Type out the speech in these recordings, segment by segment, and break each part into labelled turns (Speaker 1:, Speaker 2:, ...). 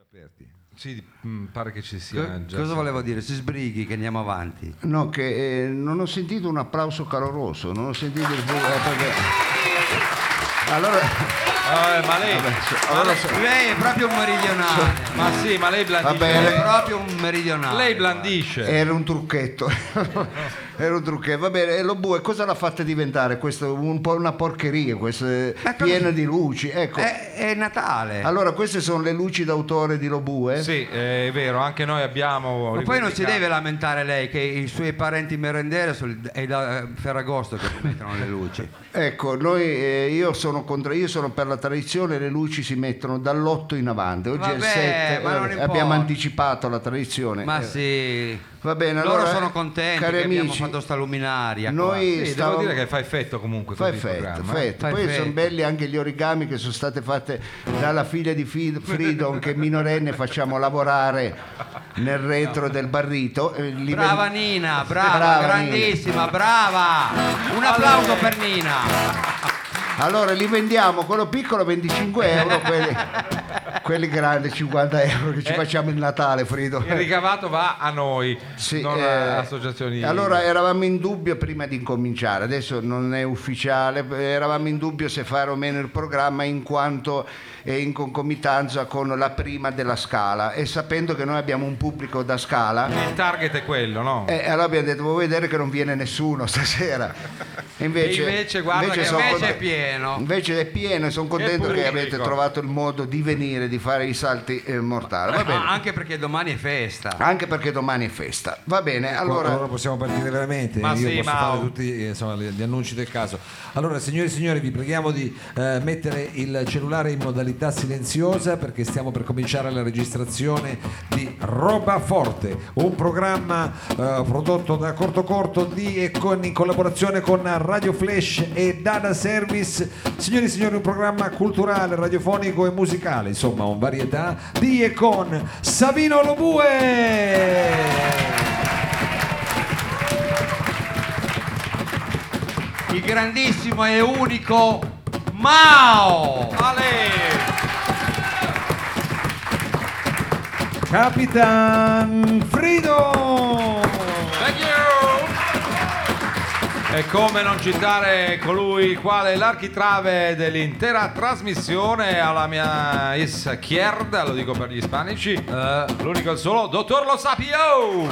Speaker 1: esperti.
Speaker 2: Sì, mh, pare che ci sia. eh, già
Speaker 3: Cosa
Speaker 2: stato.
Speaker 3: volevo dire? Si sbrighi che andiamo avanti.
Speaker 4: No, che eh, non ho sentito un applauso caloroso, non ho sentito il... eh, perché- Allora,
Speaker 2: Ah, eh, ma lei,
Speaker 4: allora
Speaker 3: Lei è proprio un meridionale.
Speaker 2: ma sì, ma lei blandisce.
Speaker 4: Va bene. Eh,
Speaker 3: È proprio un meridionale.
Speaker 2: Lei blandisce.
Speaker 4: Era un trucchetto. Era un trucchetto. Va bene, e lo bue cosa l'ha fatta diventare? Questo, un po' una porcheria, questo, eh,
Speaker 3: Ma cosa- Eh.
Speaker 4: piena di luci. Ecco.
Speaker 3: È, è Natale.
Speaker 4: Allora, queste sono le luci d'autore di Lobue.
Speaker 2: Sì, eh, è vero, anche noi abbiamo.
Speaker 3: Ma poi non si
Speaker 2: rivendicato-
Speaker 3: deve lamentare lei che i suoi parenti merendere sul- è da eh, Ferragosto che mettono le luci.
Speaker 4: Ecco, noi, eh, io, sono contro, io sono per la tradizione, le luci si mettono dall'8 in avanti. Oggi è il
Speaker 3: Vabbè,
Speaker 4: 7,
Speaker 3: ma non
Speaker 4: vabbè,
Speaker 3: importa.
Speaker 4: abbiamo anticipato la tradizione.
Speaker 3: Ma
Speaker 4: Eh,
Speaker 3: sì.
Speaker 4: Va bene,
Speaker 3: Loro
Speaker 4: allora,
Speaker 3: sono contenti
Speaker 4: cari
Speaker 3: che abbiamo
Speaker 4: amici,
Speaker 3: fatto sta luminaria. qua.
Speaker 4: noi
Speaker 2: Sì,
Speaker 4: stavamo-
Speaker 2: devo dire che fa effetto comunque.
Speaker 4: Fa
Speaker 2: così il
Speaker 4: effetto,
Speaker 2: programma,
Speaker 4: fa
Speaker 2: eh.
Speaker 4: effetto.
Speaker 3: Fa
Speaker 4: Poi sono
Speaker 3: effetto.
Speaker 4: belli anche gli origami che sono state fatte dalla figlia di Fid- Freedom che minorenne facciamo lavorare nel retro del barrito. eh, li
Speaker 3: Brava
Speaker 4: vend-
Speaker 3: Nina, brava,
Speaker 4: Brava Nina.
Speaker 3: grandissima, brava. Un applauso per Nina.
Speaker 4: Allora li vendiamo, quello piccolo 25 euro, quelli, quelli grandi 50 euro che ci
Speaker 3: Eh.
Speaker 4: facciamo il Natale Frido.
Speaker 2: Il ricavato va a noi,
Speaker 4: Eh. Sì,
Speaker 2: non
Speaker 4: eh,
Speaker 2: a associazioni.
Speaker 4: Allora eravamo in dubbio prima di incominciare, adesso non è ufficiale, eh, eravamo in dubbio se fare o meno il programma in quanto è in concomitanza con la prima della Scala e sapendo che noi abbiamo un pubblico da Scala,
Speaker 2: Il target è quello, no?
Speaker 4: eh, allora abbiamo detto vuoi vedere che non viene nessuno stasera. E invece,
Speaker 2: E invece, guarda che
Speaker 4: sono
Speaker 3: invece è
Speaker 4: contento-
Speaker 3: pieno.
Speaker 4: Invece è pieno e sono contento che
Speaker 2: pubblico.
Speaker 4: avete trovato il modo di venire, di fare i salti eh, mortali. Va
Speaker 3: Ah,
Speaker 4: bene.
Speaker 3: Anche perché domani è festa.
Speaker 4: Anche perché domani è festa. Va bene,
Speaker 1: Ecco, Allora,
Speaker 4: allora...
Speaker 1: possiamo partire veramente,
Speaker 2: Ma
Speaker 1: io
Speaker 2: sì,
Speaker 1: posso
Speaker 2: ma- oh.
Speaker 1: fare tutti eh, insomma, gli gli annunci del caso. Allora signori e signori vi preghiamo di eh, mettere il cellulare in modalità silenziosa perché stiamo per cominciare la registrazione di Roba Forte, un programma eh, prodotto da Corto Corto di e con, in collaborazione con Radio Flash e Dada Service. Signori e signori un programma culturale, radiofonico e musicale, insomma un varietà di e con Savino Lobue.
Speaker 3: Il grandissimo e unico Mao.
Speaker 2: Ale!
Speaker 1: Capitan Frido!
Speaker 2: Thank you! E come non citare colui il quale è l'architrave dell'intera trasmissione alla mia izquierda, lo dico per gli ispanici, eh, l'unico e il solo, dottor Lo Sapio!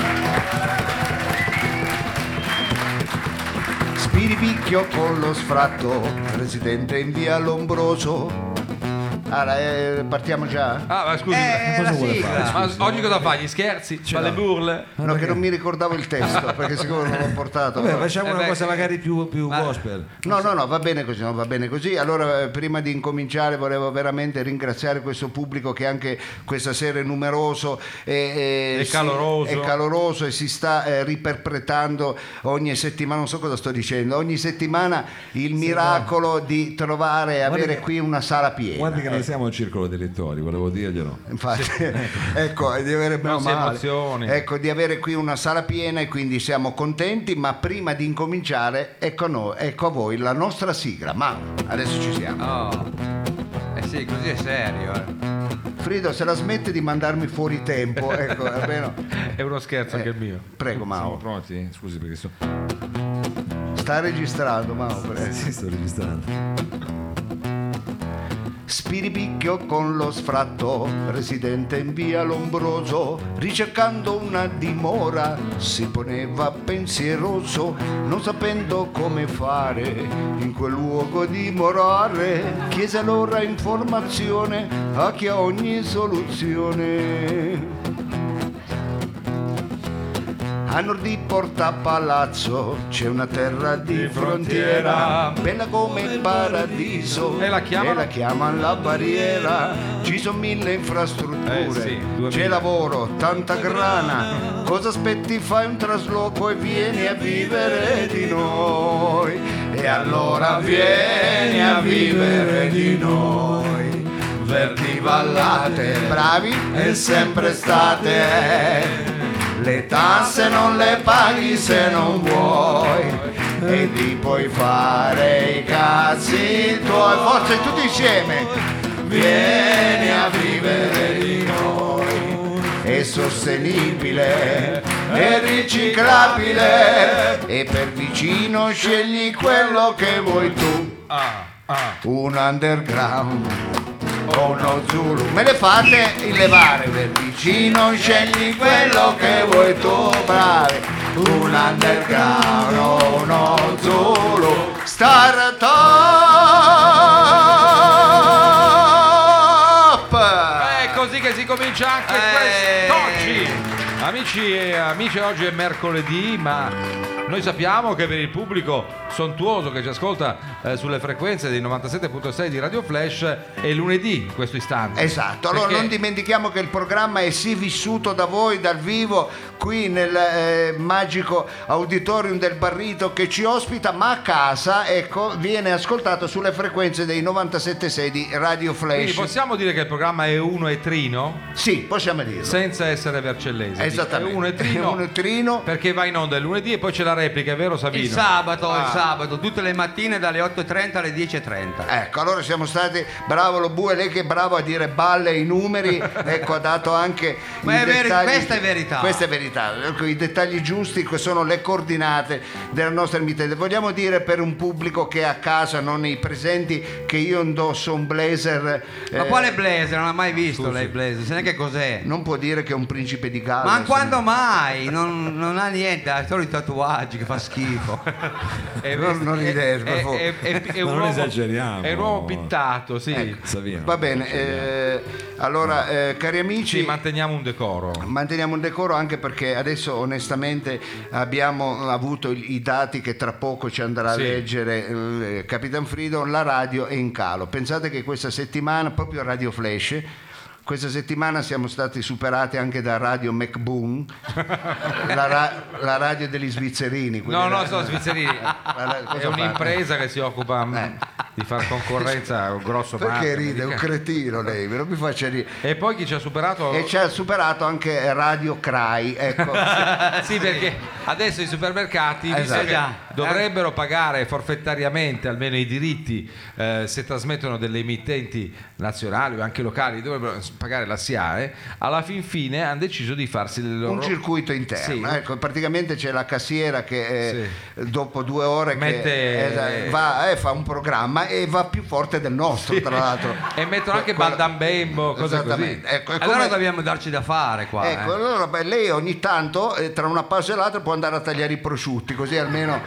Speaker 4: Spiripicchio con lo sfratto, presidente in via Lombroso. Allora, eh, partiamo già?
Speaker 2: Ah, ma scusi,
Speaker 3: Eh, la
Speaker 1: vuole
Speaker 3: sigla.
Speaker 2: ma oggi cosa fa? Gli scherzi? Fa le burle?
Speaker 4: No, che non mi ricordavo il testo, perché sicuro non l'ho portato.
Speaker 1: Vabbè, facciamo
Speaker 2: Eh
Speaker 1: una
Speaker 2: beh,
Speaker 1: cosa magari più, più
Speaker 3: ma-
Speaker 1: gospel.
Speaker 4: No, no, no, va bene così, no, va bene così. Allora, eh, prima di incominciare volevo veramente ringraziare questo pubblico che anche questa sera è numeroso e,
Speaker 2: E
Speaker 4: si-
Speaker 2: caloroso.
Speaker 4: è caloroso e si sta eh, riperpretando ogni settimana, non so cosa sto dicendo, ogni settimana il miracolo di trovare e
Speaker 1: Guarda
Speaker 4: avere
Speaker 1: che-
Speaker 4: qui una sala piena.
Speaker 1: Guardi che non siamo al circolo dei lettori, volevo dirglielo.
Speaker 4: Infatti, ecco, di avere, meno
Speaker 2: si
Speaker 4: male.
Speaker 2: emozioni.
Speaker 4: Ecco, di avere qui una sala piena e quindi siamo contenti, ma prima di incominciare, ecco, no- ecco a voi la nostra sigla, ma adesso ci siamo.
Speaker 3: Oh. Eh sì, così è serio. eh.
Speaker 4: Frido, se la smette di mandarmi fuori tempo, ecco, almeno...
Speaker 3: Eh.
Speaker 4: eh,
Speaker 2: È uno scherzo anche il mio.
Speaker 4: Prego
Speaker 1: Siamo
Speaker 4: Mao,
Speaker 1: pronti? Scusi perché sto,
Speaker 4: sta registrando Mao. prego.
Speaker 1: Eh, sì, sto registrando.
Speaker 4: Spiripicchio con lo sfratto, residente in via Lombroso, ricercando una dimora, si poneva pensieroso, non sapendo come fare in quel luogo dimorare. Chiese allora informazione a chi ha ogni soluzione. A nord di Porta Palazzo c'è una terra di,
Speaker 2: Di frontiera,
Speaker 4: frontiera, bella come paradiso.
Speaker 2: E la chiamano?
Speaker 4: chiamano la barriera. Ci sono mille infrastrutture,
Speaker 2: Eh sì,
Speaker 4: c'è
Speaker 2: 2000.
Speaker 4: lavoro, tanta grana. Cosa aspetti? Fai un trasloco e vieni a vivere di noi. E allora vieni a vivere di noi. Verdi vallate, bravi, è sempre state. Le tasse non le paghi se non vuoi e ti puoi fare i cazzi tuoi. Forse tutti insieme. Vieni a vivere di noi. e sostenibile e riciclabile e per vicino scegli quello che vuoi tu
Speaker 2: Ah, ah.
Speaker 4: un underground o uno zulu me le fate levare per vicino scegli quello che vuoi tu bravi un underground o uno zulu star top
Speaker 2: È così che si comincia anche
Speaker 3: Eh.
Speaker 2: quest'oggi. Amici e amici, oggi è mercoledì, ma noi sappiamo che per il pubblico sontuoso che ci ascolta eh, sulle frequenze dei 97.6 di Radio Flash è lunedì in questo istante.
Speaker 4: Esatto, allora
Speaker 2: Perché-
Speaker 4: non dimentichiamo che il programma è sì vissuto da voi dal vivo qui nel eh, magico auditorium del Barrito che ci ospita, ma a casa ecco, viene ascoltato sulle frequenze dei 97.6 di Radio
Speaker 2: Quindi
Speaker 4: Flash.
Speaker 2: possiamo dire che il programma è uno e trino
Speaker 4: Sì, possiamo dirlo.
Speaker 2: senza essere vercellesi.
Speaker 4: Esattamente.
Speaker 2: È uno e trino.
Speaker 4: Uno e trino. Esatto.
Speaker 2: Perché va in onda il lunedì e poi c'è la replica, è vero Sabino?
Speaker 3: Il sabato,
Speaker 4: Ah.
Speaker 3: il sabato, tutte le mattine dalle 8.30 alle 10.30.
Speaker 4: Ecco, allora siamo stati bravo lo bue, lei che è bravo a dire balle i numeri, ecco ha dato anche
Speaker 3: Ma
Speaker 4: i
Speaker 3: è veri-
Speaker 4: dettagli-
Speaker 3: questa è verità.
Speaker 4: Questa è verità. Ecco, i dettagli giusti que- sono le coordinate della nostra emittente. Vogliamo dire per un pubblico che è a casa, non i presenti, che io indosso un blazer
Speaker 3: Ma
Speaker 4: eh,
Speaker 3: quale blazer? Non l'ha mai visto lei blazer, sai neanche cos'è.
Speaker 4: non può dire che è un principe di Galles.
Speaker 3: Ma quando mai? Non, non ha niente, ha solo i tatuaggi che fa schifo. Eh,
Speaker 2: È-
Speaker 4: Non- non
Speaker 2: è-
Speaker 4: ridere, per
Speaker 2: è-
Speaker 4: favore.
Speaker 2: è- è- è
Speaker 1: Ma
Speaker 2: un
Speaker 1: non
Speaker 2: uomo-
Speaker 1: esageriamo.
Speaker 2: È un uomo pittato, sì.
Speaker 4: Ecco.
Speaker 1: Savino.
Speaker 4: Va bene, eh, allora eh, cari amici,
Speaker 2: Ci manteniamo un decoro.
Speaker 4: Manteniamo un decoro anche perché adesso onestamente abbiamo avuto i i dati che tra poco ci andrà a
Speaker 2: Sì.
Speaker 4: leggere il Capitan Frido, la radio è in calo. Pensate che questa settimana, proprio Radio Flash, questa settimana siamo stati superati anche da Radio McBoom, la, ra- la radio degli svizzerini. quindi
Speaker 2: No, no,
Speaker 4: la-
Speaker 2: sono svizzerini.
Speaker 4: la- cosa
Speaker 2: È
Speaker 4: fate? Eh.
Speaker 2: un'impresa che si occupa mh, di far concorrenza a un grosso
Speaker 4: Perché
Speaker 2: marchio,
Speaker 4: ride? È un
Speaker 2: mica.
Speaker 4: cretino lei, non mi faccia ridere.
Speaker 2: E poi chi ci ha superato?
Speaker 4: E ci ha superato anche Radio Crai, ecco.
Speaker 2: sì, perché adesso i supermercati mi sa
Speaker 4: Esatto.
Speaker 2: che
Speaker 3: Già.
Speaker 2: dovrebbero pagare forfettariamente almeno i diritti eh, se trasmettono delle emittenti nazionali o anche locali, dovrebbero pagare la SIAE. eh. Alla fin fine hanno deciso di farsi le loro
Speaker 4: un circuito interno
Speaker 2: Sì.
Speaker 4: ecco, praticamente c'è la cassiera che eh, dopo due ore che,
Speaker 2: Mette-
Speaker 4: eh, va, eh, fa un programma e va più forte del nostro tra l'altro
Speaker 2: E mettono anche
Speaker 4: Quella-
Speaker 2: Baldambembo, cose così.
Speaker 4: Esattamente. ecco, è come-
Speaker 3: Allora dobbiamo darci da fare qua. eh.
Speaker 4: ecco, allora, beh, lei ogni tanto eh, tra una pausa e l'altra può andare a tagliare i prosciutti così almeno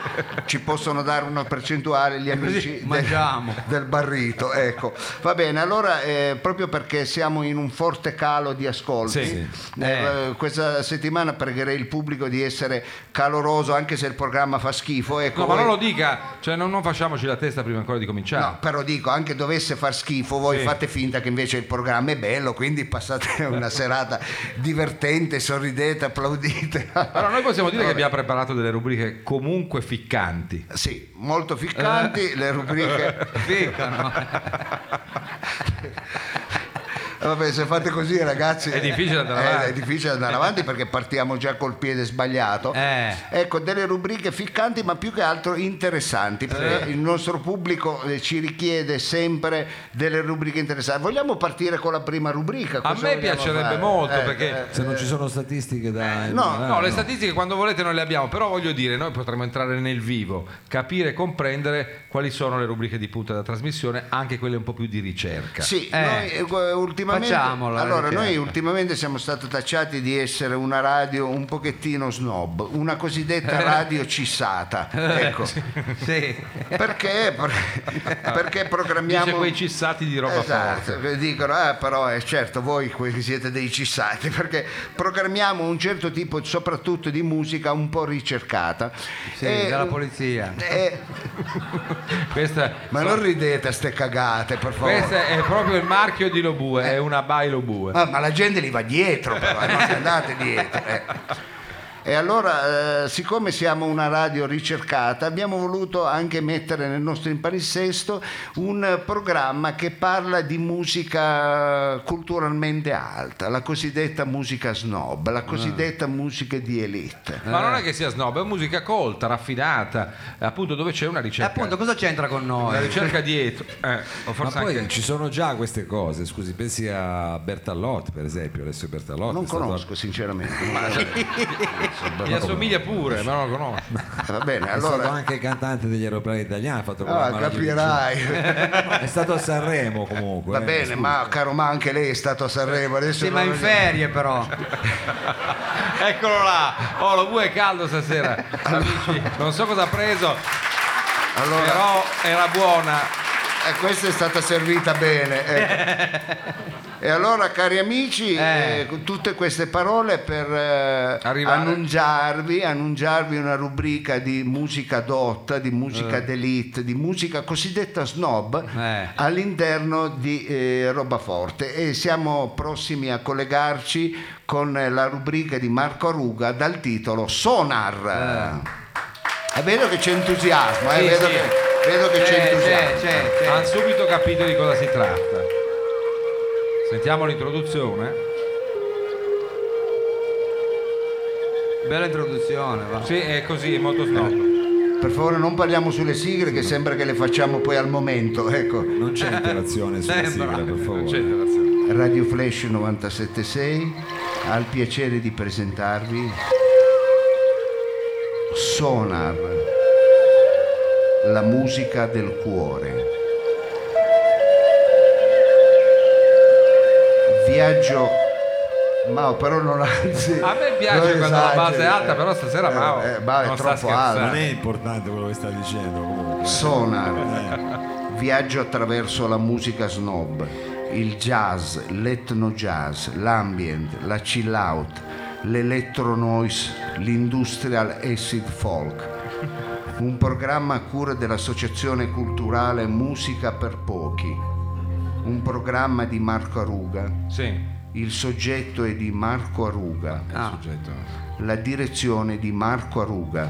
Speaker 4: ci possono dare una percentuale gli amici del-
Speaker 3: mangiamo.
Speaker 4: del barrito ecco va bene allora eh, proprio perché siamo in un forte calo di
Speaker 2: Sì,
Speaker 4: ascolti
Speaker 2: sì.
Speaker 4: eh, questa settimana pregherei il pubblico di essere caloroso anche se il programma fa schifo ecco
Speaker 2: No, ma
Speaker 4: voi-
Speaker 2: non lo dica, cioè non, non facciaci la testa prima ancora di cominciare.
Speaker 4: No, però dico, anche dovesse far schifo, voi
Speaker 2: Sì.
Speaker 4: fate finta che invece il programma è bello, quindi passate una serata divertente, sorridete, applaudite.
Speaker 2: Allora, noi possiamo
Speaker 4: Eh,
Speaker 2: dire che abbiamo preparato delle rubriche comunque ficcanti.
Speaker 4: Sì, molto ficcanti le rubriche.
Speaker 3: Ficcano.
Speaker 4: Eh, Vabbè, se fate così ragazzi
Speaker 2: È difficile andare
Speaker 4: eh,
Speaker 2: avanti.
Speaker 4: è difficile andare avanti perché partiamo già col piede sbagliato.
Speaker 3: Eh.
Speaker 4: Ecco, delle rubriche ficcanti ma più che altro interessanti, perché il nostro pubblico eh, ci richiede sempre delle rubriche interessanti. Vogliamo partire con la prima rubrica?
Speaker 2: A
Speaker 4: Cosa
Speaker 2: me
Speaker 4: vogliamo
Speaker 2: piacerebbe
Speaker 4: fare?
Speaker 2: molto
Speaker 4: Eh, Ah,
Speaker 2: perché.
Speaker 1: Se non ci sono statistiche
Speaker 4: no,
Speaker 1: da... enumerare,
Speaker 2: No, le statistiche quando volete non le abbiamo, però voglio dire, noi potremmo entrare nel vivo, capire e comprendere quali sono le rubriche di punta da trasmissione, anche quelle un po' più di ricerca.
Speaker 4: Sì,
Speaker 3: Eh,
Speaker 4: noi, eh, gu- ultimamente,
Speaker 3: facciamola,
Speaker 4: allora,
Speaker 2: diciamo.
Speaker 3: Enrico.
Speaker 4: noi ultimamente siamo stati tacciati di essere una radio un pochettino snob, una cosiddetta radio cissata. Ecco.
Speaker 3: sì.
Speaker 4: Perché? Per- perché programmiamo...
Speaker 2: Dice quei cissati di roba forte.
Speaker 4: Esatto, che dicono, ah, però eh, certo voi que- siete dei cissati perché programmiamo un certo tipo soprattutto di musica un po' ricercata. Eh,
Speaker 3: Sì,
Speaker 4: E-
Speaker 3: dalla polizia.
Speaker 4: e-
Speaker 2: Questa,
Speaker 4: ma non ridete a ste cagate per favore.
Speaker 2: questo è proprio il marchio di Lobue, è una by Lobue.
Speaker 4: Ah, ma la gente li va dietro, però, eh, non andate dietro. eh. E allora, eh, siccome siamo una radio ricercata, abbiamo voluto anche mettere nel nostro impanissesto un eh, programma che parla di musica culturalmente alta, la cosiddetta musica snob, la
Speaker 1: Ah.
Speaker 4: cosiddetta musica di elite.
Speaker 2: Ma non è che sia snob, è musica colta, raffinata, appunto dove c'è una
Speaker 4: certo.
Speaker 2: ricerca.
Speaker 3: Appunto, cosa c'entra con
Speaker 2: una
Speaker 3: noi?
Speaker 2: ricerca dietro. Eh, o
Speaker 1: Ma
Speaker 2: forse
Speaker 1: poi
Speaker 2: anche...
Speaker 1: ci sono già queste cose, scusi, pensi a Bertalotti per esempio, Alessio Bertalotti.
Speaker 4: Non
Speaker 1: è stato-
Speaker 4: conosco sinceramente. Eh,
Speaker 2: Mi assomiglia pure, ma non lo conosco.
Speaker 4: Va bene,
Speaker 1: È stato
Speaker 4: allora
Speaker 1: anche il cantante degli aeroplani italiani, ha fatto
Speaker 4: ah,
Speaker 1: programma alla
Speaker 4: capirai.
Speaker 1: televisione. È stato a Sanremo comunque.
Speaker 4: Va
Speaker 1: eh,
Speaker 4: bene,
Speaker 1: scusi.
Speaker 4: ma caro, ma anche lei è stato a Sanremo adesso.
Speaker 3: Sì, ma
Speaker 4: non-
Speaker 3: in ferie però.
Speaker 2: Eccolo là. Oh, lo bue è caldo stasera. Amici, non so cosa ha preso,
Speaker 4: Allora,
Speaker 2: però era buona.
Speaker 4: eh, questa è stata servita bene. ecco. E allora, cari amici, eh, con tutte queste parole per eh,
Speaker 2: Arrivare.
Speaker 4: annunciarvi, annunciarvi una rubrica di musica dotta, di
Speaker 2: Eh.
Speaker 4: musica d'elite, di musica cosiddetta snob
Speaker 3: Eh.
Speaker 4: all'interno di eh, Roba Forte. E siamo prossimi a collegarci con eh, la rubrica di Marco Ruga dal titolo Sonar. E vedo che c'è entusiasmo, eh,
Speaker 2: Eh. Sì,
Speaker 4: vedo,
Speaker 2: sì.
Speaker 4: Che, vedo che c'è
Speaker 3: C'è,
Speaker 4: entusiasmo.
Speaker 3: c'è, c'è,
Speaker 2: Cioè,
Speaker 1: Eh.
Speaker 2: Hanno
Speaker 3: c'è.
Speaker 2: subito capito di cosa si tratta. Sentiamo l'introduzione.
Speaker 3: Bella introduzione, va.
Speaker 2: Sì, è così, è molto snob.
Speaker 4: Per favore non parliamo sulle sigle che sembra che le facciamo poi al momento, ecco.
Speaker 1: Non c'è interazione sulla sigla, Eh, per
Speaker 2: Non c'è
Speaker 1: favore.
Speaker 2: interazione.
Speaker 4: Radio Flash 976 ha il piacere di presentarvi Sonar, la musica del cuore. Viaggio Mao però non anzi.
Speaker 2: A me piace
Speaker 4: non
Speaker 2: quando la base è
Speaker 4: esageri,
Speaker 2: alta,
Speaker 4: eh.
Speaker 2: però stasera
Speaker 4: Eh,
Speaker 2: Mao
Speaker 4: eh, Mao è
Speaker 2: non sta
Speaker 4: troppo alta.
Speaker 2: scherzando.
Speaker 1: Non è importante quello che sta dicendo comunque.
Speaker 4: Sonar, viaggio attraverso la musica snob, il jazz, l'etno jazz, l'ambient, la chill out, l'electro noise, l'industrial acid folk. Un programma a cura dell'associazione culturale Musica per Pochi. Un programma di Marco Aruga.
Speaker 2: Sì.
Speaker 4: Il soggetto è di Marco Aruga
Speaker 3: Ah,
Speaker 4: la direzione di Marco Aruga,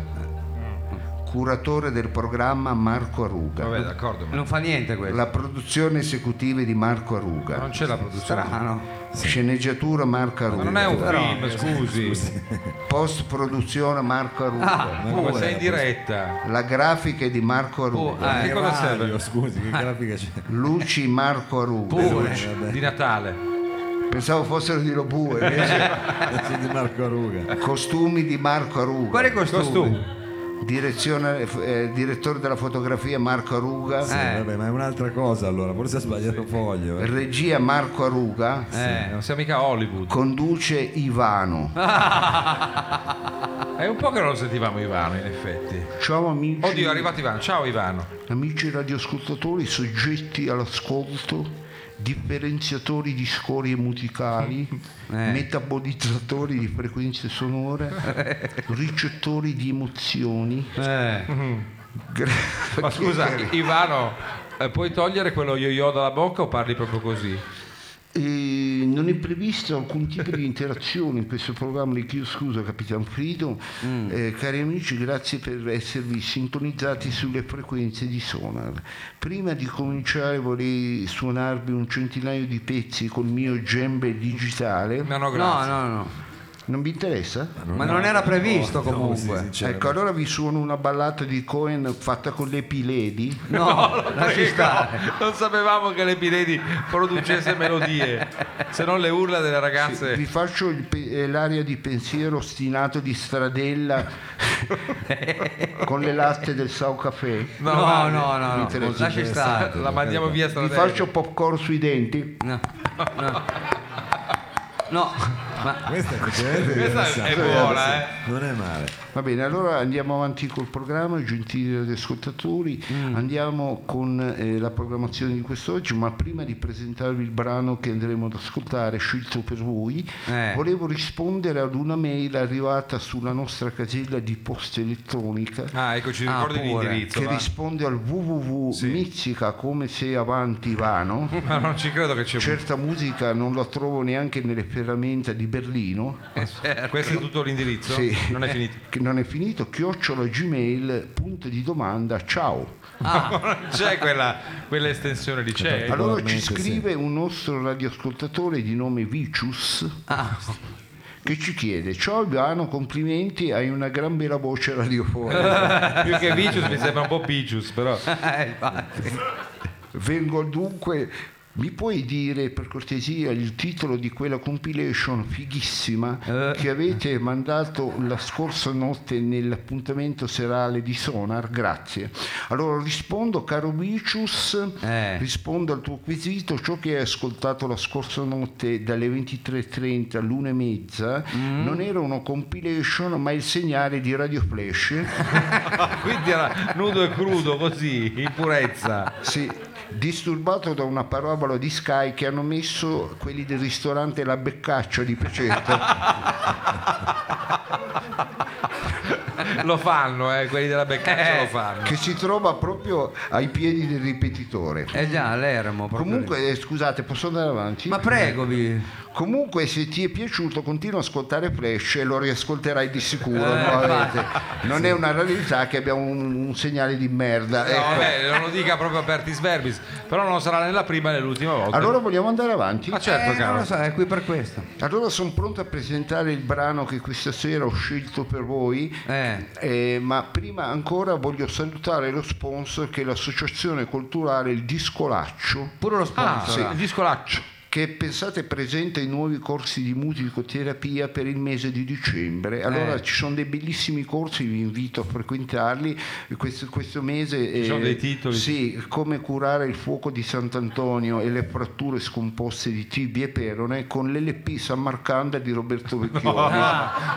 Speaker 4: curatore del programma Marco Aruga,
Speaker 2: Vabbè, d'accordo, ma
Speaker 3: non fa niente questo.
Speaker 4: la produzione esecutiva di Marco Aruga,
Speaker 2: non c'è la produzione.
Speaker 3: Strano.
Speaker 4: sceneggiatura Marco
Speaker 2: Ma non è un
Speaker 4: Aruga,
Speaker 2: film,
Speaker 1: eh,
Speaker 2: scusi.
Speaker 4: post produzione Marco
Speaker 1: Ah,
Speaker 4: Aruga,
Speaker 2: Oh, ma
Speaker 1: eh,
Speaker 2: sei in diretta.
Speaker 4: la grafica è di Marco Aruga,
Speaker 2: Ah, che cosa
Speaker 1: Eh, Radio,
Speaker 2: serve?
Speaker 1: Cioè, scusi, che grafica c'è?
Speaker 4: luci Marco Aruga.
Speaker 2: Pure di Natale.
Speaker 4: Pensavo fossero di Lobue, invece
Speaker 1: C'è di Marco
Speaker 4: Eh.
Speaker 1: Ruga.
Speaker 4: costumi di Marco Aruga.
Speaker 3: Quali costumi?
Speaker 2: Costumi.
Speaker 4: Direzione- eh, direttore della fotografia Marco Aruga.
Speaker 3: Eh.
Speaker 1: Vabbè, ma è un'altra cosa allora, forse ha sbagliato foglio. eh.
Speaker 4: Regia Marco Aruga.
Speaker 2: Eh, non siamo mica a Hollywood.
Speaker 4: Conduce Ivano.
Speaker 2: Ah. È un po' che non lo sentivamo Ivano, in effetti.
Speaker 4: Ciao amici,
Speaker 2: Oddio, è arrivato Ivano. Ciao Ivano.
Speaker 4: amici radioascoltatori soggetti all'ascolto, differenziatori di scorie musicali, metabolizzatori di frequenze sonore, ricettori di emozioni.
Speaker 3: Eh.
Speaker 4: Gra-
Speaker 2: Ma scusa, Ivano, eh, puoi togliere quello yo-yo dalla bocca o parli proprio così?
Speaker 4: Eh, non è previsto alcun tipo di interazione in questo programma di Chio Scusa Capitan Frido.
Speaker 2: Mm.
Speaker 4: Eh, cari amici, grazie per esservi sintonizzati sulle frequenze di Sonar. Prima di cominciare vorrei suonarvi un centinaio di pezzi col mio gembe digitale.
Speaker 2: No, no,
Speaker 3: No,
Speaker 2: grazie.
Speaker 3: no, no.
Speaker 4: Non vi interessa?
Speaker 3: Ma non era previsto
Speaker 1: No, sì,
Speaker 3: comunque.
Speaker 1: sinceramente.
Speaker 4: Ecco, allora vi suono una ballata di Cohen fatta con le piledi.
Speaker 3: No, lasci
Speaker 2: Prego.
Speaker 3: stare.
Speaker 2: Non sapevamo che le Piredi producesse melodie, se non le urla delle ragazze.
Speaker 4: Vi faccio il pe- eh, l'aria di pensiero ostinato di Stradella con le latte del Sau Café.
Speaker 2: No,
Speaker 3: No,
Speaker 2: guardi,
Speaker 3: no, no, no.
Speaker 4: interessa.
Speaker 3: lasci stare.
Speaker 2: Ah, La mandiamo via
Speaker 4: Vi
Speaker 2: stradella.
Speaker 4: faccio popcorn sui denti.
Speaker 3: No, no. No, ma
Speaker 1: cioè, Questa è effettivamente
Speaker 2: Questa è
Speaker 1: interessante.
Speaker 2: buona, eh.
Speaker 1: Non è male.
Speaker 4: Va bene, allora andiamo avanti col programma, gentili radioascoltatori. Andiamo con eh, la programmazione di quest'oggi, ma prima di presentarvi il brano che andremo ad ascoltare, scelto per voi,
Speaker 3: Eh.
Speaker 4: volevo rispondere ad una mail arrivata sulla nostra casella di posta elettronica.
Speaker 2: Ah, ecco, ci
Speaker 3: Ah,
Speaker 2: ricordi
Speaker 3: pure.
Speaker 2: l'indirizzo.
Speaker 4: che
Speaker 2: va.
Speaker 4: risponde al www mizzica come se avanti vano
Speaker 2: Ma non ci credo che ci
Speaker 4: Certo. certa musica non la trovo neanche nelle veramente di Berlino.
Speaker 2: Questo è tutto l'indirizzo?
Speaker 4: Sì.
Speaker 2: Non è finito.
Speaker 4: Che non è finito, chiocciola gmail, punto di domanda, ciao.
Speaker 2: Non c'è quella, quell'estensione lì, c'è.
Speaker 4: Allora ci
Speaker 1: Regolarmente, sì.
Speaker 4: scrive un nostro radioascoltatore di nome Vicius che ci chiede: Ciao Albano, complimenti, hai una gran bella voce radiofonica.
Speaker 2: Più che Vicious mi sembra un po' Vicious, però.
Speaker 3: Eh,
Speaker 4: Vengo dunque. Mi puoi dire per cortesia il titolo di quella compilation fighissima che avete mandato la scorsa notte nell'appuntamento serale di Sonar? Grazie. Allora rispondo, caro Vicius,
Speaker 3: Eh.
Speaker 4: rispondo al tuo quesito, ciò che hai ascoltato la scorsa notte dalle 23.30 all'una e mezza non era una compilation ma il segnale di Radio Flash
Speaker 2: Quindi era nudo e crudo, così, in purezza.
Speaker 4: Sì, disturbato da una parabola di Sky che hanno messo quelli del ristorante La Beccaccia di Pecetta.
Speaker 2: Lo fanno, eh, quelli della beccaccia lo
Speaker 3: Eh.
Speaker 2: fanno.
Speaker 4: che si trova proprio ai piedi del ripetitore.
Speaker 3: È già l'ermo. proprio lì.
Speaker 4: Comunque, eh, scusate, posso andare avanti?
Speaker 3: Ma pregovi.
Speaker 4: Comunque, se ti è piaciuto, continua a ascoltare Flash e lo riascolterai di sicuro.
Speaker 2: Eh,
Speaker 4: no? Non è una rarità che abbiamo un, un segnale di merda.
Speaker 2: Cioè, No,
Speaker 4: ecco.
Speaker 2: vabbè, non lo dica proprio per Artis Verbis, però non sarà nella prima e nell'ultima volta.
Speaker 4: Allora vogliamo andare avanti?
Speaker 2: Ma certo,
Speaker 3: Eh, non
Speaker 2: caro.
Speaker 3: lo so, è qui per questo.
Speaker 4: Allora sono pronto a presentare il brano che questa sera ho scelto per voi.
Speaker 3: Eh.
Speaker 4: Eh, ma prima ancora voglio salutare lo sponsor che è l'associazione culturale Il Discolaccio
Speaker 3: Pure lo sponsor.
Speaker 2: Ah, sì,
Speaker 3: là.
Speaker 2: il discolaccio.
Speaker 4: che pensate presenta i nuovi corsi di musicoterapia per il mese di dicembre. Allora
Speaker 3: Eh.
Speaker 4: ci sono dei bellissimi corsi, vi invito a frequentarli. Questo, questo mese eh,
Speaker 2: sono dei titoli?
Speaker 4: Sì, come curare il fuoco di Sant'Antonio e le fratture scomposte di tibia e perone con l'LP San Marcanda di Roberto Vecchioni.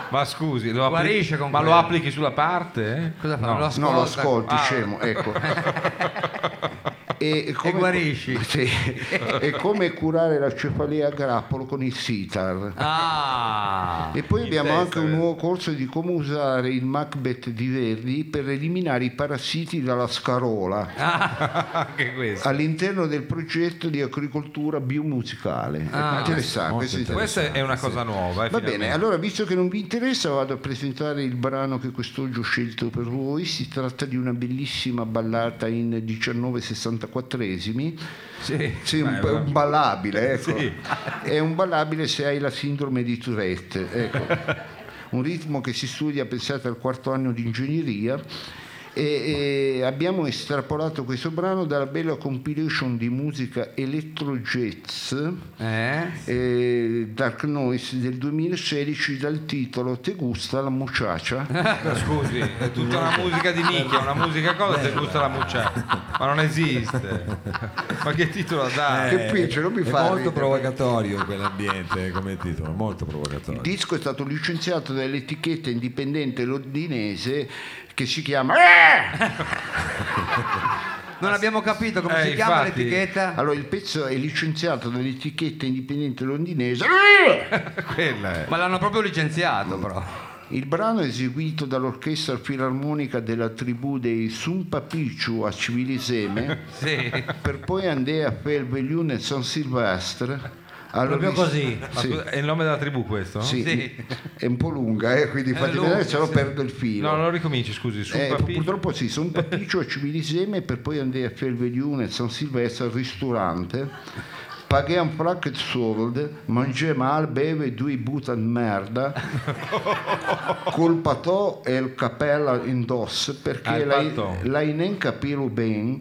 Speaker 2: Ma scusi, lo appli-
Speaker 3: Ah. Guarisce con
Speaker 2: ma lo
Speaker 3: quello.
Speaker 2: applichi sulla parte? eh?
Speaker 3: Cosa fa?
Speaker 2: No.
Speaker 3: Lo ascolta.
Speaker 4: No, lo ascolti, scemo, ecco. E,
Speaker 3: guarisci.
Speaker 4: Sì. e come curare la cefalea a grappolo con il sitar.
Speaker 3: Ah.
Speaker 4: E poi
Speaker 2: in
Speaker 4: abbiamo
Speaker 2: testa,
Speaker 4: anche un
Speaker 2: vero.
Speaker 4: nuovo corso di come usare il Macbeth di Verdi per eliminare i parassiti dalla scarola
Speaker 2: Anche questo.
Speaker 3: Ah,
Speaker 4: all'interno del progetto di agricoltura biomusicale. interessante, questo è interessante.
Speaker 2: Questa è una cosa nuova. eh,
Speaker 4: Va
Speaker 2: finalmente.
Speaker 4: bene, allora visto che non vi interessa vado a presentare il brano che quest'oggi ho scelto per voi, si tratta di una bellissima ballata in 1964esimi,
Speaker 2: Sì.
Speaker 4: sì, un,
Speaker 2: Beh,
Speaker 4: un ballabile, ecco.
Speaker 2: Sì.
Speaker 4: è un ballabile se hai la sindrome di Tourette, ecco. un ritmo che si studia, pensate, al quarto anno di ingegneria. E, e abbiamo estrapolato questo brano dalla bella compilation di musica electro jazz
Speaker 3: Eh?
Speaker 4: eh, Dark Noise del 2016 dal titolo Te gusta la mucciaccia?
Speaker 2: Ma Eh, Scusi, è tutta una musica di nicchia, una musica cosa te gusta la muccia, ma non esiste. Ma che titolo
Speaker 1: Eh.
Speaker 2: dà?
Speaker 4: Che piccio, non mi
Speaker 1: è
Speaker 4: fa
Speaker 1: molto
Speaker 4: ridere.
Speaker 1: provocatorio quell'ambiente come titolo, molto
Speaker 4: Il
Speaker 1: provocatorio.
Speaker 4: disco è stato licenziato dall'etichetta indipendente londinese che si chiama... Eh!
Speaker 3: Non abbiamo capito come
Speaker 2: Eh,
Speaker 3: si chiama
Speaker 2: infatti.
Speaker 3: l'etichetta.
Speaker 4: Allora il pezzo è licenziato dall'etichetta indipendente londinese. Eh!
Speaker 2: Quella è.
Speaker 3: Ma l'hanno proprio licenziato, però.
Speaker 4: Il brano è eseguito dall'orchestra filarmonica della tribù dei Sumpapichu a Civiliseme
Speaker 3: Sì.
Speaker 4: per poi andare a Felveliun e San Silvestre. Allora-
Speaker 5: Proprio così.
Speaker 2: Ma
Speaker 4: Sì.
Speaker 2: scusa, è il nome della tribù questo?
Speaker 4: Sì,
Speaker 3: Sì.
Speaker 4: è un po' lunga, eh, quindi fate
Speaker 3: lunga,
Speaker 4: vedere se no
Speaker 3: sì.
Speaker 4: perdo il filo.
Speaker 2: No, non ricominci, scusi, su
Speaker 4: Eh,
Speaker 2: un papiro.
Speaker 4: purtroppo sì, sono papiccio a Civiliseme per poi andare a Felvelione e San Silvestro al ristorante. Paghiamo frac di soldi, mangiamo al beve due butta di merda, col patò e il cappello indosso
Speaker 2: Ah,
Speaker 4: perché
Speaker 2: il
Speaker 4: lei,
Speaker 2: patò. Eh.
Speaker 4: lei non capirlo bene,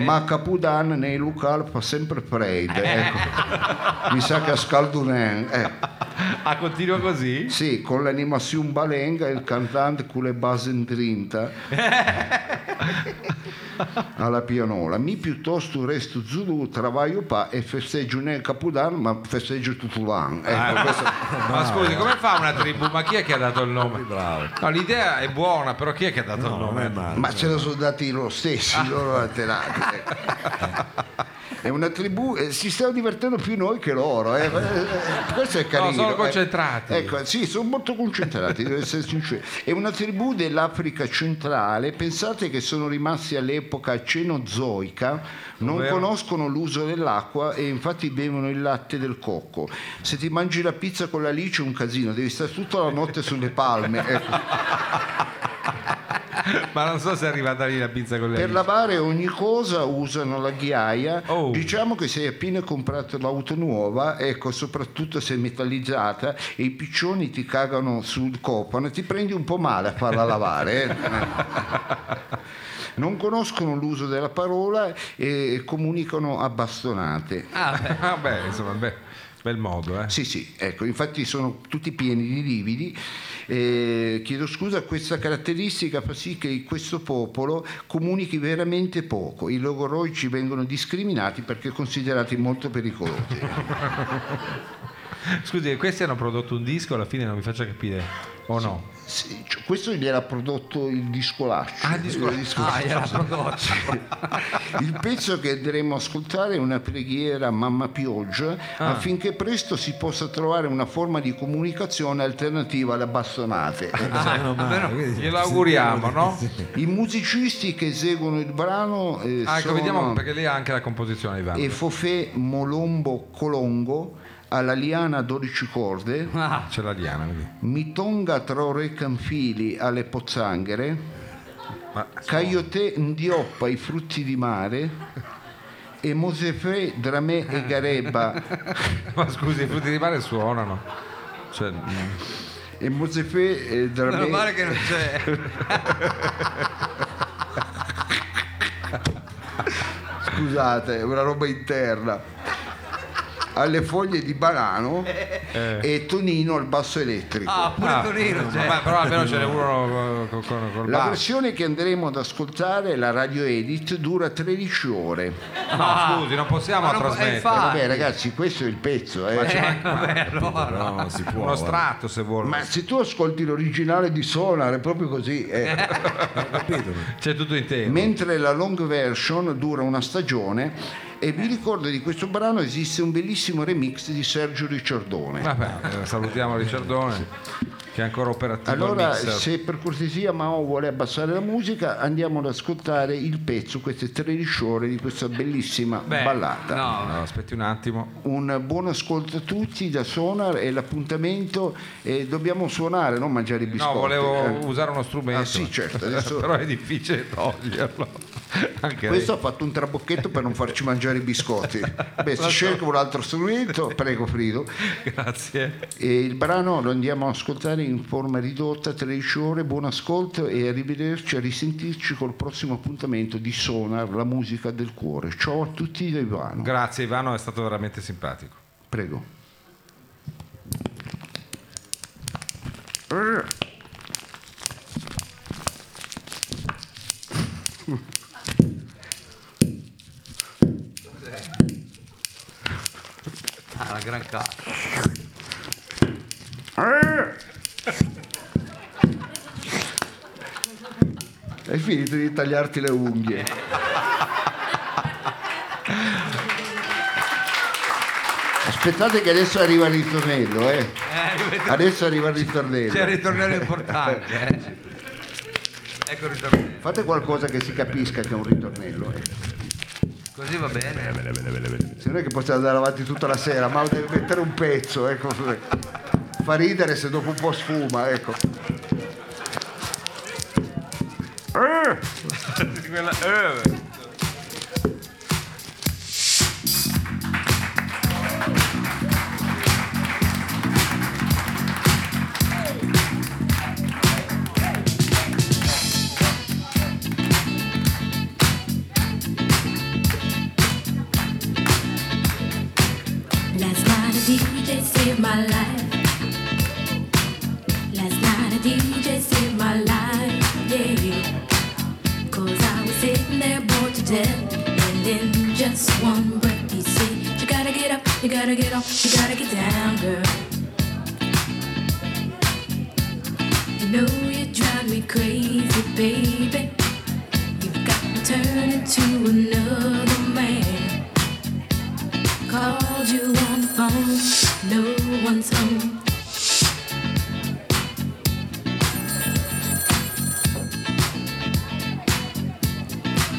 Speaker 4: ma Capodanno nei locali fa sempre freddo. ecco. Mi sa che a Scaldunen. ecco.
Speaker 2: Ah, continua così?
Speaker 4: Sì, con l'animazione balenga e il cantante con le basi in trinta alla pianola. Mi piuttosto resto zulu, travaglio pa e festeggio nel Capodanno, ma festeggio tutto l'anno. Ecco, questo-
Speaker 2: Ma scusi, come fa una tribù? Ma chi è che ha dato il nome?
Speaker 1: Bravo.
Speaker 2: No, l'idea è buona, però chi è che ha dato il
Speaker 1: No, non
Speaker 2: nome?
Speaker 1: è male.
Speaker 2: Ah.
Speaker 4: Ma ce la sono dati loro stessi, i loro antenati. ecco. è una tribù, eh, si stanno divertendo più noi che loro. eh. Eh, Questo è carino.
Speaker 2: sono
Speaker 4: eh.
Speaker 2: concentrati.
Speaker 4: Ecco, sì, sono molto concentrati, devo essere sincero. È una tribù dell'Africa centrale, pensate che sono rimasti all'epoca cenozoica, non
Speaker 2: Ovvero?
Speaker 4: conoscono l'uso dell'acqua e infatti bevono il latte del cocco. Se ti mangi la pizza con la lice è un casino, devi stare tutta la notte sulle palme. ecco.
Speaker 2: Ma non so se è arrivata lì la pizza con le
Speaker 4: Per
Speaker 2: alici.
Speaker 4: lavare ogni cosa usano la ghiaia.
Speaker 2: Oh.
Speaker 4: Diciamo che se hai appena comprato l'auto nuova, ecco, soprattutto se è metallizzata, e i piccioni ti cagano sul copano, ti prendi un po' male a farla lavare. eh. Non conoscono l'uso della parola e comunicano a bastonate.
Speaker 2: Ah, beh. Vabbè, insomma, beh, bel modo, eh.
Speaker 4: Sì, sì, ecco, infatti sono tutti pieni di lividi. Eh, chiedo scusa, questa caratteristica fa sì che questo popolo comunichi veramente poco. I logoroici vengono discriminati perché considerati molto pericolosi.
Speaker 2: Scusi, questi hanno prodotto un disco, alla fine non mi faccia capire, o no?
Speaker 4: Sì, cioè, questo gliel'ha prodotto il discolaccio.
Speaker 2: Ah, il disco-
Speaker 4: Eh, il
Speaker 2: Ah, gliel'ha prodotto.
Speaker 4: Il pezzo che andremo a ascoltare è una preghiera a Mamma Pioggia affinché presto si possa trovare una forma di comunicazione alternativa alle bastonate.
Speaker 1: Meno male,
Speaker 2: almeno
Speaker 1: quindi
Speaker 2: glielo auguriamo,
Speaker 1: sentiamo-
Speaker 2: no?
Speaker 1: Sì.
Speaker 4: I musicisti che eseguono il brano eh,
Speaker 2: Ah, ecco,
Speaker 4: sono
Speaker 2: vediamo perché lì ha anche la composizione Ivano.
Speaker 4: Efofè Molombo Colongo, Alaliana 12 corde,
Speaker 2: Ah, c'è la Diana, vedi.
Speaker 4: Mitonga Trore Canfili alle pozzanghere,
Speaker 2: Ma
Speaker 4: Caiote Ndioppa i frutti di mare e Mosefè Dramè
Speaker 2: Eh.
Speaker 4: e Garebba
Speaker 2: Ma scusi, i frutti di mare suonano. Cioè, mm.
Speaker 4: e Mosefè eh, Dramè
Speaker 3: Meno male che non c'è.
Speaker 4: scusate, è una roba interna. Alle foglie di banano
Speaker 2: Eh.
Speaker 4: e Tonino al basso elettrico.
Speaker 3: Ah, pure
Speaker 2: Ah,
Speaker 3: Torino c'è.
Speaker 2: ma però almeno ce n'è uno con, con, col
Speaker 4: La
Speaker 2: basso.
Speaker 4: versione che andremo ad ascoltare, la radio edit, dura 13 ore.
Speaker 2: No, scusi, non possiamo
Speaker 3: Ma non- eh,
Speaker 2: trasmettere.
Speaker 3: fa- Ah,
Speaker 4: Vabbè
Speaker 3: sì.
Speaker 4: ragazzi, questo è il pezzo. eh.
Speaker 3: Eh, vabbè, allora.
Speaker 1: No, non si può.
Speaker 2: Uno
Speaker 1: guarda.
Speaker 2: strato se vuole.
Speaker 4: Ma se tu ascolti l'originale di Sonar è proprio così. eh.
Speaker 1: Capito?
Speaker 2: C'è tutto intero.
Speaker 4: Mentre la long version dura una stagione e vi ricordo di questo brano esiste un bellissimo remix di Sergio Ricciardone.
Speaker 2: Vabbè, eh, salutiamo Ricciardone che è ancora operativo. al
Speaker 4: Allora,
Speaker 2: mixer.
Speaker 4: se per cortesia Mao vuole abbassare la musica, andiamo ad ascoltare il pezzo, queste 13 ore di questa bellissima
Speaker 3: Beh,
Speaker 4: ballata.
Speaker 3: No,
Speaker 2: Allora, aspetti un attimo.
Speaker 4: Un buon ascolto a tutti da Sonar e l'appuntamento eh, dobbiamo suonare, non mangiare i biscotti.
Speaker 2: No, volevo
Speaker 4: eh.
Speaker 2: usare uno strumento.
Speaker 4: Ah, sì, certo, adesso-
Speaker 2: Però è difficile toglierlo. Anche
Speaker 4: Questo ha fatto un trabocchetto per non farci mangiare i biscotti. Beh, si cerca un altro strumento, prego Frido.
Speaker 2: lei. Grazie.
Speaker 4: E il brano lo andiamo ad ascoltare in forma ridotta, 13 ore, buon ascolto e arrivederci, a risentirci col prossimo appuntamento di Sonar, la musica del cuore. Ciao a tutti da Ivano.
Speaker 2: Grazie Ivano, è stato veramente simpatico.
Speaker 4: Prego.
Speaker 3: ah, la gran cazzo.
Speaker 4: Hai finito di tagliarti le unghie. Aspettate che adesso arriva il ritornello, eh.
Speaker 3: Eh, Certo. ripeto,
Speaker 4: Adesso arriva il ritornello.
Speaker 3: c'è il ritornello importante. Eh. Ecco il ritornello.
Speaker 4: Fate qualcosa che si capisca che è un ritornello. eh.
Speaker 3: Così va bene.
Speaker 4: Se non è che possiamo andare avanti tutta la sera, ma deve mettere un pezzo, ecco. Fa ridere se dopo un po' sfuma, ecco.
Speaker 2: Quella- eh.
Speaker 5: Last night a DJ saved my life. Last night a DJ saved my life, yeah. Cause I was sitting there bored to death. And in just one breath, he said, You gotta get up, you gotta get off, you gotta get down, girl. You know you drive me crazy, baby. You've got to turn into another man. no one's home.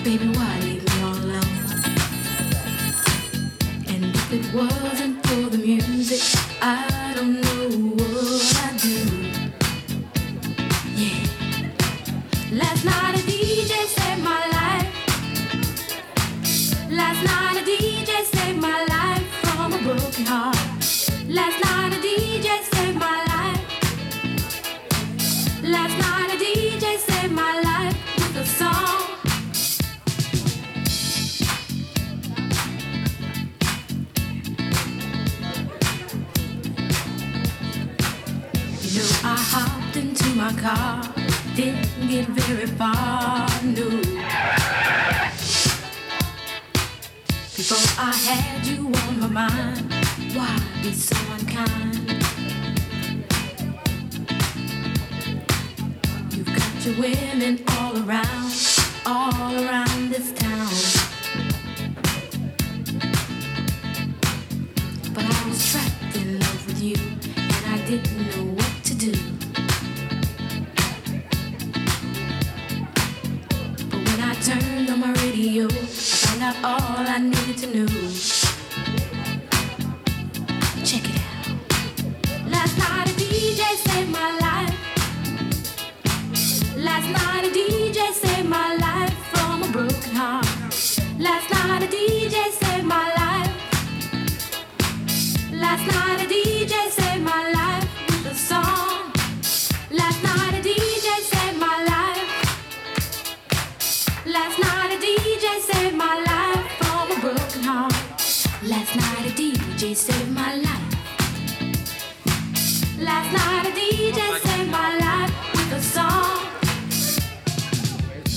Speaker 5: Baby, why leave me all alone? And if it wasn't for the music, I don't know what I'd do. Yeah. Last night a DJ saved my life. Last night a DJ saved my life from a broken heart. Last night a DJ saved my life. Last night a DJ saved my life with a song. You know, I hopped into my car, didn't get very far, no. Before I had you on my mind, why be so unkind? You've got your women all around, all around this town. But I was trapped in love with you, and I didn't know what to do. But when I turned on my radio, I found out all I needed to know. Check it out. Last night a DJ saved my life. Last night a DJ saved my life from a broken heart. Last night a DJ saved my life. Last night a DJ saved my life with a song. Last night a DJ saved my life. Last night a DJ saved my life from a broken heart. Last night a DJ saved my life. Last night a DJ saved my life with a song.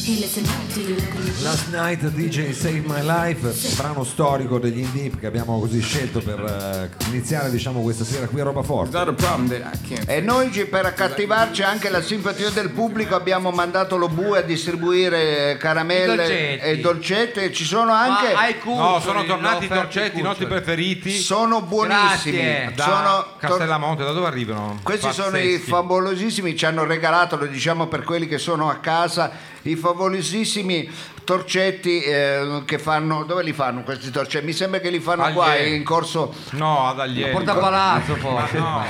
Speaker 5: Hey, listen up to you.
Speaker 1: Last Night DJ Save My Life, brano storico degli indie che abbiamo così scelto per eh, iniziare diciamo questa sera qui a Roba Forte.
Speaker 6: not a problem that I can't.
Speaker 4: E noi oggi, per accattivarci anche la simpatia del pubblico abbiamo mandato lo bue a distribuire caramelle
Speaker 3: I dolcetti. Ah,
Speaker 4: e dolcette. Ci sono anche...
Speaker 3: Ma ai cuccioli,
Speaker 2: No, sono tornati i
Speaker 3: offerti
Speaker 2: torcetti, i nostri
Speaker 3: cuccioli.
Speaker 2: preferiti. Eh,
Speaker 4: Sono buonissimi.
Speaker 3: Grazie.
Speaker 2: da
Speaker 4: Sono tor-
Speaker 2: Castellamonte, da dove arrivano?
Speaker 4: Questi sono i
Speaker 2: Pazzeschi.
Speaker 4: favolosissimi, ci hanno regalato, lo diciamo per quelli che sono a casa, i favolosissimi torcetti eh, che fanno... Dove li fanno questi torcetti? Mi sembra che li fanno
Speaker 2: Agli-
Speaker 4: qua in corso,
Speaker 2: No, ad Aglieri.
Speaker 3: Porta palazzo forse.
Speaker 2: eh, No,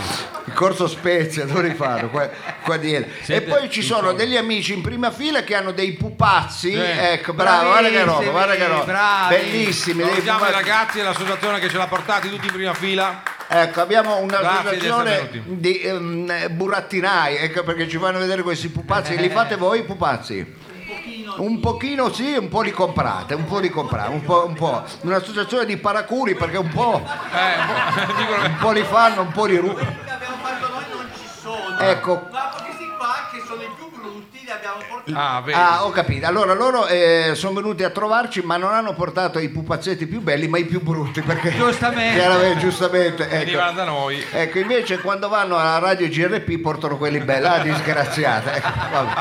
Speaker 4: in corso Spezia, dove li fanno? Qua, qua dietro. E
Speaker 2: Siete
Speaker 4: poi ci
Speaker 2: in
Speaker 4: sono
Speaker 2: fondo.
Speaker 4: degli amici in prima fila che hanno dei pupazzi,
Speaker 2: Eh,
Speaker 4: ecco, bravo, guarda che roba, guarda che roba,
Speaker 3: bravi.
Speaker 4: bellissimi. dei
Speaker 2: salutiamo i
Speaker 4: pupazzi.
Speaker 2: ragazzi e l'associazione che ce l'ha portati tutti in prima fila.
Speaker 4: Ecco, abbiamo
Speaker 2: Grazie di essere
Speaker 4: un'associazione
Speaker 2: venuti.
Speaker 4: di ehm, burattinai, ecco perché ci fanno vedere questi pupazzi. Li fate voi i pupazzi? Un pochino sì, un po' li comprate, un po' li comprate, un po', un po'. Un'associazione di paracuri perché un po', un
Speaker 2: Eh,
Speaker 4: Ah,
Speaker 2: boh, dicono che-
Speaker 4: po' li fanno, un po' li rubano.
Speaker 7: che abbiamo fatto noi non ci sono.
Speaker 4: Ecco.
Speaker 7: Ma questi qua che sono i più brutti li abbiamo portati.
Speaker 2: Ah, vedi.
Speaker 4: Ah, ho capito. Allora loro sono venuti a trovarci, ma non hanno portato i pupazzetti più belli, ma i più brutti. Perché
Speaker 3: Giustamente.
Speaker 4: Chiaramente, giustamente. Ecco.
Speaker 2: Venivano da noi.
Speaker 4: Ecco, invece quando vanno alla radio GRP portano quelli belli, ah, disgraziata. Ecco,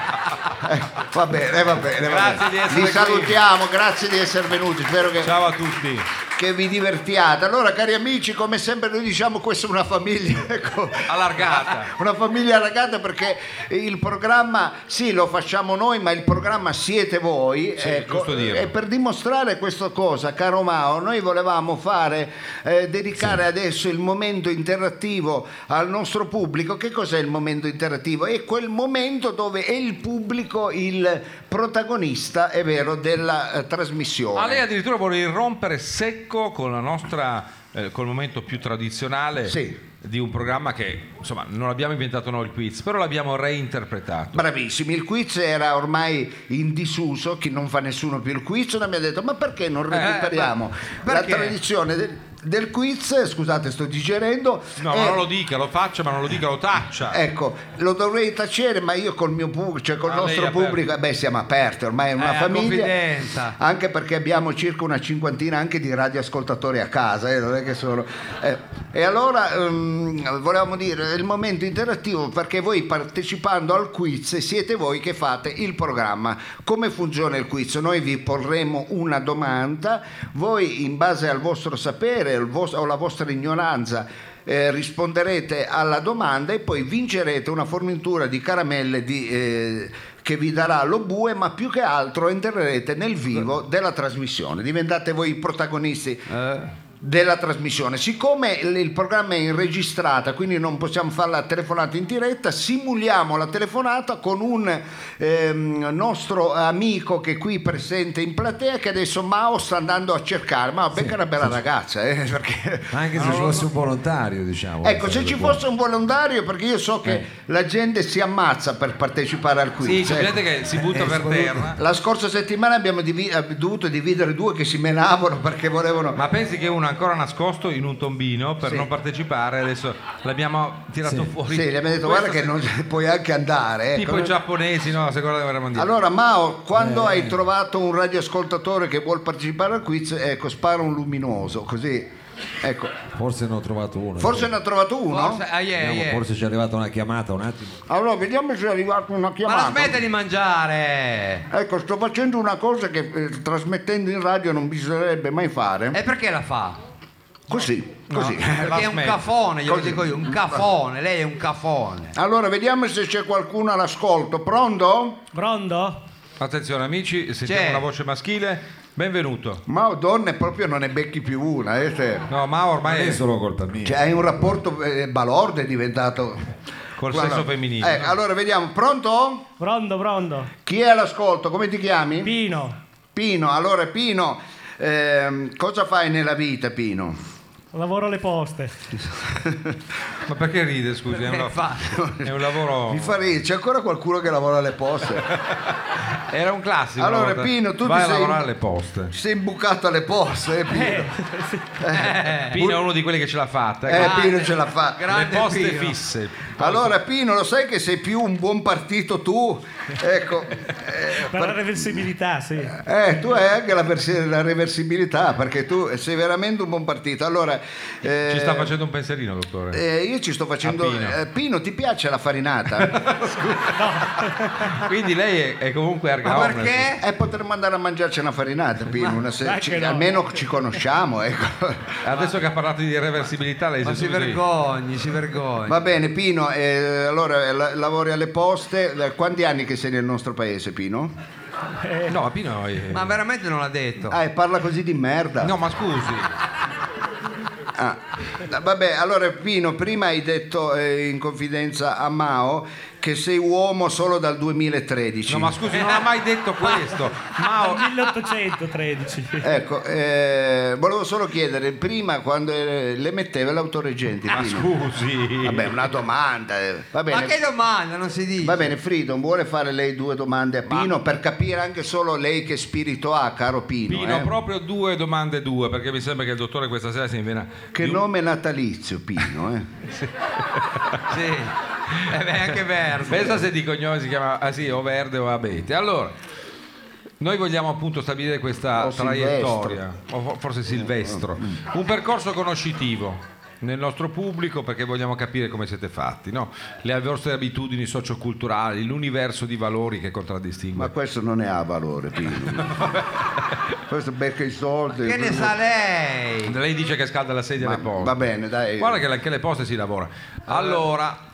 Speaker 4: vabbè. Eh, va bene, eh, va bene. va
Speaker 3: Grazie
Speaker 4: bene.
Speaker 3: di essere
Speaker 4: Vi
Speaker 3: qui.
Speaker 4: salutiamo, grazie di essere venuti, spero che,
Speaker 2: Ciao a tutti.
Speaker 4: che vi divertiate. Allora, cari amici, come sempre noi diciamo questa è una famiglia. ecco,
Speaker 2: Allargata.
Speaker 4: Una famiglia ragazza perché il programma sì lo facciamo noi, ma il programma siete voi. ecco.
Speaker 2: Sì, giusto dirlo.
Speaker 4: e per dimostrare questa cosa, caro Mao, noi volevamo fare, eh, dedicare adesso il momento interattivo al nostro pubblico. Che cos'è il momento interattivo? È quel momento dove è il pubblico il protagonista, è vero, della eh, trasmissione.
Speaker 2: Ma lei addirittura vuole irrompere secco con la nostra, eh, col momento più tradizionale
Speaker 4: Sì.
Speaker 2: di un programma che, insomma, non abbiamo inventato noi il quiz, però l'abbiamo reinterpretato.
Speaker 4: Bravissimi, il quiz era ormai in disuso, chi non fa nessuno più il quiz, non mi ha detto ma perché non recuperiamo
Speaker 2: Eh, ma-
Speaker 4: la
Speaker 2: perché?"
Speaker 4: tradizione del, del quiz, scusate sto digerendo,
Speaker 2: No,
Speaker 4: eh,
Speaker 2: ma non lo dica, lo faccia, ma non lo dica, lo taccia.
Speaker 4: ecco, lo dovrei tacere ma io col mio pubblico, cioè col
Speaker 2: Ah, lei è
Speaker 4: nostro
Speaker 2: aperto.
Speaker 4: pubblico, eh, beh siamo aperti, ormai è una
Speaker 3: Eh,
Speaker 4: famiglia,
Speaker 3: confidenza.
Speaker 4: anche perché abbiamo circa una cinquantina anche di radioascoltatori a casa, eh, non è che sono... eh. E allora ehm, volevamo dire il momento interattivo perché voi partecipando al quiz siete voi che fate il programma. Come funziona il quiz? Noi vi porremo una domanda, voi in base al vostro sapere al vos- o alla vostra ignoranza eh, risponderete alla domanda e poi vincerete una fornitura di caramelle di, eh, che vi darà lo bue, ma più che altro entrerete nel vivo della trasmissione. Diventate voi i protagonisti della trasmissione. Siccome il il programma è in registrata, quindi non possiamo fare la telefonata in diretta, simuliamo la telefonata con un ehm, nostro amico che è qui presente in platea che adesso Mao sta andando a cercare. Mao becca una bella ragazza, eh, perché
Speaker 1: Anche se ci fosse un volontario, diciamo.
Speaker 4: Ecco, se ci fosse un volontario, perché io so che la gente si ammazza per partecipare al
Speaker 2: Sì,
Speaker 4: quiz.
Speaker 2: c'è
Speaker 4: ecco.
Speaker 2: gente che si butta per terra.
Speaker 4: La scorsa settimana abbiamo divi- ab- dovuto dividere due che si menavano perché volevano.
Speaker 2: Ma pensi che uno ancora nascosto in un tombino per non partecipare, adesso l'abbiamo tirato fuori.
Speaker 4: Sì, gli abbiamo detto
Speaker 2: Questa
Speaker 4: guarda che
Speaker 2: se-
Speaker 4: non puoi anche andare.
Speaker 2: Tipo
Speaker 4: ecco.
Speaker 2: i giapponesi, no? La seconda guerra mondiale.
Speaker 4: Allora Mao, quando
Speaker 3: Eh.
Speaker 4: hai trovato un radioascoltatore che vuole partecipare al quiz, ecco, spara un luminoso, così. Ecco.
Speaker 1: Forse ne ho trovato uno.
Speaker 4: Forse ne ha trovato uno?
Speaker 3: Forse, ah, yeah,
Speaker 1: Vediamo,
Speaker 3: yeah. Eh.
Speaker 1: forse ci è arrivata una chiamata un attimo.
Speaker 4: Allora, vediamo se è arrivata una
Speaker 3: Ma la
Speaker 4: chiamata.
Speaker 3: smetta di mangiare!
Speaker 4: Ecco, sto facendo una cosa che eh, trasmettendo in radio non bisognerebbe mai fare.
Speaker 3: E perché la fa?
Speaker 4: Così, così.
Speaker 2: Eh, la
Speaker 3: Perché è
Speaker 2: smetta.
Speaker 3: un
Speaker 2: Mm.
Speaker 3: cafone, glielo
Speaker 4: Così.
Speaker 3: dico io, un cafone, lei è un cafone.
Speaker 4: Allora, vediamo se c'è qualcuno all'ascolto. Pronto?
Speaker 6: Pronto?
Speaker 2: Attenzione amici, sentiamo
Speaker 3: C'è.
Speaker 2: la voce maschile. Benvenuto.
Speaker 4: Ma oh, donne proprio non ne becchi più una, eh, te.
Speaker 2: No, ma ormai
Speaker 1: È solo colpa mia.
Speaker 4: Cioè, hai un rapporto eh, balordo è diventato...
Speaker 2: col
Speaker 4: Guarda,
Speaker 2: sesso femminile.
Speaker 4: eh, allora, vediamo. Pronto?
Speaker 6: Pronto, pronto?
Speaker 4: Chi è all'ascolto? Come ti chiami?
Speaker 6: Pino,
Speaker 4: Pino. Allora, Pino, ehm, cosa fai nella vita, Pino?
Speaker 6: lavoro alle poste.
Speaker 2: Ma perché ride, scusi? È
Speaker 3: Eh,
Speaker 2: un, è un lavoro...
Speaker 4: Eh, Mi fa ridere, c'è ancora qualcuno che lavora alle poste.
Speaker 2: Era un classico.
Speaker 4: Allora,
Speaker 2: una volta.
Speaker 4: Pino, tu
Speaker 2: Vai
Speaker 4: ti
Speaker 2: a
Speaker 4: sei-
Speaker 2: lavorare alle poste.
Speaker 4: Ci sei imbucato alle poste, eh, Pino?
Speaker 2: Pino è uno di quelli che ce l'ha fatta.
Speaker 4: Eh,
Speaker 2: ecco.
Speaker 4: Pino ce la fa.
Speaker 2: le
Speaker 3: grande
Speaker 2: poste
Speaker 3: Pino.
Speaker 2: fisse.
Speaker 4: Allora Pino, lo sai che sei più un buon partito tu? Ecco, eh,
Speaker 6: Per la reversibilità, sì.
Speaker 4: eh, tu hai anche la, versi- la reversibilità perché tu sei veramente un buon partito. Allora, eh,
Speaker 2: Ci sta facendo un pensierino, dottore.
Speaker 4: eh, io ci sto facendo...
Speaker 2: A Pino.
Speaker 4: eh, Pino, ti piace la farinata?
Speaker 2: Quindi lei è, è comunque erga
Speaker 3: eh, Ma
Speaker 2: omnes.
Speaker 3: perché?
Speaker 4: Eh, potremmo andare a mangiarci una farinata, Pino, una se-
Speaker 6: dai
Speaker 4: ci-
Speaker 6: che no.
Speaker 4: almeno ci conosciamo. Ecco.
Speaker 2: Adesso che ha parlato di reversibilità, lei
Speaker 3: Ma
Speaker 2: si
Speaker 3: si
Speaker 2: è subito lì.
Speaker 3: vergogni, si vergogni.
Speaker 4: Va bene, Pino, eh, allora la- lavori alle poste. Da Quanti anni che sei nel nostro paese, Pino?
Speaker 2: Eh, No, Pino è-
Speaker 3: Ma veramente non l'ha detto.
Speaker 4: Ah, e parla così di merda.
Speaker 2: No, ma scusi.
Speaker 4: Ah, vabbè, allora Pino, prima hai detto eh, in confidenza a Mao che sei uomo solo dal 2013.
Speaker 2: No, ma scusi, non ha mai detto questo.
Speaker 6: Dal
Speaker 2: Ma
Speaker 6: 1813.
Speaker 4: Ecco, eh, volevo solo chiedere, prima quando eh, le metteva l'autoreggente,
Speaker 2: ma
Speaker 4: Pino?
Speaker 2: Ah, scusi.
Speaker 4: Vabbè, una domanda. eh. Va bene.
Speaker 3: Ma che domanda, non si dice.
Speaker 4: Va bene, Freedom, vuole fare lei due domande a Pino per capire anche solo lei che spirito ha, caro Pino.
Speaker 2: Pino,
Speaker 4: eh?
Speaker 2: proprio due domande due, perché mi sembra che il dottore questa sera si invena.
Speaker 4: Che nome natalizio, Pino. eh?
Speaker 3: Sì. Eh beh, anche verde.
Speaker 2: Pensa se di cognome si chiama ah sì, o verde o abete. Allora, noi vogliamo appunto stabilire questa
Speaker 4: O Mm.
Speaker 2: traiettoria, o fo- forse Silvestro, un percorso conoscitivo nel nostro pubblico perché vogliamo capire come siete fatti, no? le vostre abitudini socioculturali, l'universo di valori che contraddistingue.
Speaker 4: Ma questo non ne ha valore, Pino. questo becca i soldi.
Speaker 3: Che ne sa lei?
Speaker 2: Lei dice che scalda la sedia
Speaker 4: Ma- eh.
Speaker 2: alle poste.
Speaker 4: va bene, dai.
Speaker 2: Guarda che anche alle poste si lavora. Allora,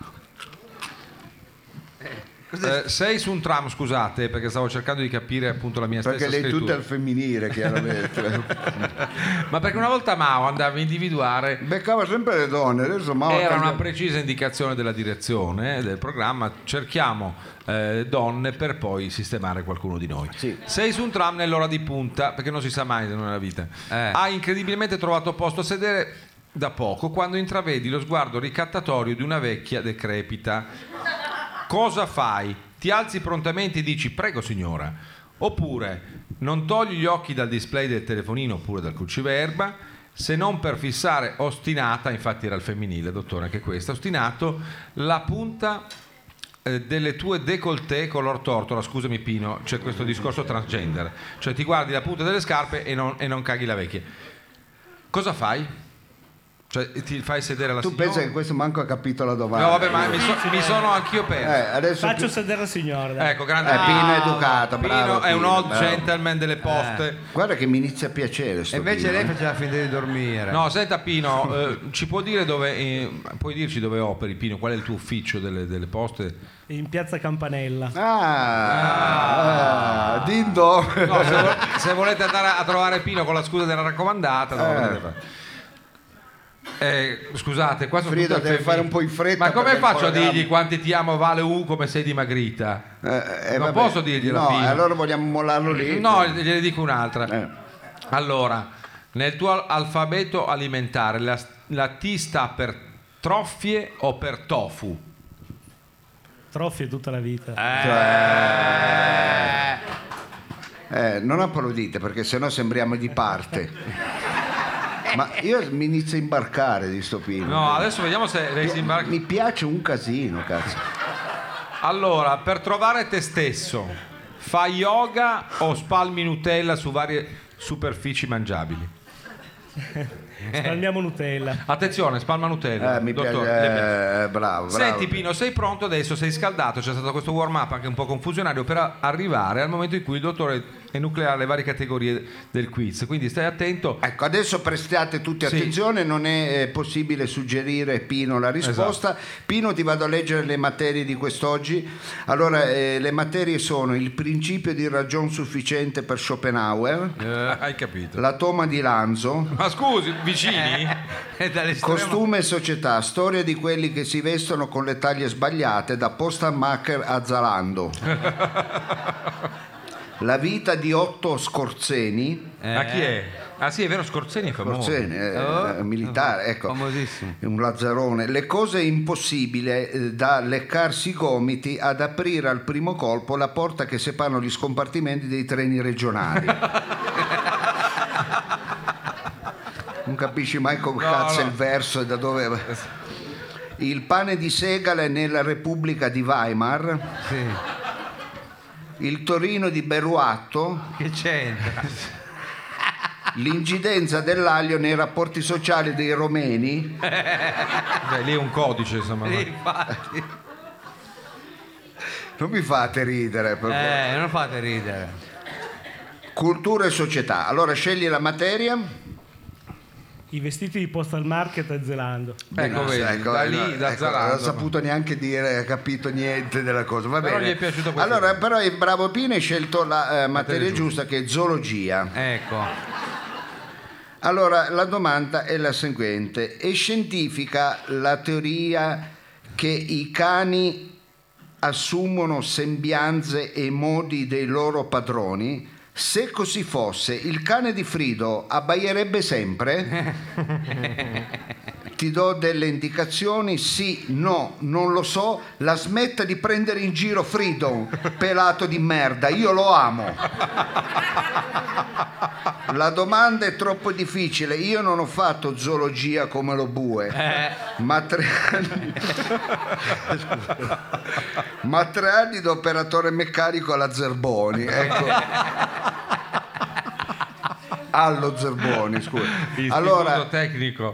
Speaker 2: eh, sei su un tram, scusate, perché stavo cercando di capire appunto la mia
Speaker 4: Perché
Speaker 2: stessa
Speaker 4: lei è
Speaker 2: scrittura.
Speaker 4: tutta al femminile, chiaramente.
Speaker 2: Ma perché una volta Mao andava a individuare
Speaker 4: Beccava sempre le donne, adesso ma
Speaker 2: era una precisa indicazione della direzione eh, del programma, cerchiamo eh, donne per poi sistemare qualcuno di noi. Sei su un tram nell'ora di punta, perché non si sa mai nella vita.
Speaker 3: Eh.
Speaker 2: Ha incredibilmente trovato posto a sedere da poco quando intravedi lo sguardo ricattatorio di una vecchia decrepita. Cosa fai? Ti alzi prontamente e dici prego signora, oppure non togli gli occhi dal display del telefonino oppure dal cruciverba, se non per fissare ostinata, infatti era il femminile, dottore, anche questa, ostinato, la punta eh, delle tue décolleté color tortola, scusami Pino, c'è questo discorso transgender, cioè ti guardi la punta delle scarpe e non, e non caghi la vecchia. Cosa fai? Cioè, ti fai sedere la
Speaker 4: Tu
Speaker 2: signora?
Speaker 4: pensa che questo manco ha capito la domanda.
Speaker 2: No, vabbè, ma mi, so- mi sono anch'io
Speaker 4: Eh,
Speaker 2: perso.
Speaker 4: adesso
Speaker 6: Faccio
Speaker 4: più-
Speaker 6: sedere il signore. dai.
Speaker 2: Ecco, grande.
Speaker 4: Eh, Pino è
Speaker 2: Bravo.
Speaker 4: educato,
Speaker 2: Pino
Speaker 4: bravo,
Speaker 2: è un
Speaker 4: Pino,
Speaker 2: old
Speaker 4: bravo. Eh.
Speaker 2: gentleman delle poste.
Speaker 4: Guarda che mi inizia a piacere sto
Speaker 3: E invece
Speaker 4: Pino,
Speaker 3: lei
Speaker 4: eh.
Speaker 3: faceva finta di dormire.
Speaker 2: No, senta Pino, eh, ci può dire dove eh, puoi dirci dove operi Pino, qual è il tuo ufficio delle, delle poste?
Speaker 6: In piazza Campanella.
Speaker 4: Ah, ah, din dong.
Speaker 2: No, se, vo- se volete andare a trovare Pino con la scusa della raccomandata, non lo potete fare. Eh, scusate, qua sono
Speaker 4: Frida,
Speaker 2: tutte
Speaker 4: devi
Speaker 2: femmin-
Speaker 4: fare un po' in fretta
Speaker 2: Ma come
Speaker 4: perché il
Speaker 2: faccio a
Speaker 4: programma-
Speaker 2: dirgli quanti ti amo vale U come sei dimagrita?
Speaker 4: Eh, eh,
Speaker 2: Non
Speaker 4: vabbè.
Speaker 2: posso dirglielo a
Speaker 4: No,
Speaker 2: Pino.
Speaker 4: allora vogliamo mollarlo lì.
Speaker 2: No, gliene dico un'altra.
Speaker 4: Eh.
Speaker 2: Allora, nel tuo al- alfabeto alimentare la, la T sta per troffie o per tofu?
Speaker 6: Troffi tutta la vita.
Speaker 4: Eh, non applaudite perché sennò sembriamo di parte. Ma io mi inizio a imbarcare di sto Pino.
Speaker 2: No, adesso vediamo se lei si imbarca.
Speaker 4: Mi piace un casino, cazzo.
Speaker 2: Allora, per trovare te stesso, fai yoga o spalmi Nutella su varie superfici mangiabili?
Speaker 6: Spalmiamo Nutella.
Speaker 2: Attenzione, spalma Nutella.
Speaker 4: Eh, mi piace,
Speaker 2: dottore, le piace.
Speaker 4: eh, bravo, bravo.
Speaker 2: Senti Pino, sei pronto adesso, sei scaldato, c'è stato questo warm up anche un po' confusionario per a- arrivare al momento in cui il dottore enuclea le varie categorie del quiz, quindi stai attento.
Speaker 4: Ecco, adesso prestate tutti
Speaker 2: Sì.
Speaker 4: attenzione, non è eh, possibile suggerire Pino la risposta. Pino ti vado a leggere le materie di quest'oggi. Allora, eh, le materie sono il principio di ragion sufficiente per Schopenhauer,
Speaker 2: Eh, hai capito.
Speaker 4: la toma di Lanzo,
Speaker 2: Ma scusi, vicini?
Speaker 3: E Eh, dall'estremo-
Speaker 4: costume e società, storia di quelli che si vestono con le taglie sbagliate da Postamacher a Zalando. la vita di Otto Scorzeni.
Speaker 3: Eh.
Speaker 2: Ma chi è? Ah sì, è vero, Scorzeni è famoso.
Speaker 4: Scorzeni, eh,
Speaker 3: Oh.
Speaker 4: militare, ecco.
Speaker 3: Famosissimo.
Speaker 4: È un lazzarone. Le cose impossibili eh, da leccarsi i gomiti ad aprire al primo colpo la porta che separano gli scompartimenti dei treni regionali. non capisci mai come
Speaker 2: No,
Speaker 4: cazzo è
Speaker 2: no.
Speaker 4: il verso e da dove... Il pane di segale nella Repubblica di Weimar,
Speaker 3: Sì.
Speaker 4: il Torino di Beruatto,
Speaker 3: Che c'entra?
Speaker 4: l'incidenza dell'aglio nei rapporti sociali dei romeni,
Speaker 2: Beh, lì è un codice, insomma.
Speaker 3: Sì, infatti.
Speaker 4: Non mi fate ridere, per favore.
Speaker 3: Eh, non fate ridere.
Speaker 4: Cultura e società. Allora scegli la materia.
Speaker 6: I vestiti di postal market a Zelando.
Speaker 2: Ecco, vedi,
Speaker 4: Ecco,
Speaker 2: da
Speaker 4: eh,
Speaker 2: lì, da
Speaker 4: ecco,
Speaker 2: Zalando.
Speaker 4: Non ha saputo neanche dire, ha capito niente della cosa. Va
Speaker 2: Però
Speaker 4: bene.
Speaker 2: gli è piaciuto questo.
Speaker 4: allora, però il bravo Pino ha scelto la eh, materia, giusta che è zoologia.
Speaker 3: Ecco.
Speaker 4: Allora, la domanda è la seguente. È scientifica la teoria che i cani assumono sembianze e modi dei loro padroni? Se così fosse, il cane di Frido abbaierebbe sempre? Ti do delle indicazioni, sì, no, non lo so, la smetta di prendere in giro Frido, pelato di merda, io lo amo. La domanda è troppo difficile. Io non ho fatto zoologia come lo bue, ma tre anni. Scusa. ma tre anni da operatore meccanico alla Zerboni. Ecco. Allo Zerboni, scusa.
Speaker 2: Istituto
Speaker 4: Allora,
Speaker 2: tecnico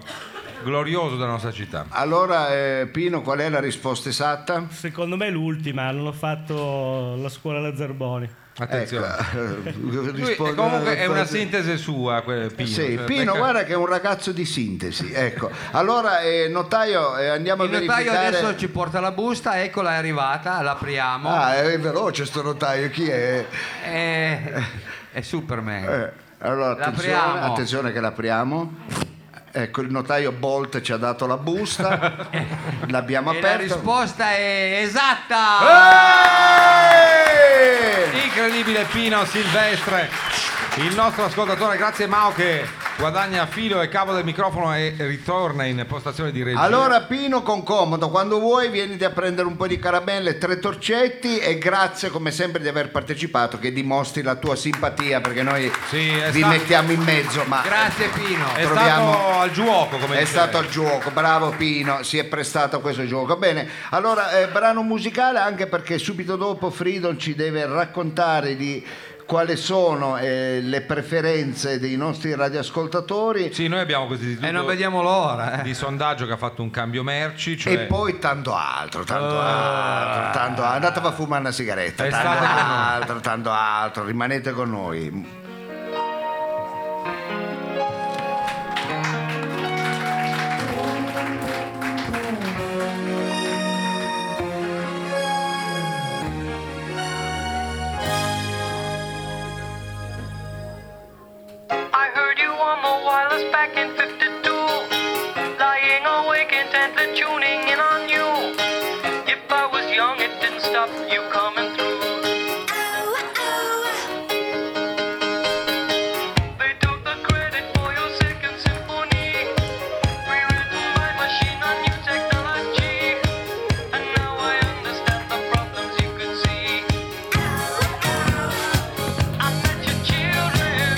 Speaker 2: glorioso della nostra città.
Speaker 4: allora, eh, Pino, qual è la risposta esatta?
Speaker 6: Secondo me è l'ultima, non ho fatto la scuola da Zerboni.
Speaker 2: Attenzione.
Speaker 4: Ecco.
Speaker 2: Lui- e
Speaker 4: Risponde- Eh,
Speaker 2: comunque è una sintesi sua, que- Pino.
Speaker 4: Sì,
Speaker 2: Cioè,
Speaker 4: Pino
Speaker 2: perché-
Speaker 4: guarda che è un ragazzo di sintesi, ecco. Allora, eh, notaio, eh, andiamo
Speaker 3: Il
Speaker 4: a
Speaker 3: notaio
Speaker 4: verificare...
Speaker 3: adesso ci porta la busta, eccola è arrivata, l'apriamo.
Speaker 4: Ah, è veloce sto notaio, chi è?
Speaker 3: È, è Superman.
Speaker 4: Eh, allora, attenzione,
Speaker 3: L'apriamo.
Speaker 4: attenzione che l'apriamo. Ecco, il notaio Bolt ci ha dato la busta, l'abbiamo
Speaker 3: e la
Speaker 4: aperta.
Speaker 3: risposta è esatta!
Speaker 4: Eh!
Speaker 2: Incredibile Pino Silvestre, il nostro ascoltatore, grazie Mao che guadagna filo e cavo del microfono e ritorna in postazione di regia.
Speaker 4: Allora Pino con comodo, quando vuoi vieniti a prendere un po' di caramelle, tre torcetti e grazie come sempre di aver partecipato, che dimostri la tua simpatia perché noi
Speaker 2: Sì, è
Speaker 4: vi
Speaker 2: stato-
Speaker 4: mettiamo in mezzo, ma
Speaker 3: Grazie Pino.
Speaker 2: è stato
Speaker 4: troviamo-
Speaker 2: al giuoco come
Speaker 4: È
Speaker 2: dice
Speaker 4: stato
Speaker 2: lei.
Speaker 4: al gioco, bravo Pino, si è prestato a questo gioco. Bene, allora eh, brano musicale anche perché subito dopo Fridon ci deve raccontare di quali sono eh, le preferenze dei nostri radioascoltatori
Speaker 2: Sì, noi abbiamo questo istituto
Speaker 3: E Eh, non vediamo l'ora. eh.
Speaker 2: di sondaggio che ha fatto un cambio merci, cioè
Speaker 4: e poi tanto altro, tanto altro, tanto altro. Andatevi a fumare una sigaretta,
Speaker 2: E
Speaker 4: tanto
Speaker 2: state con noi.
Speaker 4: altro, tanto altro, rimanete con noi.
Speaker 8: I heard you on the wireless back in 52. Lying awake intently tuning in on you. If I was young, it didn't stop you coming through. They took the credit for your second symphony. Rewritten by machine on new technology. And now I understand the problems you could see. I met your children.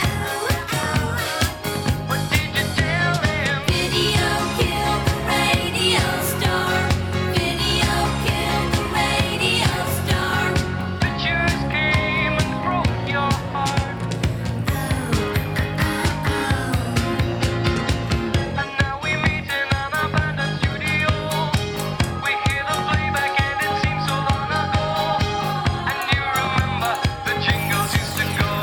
Speaker 8: What did you tell them?
Speaker 5: Video killed the radio star. Video killed the radio star.
Speaker 8: Pictures came and broke your heart. And now we meet in an abandoned studio. We hear the playback and it seems so long ago. And you remember the jingles used to go.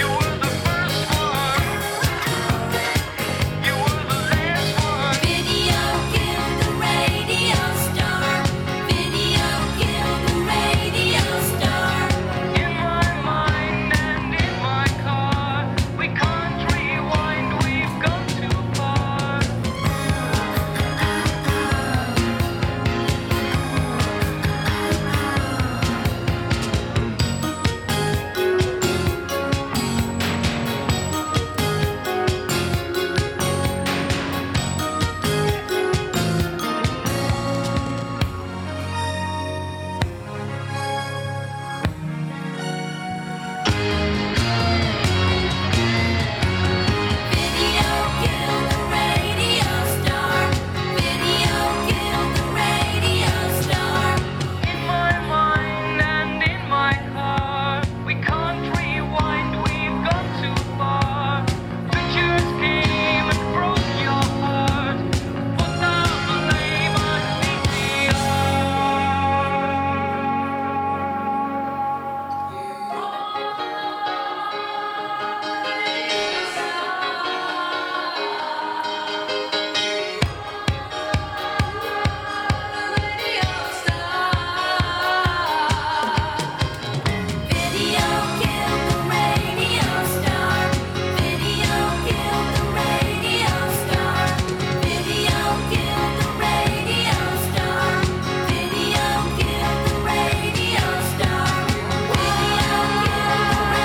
Speaker 8: You were the first one. You were the last one.
Speaker 5: Video killed the radio star. Video killed the radio star.
Speaker 8: In my mind and in my car, we can't rewind. We've gone too far.
Speaker 5: Video killed the radio star. Video killed the radio star.
Speaker 8: In my mind and in my car, we can't rewind. We've gone too far. Pictures came and broke your heart. What now the name of
Speaker 5: Video killed the radio star. Video killed the radio star. Video killed the radio star. Video killed the radio star. Video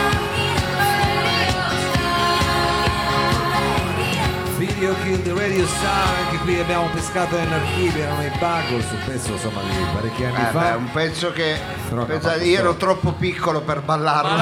Speaker 5: killed
Speaker 1: Video Kill the Radio Star, anche qui abbiamo pescato in archivio, erano i Buggles, un pezzo insomma di parecchi anni
Speaker 4: Eh,
Speaker 1: fa.
Speaker 4: beh, un pezzo che
Speaker 1: Però
Speaker 4: pensa-
Speaker 1: capace,
Speaker 4: io ero
Speaker 1: sì.
Speaker 4: troppo piccolo per ballarlo.
Speaker 1: non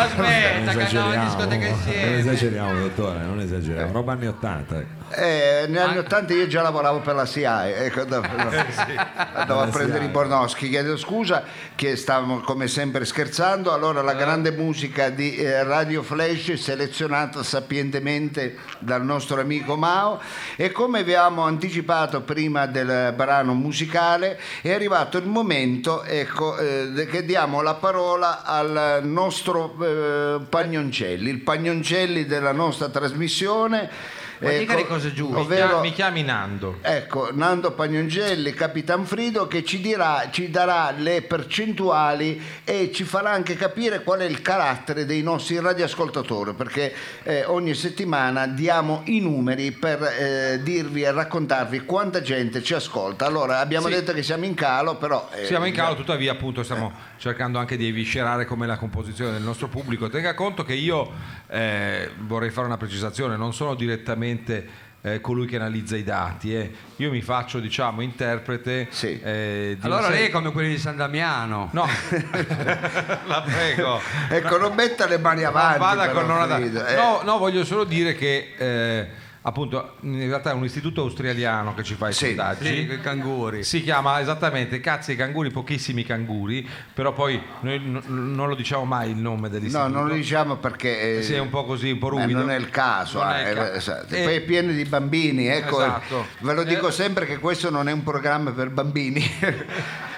Speaker 1: esageriamo, non esageriamo dottore, non esageriamo, roba anni 80. ecco.
Speaker 4: Eh, negli anni 80 io già lavoravo per la SIAE ecco, andavo, andavo a
Speaker 1: La
Speaker 4: prendere
Speaker 1: SIAE.
Speaker 4: i Bornoschi chiedo scusa che stavamo come sempre scherzando allora la grande musica di eh, Radio Flash selezionata sapientemente dal nostro amico Mao e come abbiamo anticipato prima del brano musicale è arrivato il momento ecco, eh, che diamo la parola al nostro eh, Pagnoncelli il Pagnoncelli della nostra trasmissione
Speaker 3: Vuol dire le cose giuste.
Speaker 4: Ecco, ovvero-
Speaker 2: mi chiami Nando.
Speaker 4: ecco, Nando Pagnongelli, Capitan Frido, che ci, dirà, ci darà le percentuali e ci farà anche capire qual è il carattere dei nostri radioascoltatori, perché eh, ogni settimana diamo i numeri per eh, dirvi e raccontarvi quanta gente ci ascolta. Allora, abbiamo
Speaker 2: Sì.
Speaker 4: detto che siamo in calo, però... eh,
Speaker 2: Siamo in calo, tuttavia appunto stiamo cercando anche di eviscerare come la composizione del nostro pubblico. Tenga conto che io eh, vorrei fare una precisazione, non sono direttamente eh, colui che analizza i dati, eh. io mi faccio diciamo interprete.
Speaker 4: Sì.
Speaker 2: eh, di una
Speaker 3: Allora
Speaker 2: serie-
Speaker 3: lei è come quelli di San Damiano.
Speaker 2: No, la prego.
Speaker 4: Ecco, non metta le mani avanti.
Speaker 2: vada
Speaker 4: però,
Speaker 2: con non andare.
Speaker 4: Frido, eh.
Speaker 2: No, no, voglio solo dire che eh, appunto in realtà è un istituto australiano che ci fa i
Speaker 4: Sì.
Speaker 2: sondaggi.
Speaker 3: Sì, i canguri.
Speaker 2: Si chiama esattamente Cazzi e Canguri, pochissimi canguri, però poi noi n- n- non lo diciamo mai il nome
Speaker 4: No,
Speaker 2: dell'istituto.
Speaker 4: non lo diciamo perché... eh,
Speaker 2: Sì, è un po' così, un po'
Speaker 4: eh,
Speaker 2: ruvido.
Speaker 4: non è il caso,
Speaker 2: Non è
Speaker 4: eh,
Speaker 2: il ca-
Speaker 4: eh, esatto.
Speaker 2: Eh,
Speaker 4: poi è pieno di bambini, ecco,
Speaker 2: Esatto.
Speaker 4: ve lo dico
Speaker 2: Eh.
Speaker 4: sempre che questo non è un programma per bambini,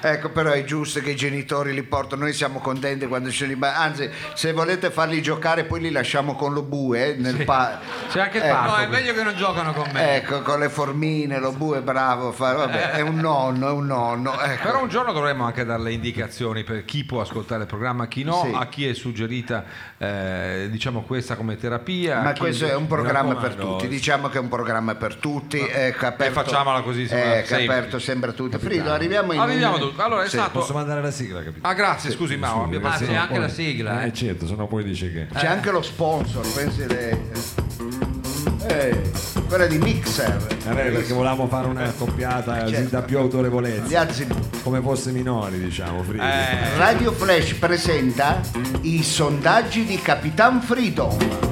Speaker 4: ecco però è giusto che i genitori li portano, noi siamo contenti quando ci sono i bambini, anzi se volete farli giocare poi li lasciamo con lo bue, eh, nel pa-
Speaker 2: C'è anche il
Speaker 4: Ecco.
Speaker 2: parco.
Speaker 4: No,
Speaker 3: No, è
Speaker 2: qui.
Speaker 3: meglio che non giocano con me.
Speaker 4: ecco con le formine, lo bue bravo, a fare-
Speaker 2: Eh.
Speaker 4: vabbè, è un nonno, è un nonno, ecco.
Speaker 2: Però un giorno dovremmo anche dare le indicazioni per chi può ascoltare il programma, chi no,
Speaker 4: Sì.
Speaker 2: a chi è suggerita eh, diciamo questa come terapia. a
Speaker 4: Ma
Speaker 2: chi-
Speaker 4: questo è un
Speaker 2: mi
Speaker 4: programma per
Speaker 2: raccomando,
Speaker 4: tutti, diciamo che è un programma per tutti. Ecco, aperto,
Speaker 2: eh, facciamola così, sembra
Speaker 4: Ecco,
Speaker 2: semplice.
Speaker 4: aperto sempre a tutti. Frido, arriviamo in
Speaker 2: Arriviamo
Speaker 4: un-
Speaker 2: dunque. Allora, esatto. è
Speaker 4: Sì.
Speaker 2: stato-
Speaker 1: Posso mandare la sigla, capito?
Speaker 2: Ah, grazie, scusi, ma
Speaker 1: Subito,
Speaker 2: abbiamo-
Speaker 1: perché
Speaker 3: ah, sì,
Speaker 1: sennò
Speaker 3: anche
Speaker 1: poi-
Speaker 3: la sigla, eh.
Speaker 1: certo, sennò poi dice che...
Speaker 4: C'è anche lo sponsor, pensi le- Eh, quella di Mixer.
Speaker 1: Eh, beh, perché volevamo fare una coppiata così
Speaker 4: certo.
Speaker 1: da più
Speaker 4: Gli
Speaker 1: autorevolezza,
Speaker 4: alzi-
Speaker 1: come fosse minori, diciamo, Frido.
Speaker 2: Eh,
Speaker 4: Radio Flash presenta i sondaggi di Capitan Freedom.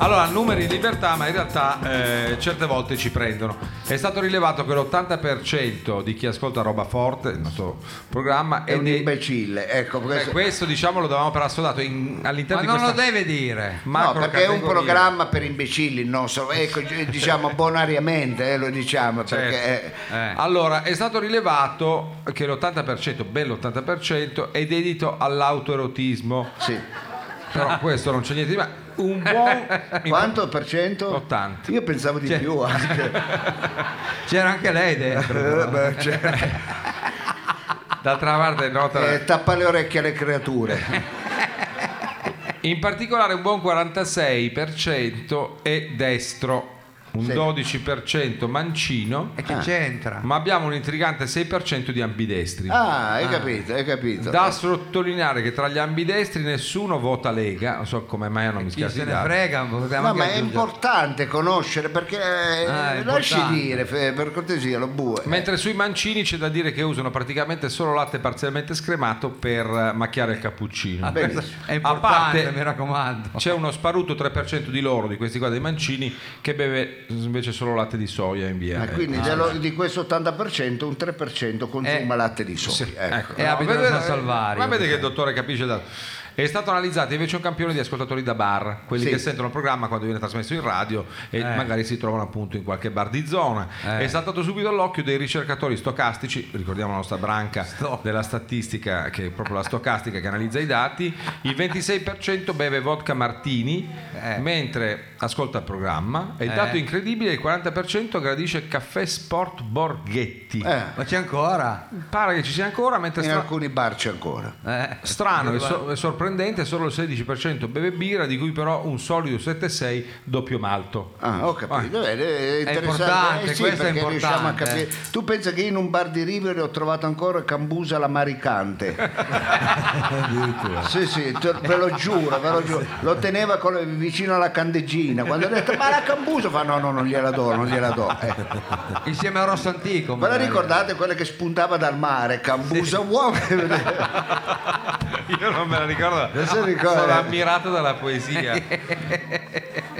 Speaker 2: Allora, numeri in libertà, ma in realtà eh, certe volte ci prendono. È stato rilevato che l'80% di chi ascolta Roba Forte, il nostro programma,
Speaker 4: È
Speaker 2: è
Speaker 4: un
Speaker 2: dei-
Speaker 4: imbecille, ecco
Speaker 2: Eh,
Speaker 4: questo.
Speaker 2: questo diciamo lo davamo per assodato in-
Speaker 3: Ma
Speaker 2: all'interno
Speaker 3: non
Speaker 2: di
Speaker 3: lo
Speaker 2: questa
Speaker 3: deve dire.
Speaker 4: No,
Speaker 2: macro
Speaker 4: perché è un
Speaker 2: categoria.
Speaker 4: programma per imbecilli il nostro, ecco, diciamo bonariamente, eh, lo diciamo, perché eh,
Speaker 3: Eh.
Speaker 2: Certo. Allora, è stato rilevato che l'80%, bello 80%, è dedito all'autoerotismo.
Speaker 4: sì.
Speaker 2: Però questo non c'è niente di male. Un buon
Speaker 4: Quanto per cento?
Speaker 2: 80.
Speaker 4: Io pensavo di più anche.
Speaker 3: C'era anche lei dentro.
Speaker 4: Eh, beh, cioè,
Speaker 2: d'altra parte nota
Speaker 4: eh, tappa le orecchie alle creature.
Speaker 2: In particolare un buon 46% è destro, un
Speaker 4: Sì.
Speaker 2: 12% mancino,
Speaker 3: E che c'entra?
Speaker 2: ma abbiamo un intrigante 6% di ambidestri.
Speaker 4: Ah, esatto. hai capito, hai capito.
Speaker 2: Da sottolineare che tra gli ambidestri nessuno vota Lega, non so come mai hanno
Speaker 3: Chi
Speaker 2: mischiato
Speaker 3: se
Speaker 2: i
Speaker 3: ne
Speaker 2: dati.
Speaker 3: frega? Possiamo
Speaker 4: No,
Speaker 3: anche
Speaker 4: ma è
Speaker 3: aggiungere.
Speaker 4: importante conoscere perché eh,
Speaker 3: Ah, è
Speaker 4: lasci
Speaker 3: importante.
Speaker 4: dire fe- per cortesia lo bue.
Speaker 2: Mentre sui mancini c'è da dire che usano praticamente solo latte parzialmente scremato per eh, macchiare il cappuccino.
Speaker 3: Ah, questo È
Speaker 2: A
Speaker 3: importante,
Speaker 2: parte-
Speaker 3: mi raccomando.
Speaker 2: C'è uno sparuto 3% di loro, di questi qua dei mancini, che beve invece solo latte di soia in via.
Speaker 4: Eh, quindi dello- di questo 80% un 3% consuma
Speaker 3: Eh,
Speaker 4: latte di soia. ecco.
Speaker 3: E abita da San Salvario.
Speaker 2: Ma vedi che il dottore capisce da- È stato analizzato invece un campione di ascoltatori da bar, quelli
Speaker 4: Sì.
Speaker 2: che sentono il programma quando viene trasmesso in radio e magari si trovano appunto in qualche bar di zona.
Speaker 3: Eh.
Speaker 2: È saltato subito all'occhio dei ricercatori stocastici, ricordiamo la nostra branca della statistica che è proprio la stocastica che analizza i dati, il 26% beve vodka martini
Speaker 3: Eh.
Speaker 2: mentre ascolta il programma e il
Speaker 3: Eh.
Speaker 2: dato incredibile il 40% gradisce caffè sport Borghetti.
Speaker 4: Eh,
Speaker 3: Ma c'è ancora?
Speaker 2: Pare che ci sia ancora mentre
Speaker 4: in
Speaker 2: stra-
Speaker 4: alcuni bar c'è ancora.
Speaker 3: Eh.
Speaker 2: Strano e, so- e sorprendente, solo il 16% beve birra, di cui però un solido 7,6 doppio malto.
Speaker 4: Ah, ho capito, bene, è interessante.
Speaker 3: importante,
Speaker 4: Eh sì,
Speaker 3: questo è
Speaker 4: perché riusciamo a
Speaker 3: importante.
Speaker 4: capire. Tu pensa che io in un bar di Rivere ho trovato ancora Cambusa la Maricante.
Speaker 1: Addirittura.
Speaker 4: Sì, sì, te- ve lo giuro, ve lo giuro. Lo teneva con- vicino alla candeggina. Quando ho detto, ma la cambusa fa, no, no, non gliela do, non gliela do. Eh.
Speaker 3: Insieme a Rosso Antico.
Speaker 4: Ve la
Speaker 3: magari.
Speaker 4: ricordate quella che spuntava dal mare? Cambusa uomo.
Speaker 2: Io non me la ricordo,
Speaker 4: Non si ricorda.
Speaker 2: sono ammirato dalla poesia.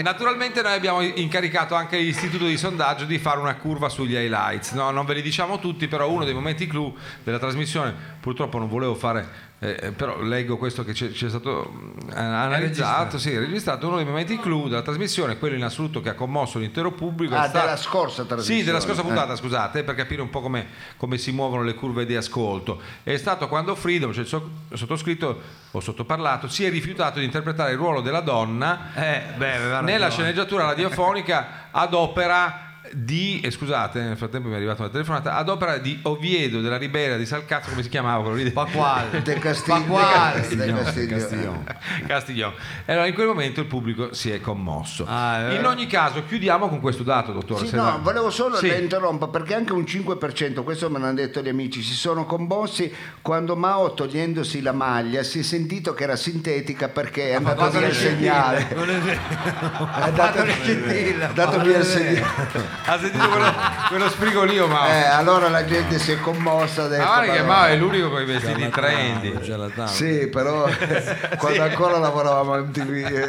Speaker 2: Naturalmente noi abbiamo incaricato anche l'istituto di sondaggio di fare una curva sugli highlights. No, non ve li diciamo tutti, però uno dei momenti clou della trasmissione, purtroppo non volevo fare, eh, però leggo questo che c'è, c'è stato mm, analizzato, sì, registrato, uno dei momenti clou della trasmissione, quello in assoluto che ha commosso l'intero pubblico. è
Speaker 4: Ah,
Speaker 2: stato-
Speaker 4: della scorsa trasmissione.
Speaker 2: Sì, della scorsa
Speaker 4: Eh.
Speaker 2: puntata, Ah, scusate, per capire un po' come, come si muovono le curve di ascolto. È stato quando Freedom, cioè il so- sottoscritto o sottoparlato, si è rifiutato di interpretare il ruolo della donna
Speaker 3: Eh, beh, aveva
Speaker 2: nella
Speaker 3: ragione.
Speaker 2: sceneggiatura radiofonica ad opera di eh, scusate nel frattempo mi è arrivata una telefonata ad opera di Oviedo della Ribera di Salcazzo come si chiamava quello lì del-
Speaker 3: Pasquale.
Speaker 4: Del Castiglio.
Speaker 3: Pasquale.
Speaker 4: Del Castiglio.
Speaker 2: Castiglione E allora in quel momento il pubblico si è commosso
Speaker 3: Ah, è
Speaker 2: in
Speaker 3: vero.
Speaker 2: ogni caso chiudiamo con questo dato dottore
Speaker 4: Sì,
Speaker 2: se
Speaker 4: no,
Speaker 2: la-
Speaker 4: volevo solo
Speaker 2: Sì.
Speaker 4: la interrompo perché anche un 5%, questo me l'hanno detto gli amici, si sono commossi quando Mao togliendosi la maglia si è sentito che era sintetica perché è andato
Speaker 3: fatto
Speaker 4: via
Speaker 3: le
Speaker 4: il segnale.
Speaker 3: scintille.
Speaker 4: Ha dato,
Speaker 3: le scintille,
Speaker 4: ha dato
Speaker 3: ma
Speaker 4: via il
Speaker 3: non è vero.
Speaker 4: segnale.
Speaker 2: Ha sentito quello, quello sprigolio, Mao?
Speaker 4: Eh, allora la gente si è commossa adesso.
Speaker 2: Ma guarda che
Speaker 4: Ecco, però- eh,
Speaker 2: Mao è l'unico con i vestiti
Speaker 1: Ciarlatano,
Speaker 2: trendy.
Speaker 1: ciarlatano.
Speaker 4: Sì, però quando ancora lavoravamo a MTV. eh,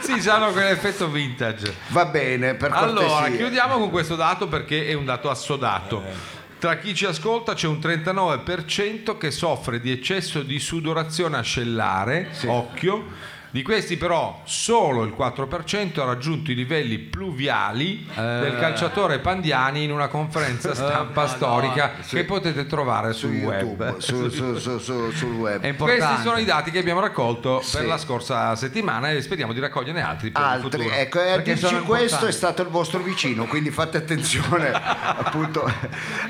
Speaker 2: Sì, hanno quell'effetto vintage.
Speaker 4: Va bene, per cortesia.
Speaker 2: Allora, chiudiamo con questo dato perché è un dato assodato.
Speaker 4: Eh.
Speaker 2: Tra chi ci ascolta c'è un 39% che soffre di eccesso di sudorazione ascellare, occhio. Di questi però solo il 4% ha raggiunto i livelli pluviali
Speaker 4: Eh.
Speaker 2: del calciatore Pandiani in una conferenza stampa storica che potete trovare
Speaker 4: su
Speaker 2: sul
Speaker 4: YouTube,
Speaker 2: web.
Speaker 4: su- su- su- su- sul web.
Speaker 3: È
Speaker 2: Questi sono
Speaker 3: importante.
Speaker 2: i dati che abbiamo raccolto
Speaker 4: Sì.
Speaker 2: per la scorsa settimana e speriamo di raccoglierne altri per il
Speaker 4: Altri,
Speaker 2: futuro.
Speaker 4: ecco, e a
Speaker 3: Cioè, Perché
Speaker 4: dirci
Speaker 3: sono
Speaker 4: questo
Speaker 3: importanti.
Speaker 4: è stato il vostro vicino, quindi fate attenzione, appunto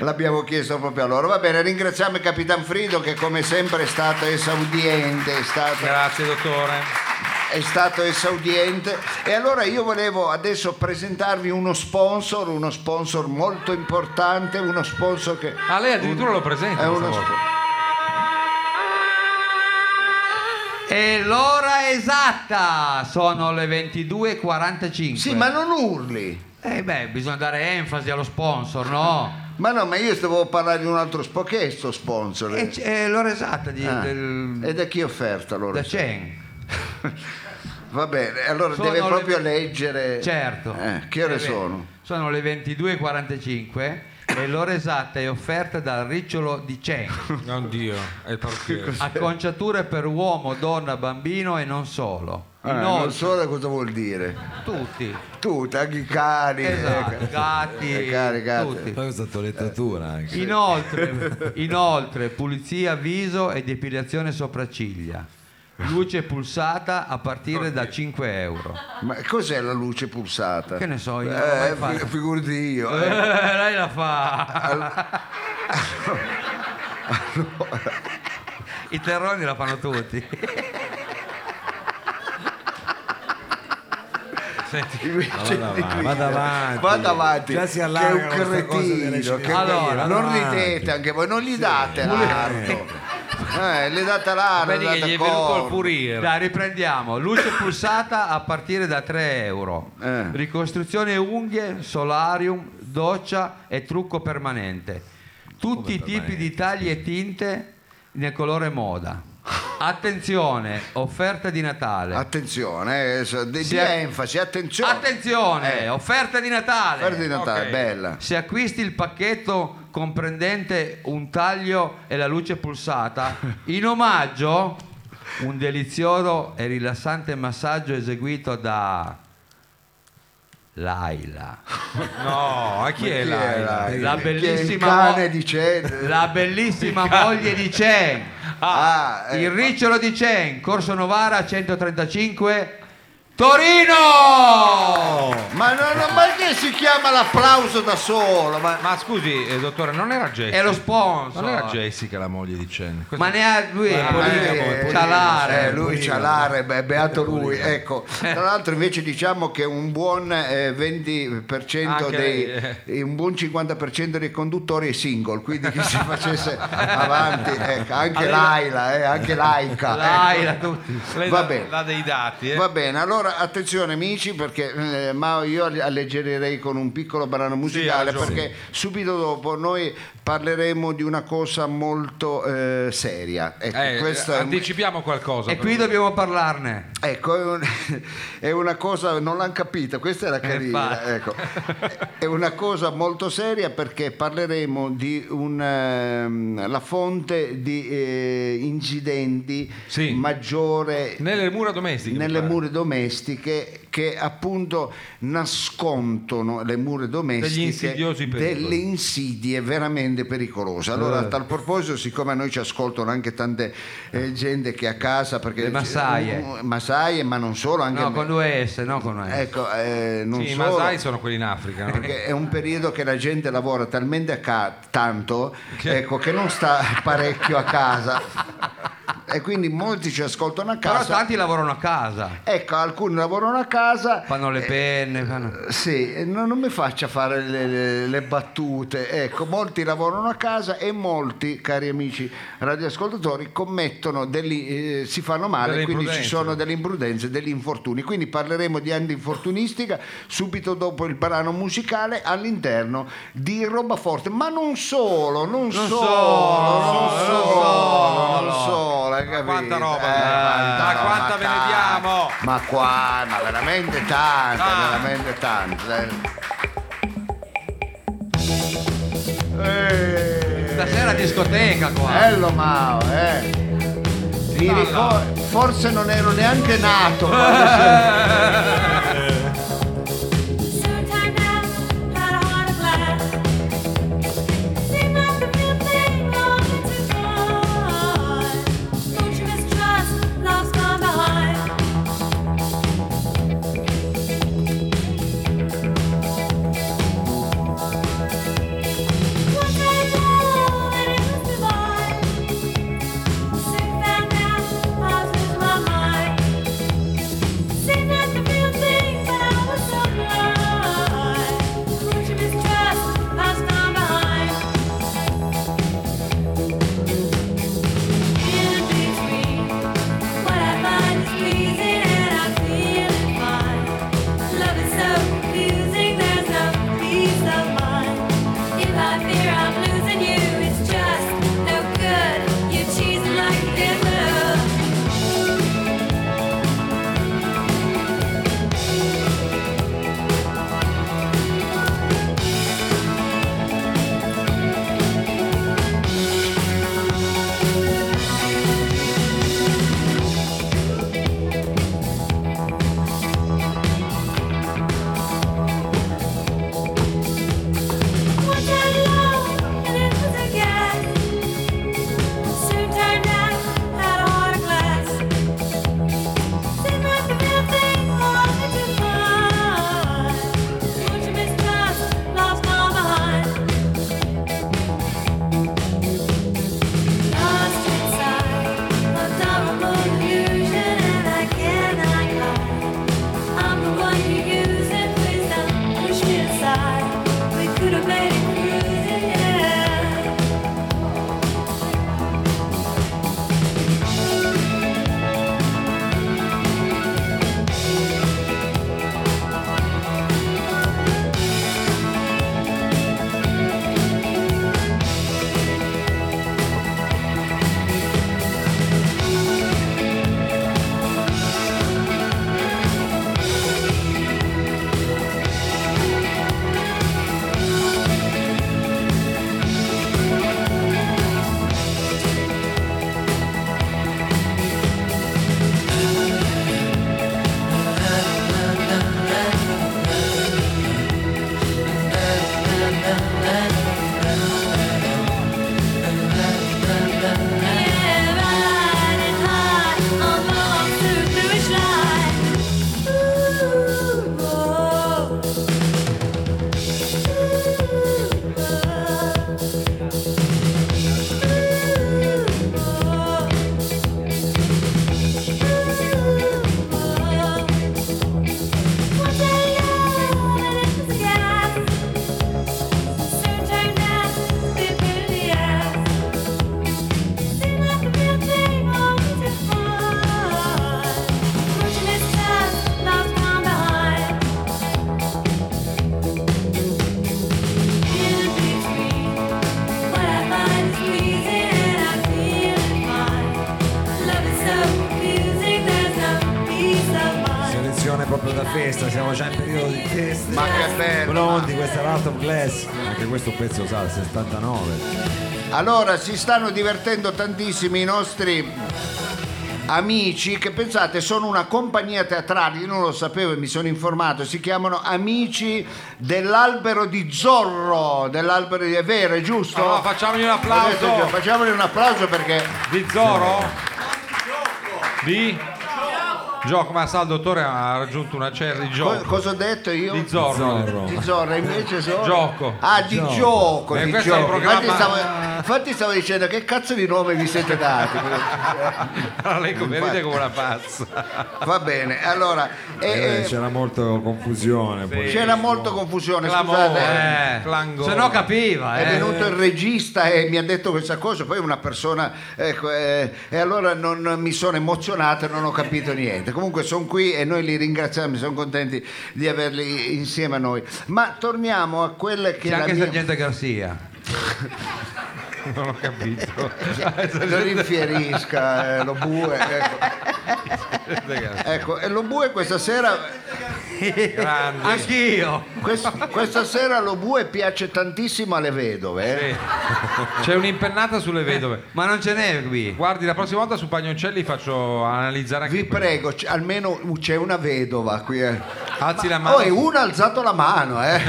Speaker 4: l'abbiamo chiesto proprio a loro. Va bene, ringraziamo il Capitan Frido che come sempre è stato esaudiente, è stato
Speaker 2: Grazie dottore.
Speaker 4: è stato esaudiente e allora io volevo adesso presentarvi uno sponsor, uno sponsor molto importante, uno sponsor che
Speaker 2: Ah, lei addirittura lo presenta.
Speaker 4: è
Speaker 2: questa
Speaker 4: uno
Speaker 2: volta.
Speaker 4: sp-
Speaker 3: E l'ora esatta sono le 22.45.
Speaker 4: Sì, ma non urli.
Speaker 3: Eh beh, bisogna dare enfasi allo sponsor, no?
Speaker 4: Ma no, ma io stavo parlare di un altro sponsor, che è sto sponsor?
Speaker 3: E c- è l'ora esatta di,
Speaker 4: Eh. Ah,
Speaker 3: Eh, del,
Speaker 4: E da chi è offerta allora?
Speaker 3: da Chen.
Speaker 4: Va bene, allora
Speaker 3: Sono
Speaker 4: deve
Speaker 3: le-
Speaker 4: proprio leggere.
Speaker 3: Certo.
Speaker 4: Eh, che ore
Speaker 3: Eh beh,
Speaker 4: sono?
Speaker 3: Sono le 22.45 e l'ora esatta è offerta dal ricciolo di Chen.
Speaker 2: Non Dio, è il portiere.
Speaker 3: Acconciature per uomo, donna, bambino e non solo.
Speaker 4: Eh, non
Speaker 3: Inoltre,
Speaker 4: so cosa vuol dire.
Speaker 3: tutti.
Speaker 4: Tu, anche i cani.
Speaker 3: Esatto,
Speaker 4: eh,
Speaker 3: gatti,
Speaker 4: eh, cani, gatti.
Speaker 3: tutti.
Speaker 1: Poi ho usato lettatura anche.
Speaker 3: Inoltre, inoltre, pulizia viso e depilazione sopracciglia. Luce pulsata a partire da 5 euro.
Speaker 4: Ma cos'è la luce pulsata?
Speaker 3: Che ne so io, non l'ho mai
Speaker 4: Eh,
Speaker 3: fatta.
Speaker 4: fi- figurati io.
Speaker 3: Eh,
Speaker 4: eh.
Speaker 3: lei la fa. I terroni la fanno tutti.
Speaker 4: Invece
Speaker 1: vada
Speaker 4: di-
Speaker 1: avanti, vada avanti.
Speaker 4: Vada avanti,
Speaker 1: Già si
Speaker 4: che è
Speaker 1: allarga
Speaker 4: un
Speaker 1: questa cosa delle
Speaker 4: cretino. Che
Speaker 3: Allora,
Speaker 4: non
Speaker 1: vada avanti.
Speaker 4: ridete anche voi, non gli date l'arto. Eh, le date l'arto, le
Speaker 2: Vedi che
Speaker 4: date
Speaker 2: gli è venuto il
Speaker 4: corno.
Speaker 2: furire.
Speaker 3: Dai, riprendiamo. Luce pulsata a partire da 3 euro.
Speaker 4: Eh.
Speaker 3: Ricostruzione unghie, solarium, doccia e trucco permanente. Tutti i tipi di tagli e tinte nel colore moda. Attenzione, offerta di Natale.
Speaker 4: Attenzione, eh, so- di, di
Speaker 3: Si è-
Speaker 4: enfasi, attenzione.
Speaker 3: Attenzione,
Speaker 4: Eh.
Speaker 3: offerta di Natale.
Speaker 4: Guarda di Natale,
Speaker 2: Ok.
Speaker 4: bella.
Speaker 3: Se acquisti il pacchetto comprendente un taglio e la luce pulsata, in omaggio un delizioso e rilassante massaggio eseguito da Laila,
Speaker 2: No, a chi è
Speaker 4: Chi è
Speaker 2: là?
Speaker 4: la-
Speaker 3: la
Speaker 4: chi è il
Speaker 3: bellissima
Speaker 4: cane
Speaker 3: mo-
Speaker 4: di Ced-
Speaker 3: la bellissima moglie di Chen.
Speaker 4: Ah, eh,
Speaker 3: Il ricciolo di Chen, Corso Novara 135, Torino!
Speaker 4: ma, no, no, ma che si chiama l'applauso da solo? Ma,
Speaker 2: Ma scusi, eh, dottore, non era Jessica?
Speaker 3: È lo sponsor.
Speaker 2: Non era Jessica la moglie di Chen? Questo-
Speaker 3: Ma ne ha lui,
Speaker 4: Eh,
Speaker 3: Cialare.
Speaker 4: eh, lui cialare, beh, beato lui. Ecco,
Speaker 3: Eh.
Speaker 4: tra l'altro invece diciamo che un buon eh, 20%
Speaker 2: Anche
Speaker 4: dei eh, un buon 50% dei conduttori è single, quindi chi si facesse avanti, ecco, anche Laila, eh, anche Laica. ecco.
Speaker 3: Laila, tutti.
Speaker 2: Lei
Speaker 4: va
Speaker 2: dà-
Speaker 4: bene.
Speaker 2: dà dei dati, eh?
Speaker 4: Va bene, allora attenzione amici perché eh, Mao io alle- alleggerirei con un piccolo brano musicale
Speaker 2: ragione.
Speaker 4: perché subito dopo noi parleremo di una cosa molto eh, seria. Ecco,
Speaker 2: Eh,
Speaker 4: questo è un-
Speaker 2: anticipiamo qualcosa.
Speaker 3: E
Speaker 2: per-
Speaker 3: qui dobbiamo parlarne.
Speaker 4: Ecco, è, un- è una cosa, non l'hanno capita, questa
Speaker 2: Eh,
Speaker 4: era
Speaker 3: infatti.
Speaker 4: carina. ecco. È una cosa molto seria perché parleremo di un, ehm, la fonte di eh, incidenti
Speaker 2: Sì.
Speaker 4: maggiore
Speaker 2: Nelle mura domestiche.
Speaker 4: nelle
Speaker 2: mi pare.
Speaker 4: mura domestiche che appunto nascondono le mura domestiche
Speaker 2: Degli insidiosi Eh. pericoli.
Speaker 4: delle insidie veramente pericolose allora a tal proposito siccome a noi ci ascoltano anche tante eh, gente che a casa perché
Speaker 3: Le massaie.
Speaker 4: Eh, massaie ma non solo anche
Speaker 3: No, con due S, no con una S.
Speaker 4: ecco eh, non
Speaker 2: Sì, I
Speaker 4: solo
Speaker 2: Masai sono quelli in Africa, no?
Speaker 4: perché è un periodo che la gente lavora talmente a ca- tanto ecco, che non sta parecchio a casa e quindi molti ci ascoltano a
Speaker 3: Però
Speaker 4: casa.
Speaker 3: tanti lavorano a casa,
Speaker 4: Ecco, alcuni lavorano a casa.
Speaker 3: fanno le
Speaker 4: eh,
Speaker 3: penne, fanno...
Speaker 4: Sì, eh, no- non mi faccia fare le, le- le battute. Ecco, molti lavorano a casa e molti, cari amici radioascoltatori, commettono degli, eh, si fanno male,
Speaker 2: Delle
Speaker 4: quindi ci
Speaker 2: imprudenze.
Speaker 4: sono delle imprudenze, degli infortuni. Quindi parleremo di antinfortunistica subito dopo il brano musicale all'interno di Roba Forte, ma non solo, non, solo, non
Speaker 2: solo,
Speaker 4: solo,
Speaker 2: non
Speaker 4: non
Speaker 2: solo.
Speaker 4: solo, hai
Speaker 2: Ma
Speaker 4: capito?
Speaker 2: quanta roba,
Speaker 4: Eh,
Speaker 2: ma
Speaker 4: quanta
Speaker 2: quanta
Speaker 4: roba,
Speaker 2: ve ne
Speaker 4: dai.
Speaker 2: diamo?
Speaker 4: Ma qua, ma veramente tante,
Speaker 2: Ah.
Speaker 4: veramente tante. Eh.
Speaker 3: Stasera discoteca qua.
Speaker 4: Bello Mao, eh. Mi ricor- forse non ero neanche nato. quando si-
Speaker 5: Mind. Sing that the real thing that I was so blind. Root of mistrust has gone behind. In a big dream, what I find is pleasing and I feel it fine. Love is so confusing, there's no peace of mind. If I fear I'm losing you, it's just no good. You're cheesing like a good little. Cannot lie. I'm the one you use and please don't push me aside. We could have made it cruising, yeah. Yeah.
Speaker 1: Selezione proprio da festa, siamo già in periodo di festa.
Speaker 4: Ma che bello.
Speaker 1: Pronti, questa è l'Art of Glass. Anche questo pezzo sa, 79.
Speaker 4: Allora, si stanno divertendo tantissimi i nostri amici che pensate sono una compagnia teatrale, io non lo sapevo e mi sono informato, si chiamano Amici dell'albero di Zorro, dell'albero di è vero, è giusto?
Speaker 2: Allora, facciamogli un Ah, applauso.
Speaker 4: Ho detto già, Facciamogli un applauso perché
Speaker 2: Di Zoro? Di? Gio, come sa il dottore, ha raggiunto una certa di
Speaker 4: Co-
Speaker 2: gioco.
Speaker 4: cosa ho detto io?
Speaker 2: Di Zorro.
Speaker 1: Zorro.
Speaker 4: Di Zorro, invece sono...
Speaker 2: Gioco.
Speaker 4: Ah, di
Speaker 1: Gioco.
Speaker 4: gioco,
Speaker 2: Eh,
Speaker 4: di
Speaker 2: questo è un
Speaker 4: gioco.
Speaker 2: programma-
Speaker 4: Infatti, stavo, infatti stavo dicendo che cazzo di nome vi siete dati.
Speaker 2: Allora, lei come
Speaker 4: Infatti.
Speaker 2: ride come una pazza.
Speaker 4: Va bene, allora... e-
Speaker 1: Eh,
Speaker 4: e-
Speaker 1: c'era molta confusione. poi.
Speaker 4: c'era molta confusione,
Speaker 2: Clamore.
Speaker 4: scusate.
Speaker 2: Eh, clangore.
Speaker 3: se no capiva.
Speaker 4: È
Speaker 3: eh.
Speaker 4: venuto il regista e mi ha detto questa cosa, poi una persona ecco, eh, e allora non mi sono emozionato e non ho capito niente. Comunque sono qui e noi li ringraziamo, sono contenti di averli insieme a noi. Ma torniamo a quella che
Speaker 3: C'è
Speaker 4: è la
Speaker 3: anche il
Speaker 4: mia...
Speaker 3: sergente Garcia.
Speaker 2: Non ho capito.
Speaker 4: Non infierisca, eh, lo bue. Ecco, ecco, e lo bue questa sera
Speaker 2: Grande.
Speaker 3: Anch'io.
Speaker 4: quest- questa sera lo bue piace tantissimo alle vedove. eh.
Speaker 2: Sì. C'è un'impennata sulle vedove.
Speaker 3: Ma non ce n'è qui.
Speaker 2: Guardi, la prossima volta su Pagnoncelli faccio analizzare anche
Speaker 4: Vi prego, c- almeno c'è una vedova qui. eh.
Speaker 2: Alzi la mano.
Speaker 4: Oh, e uno ha alzato la mano, eh.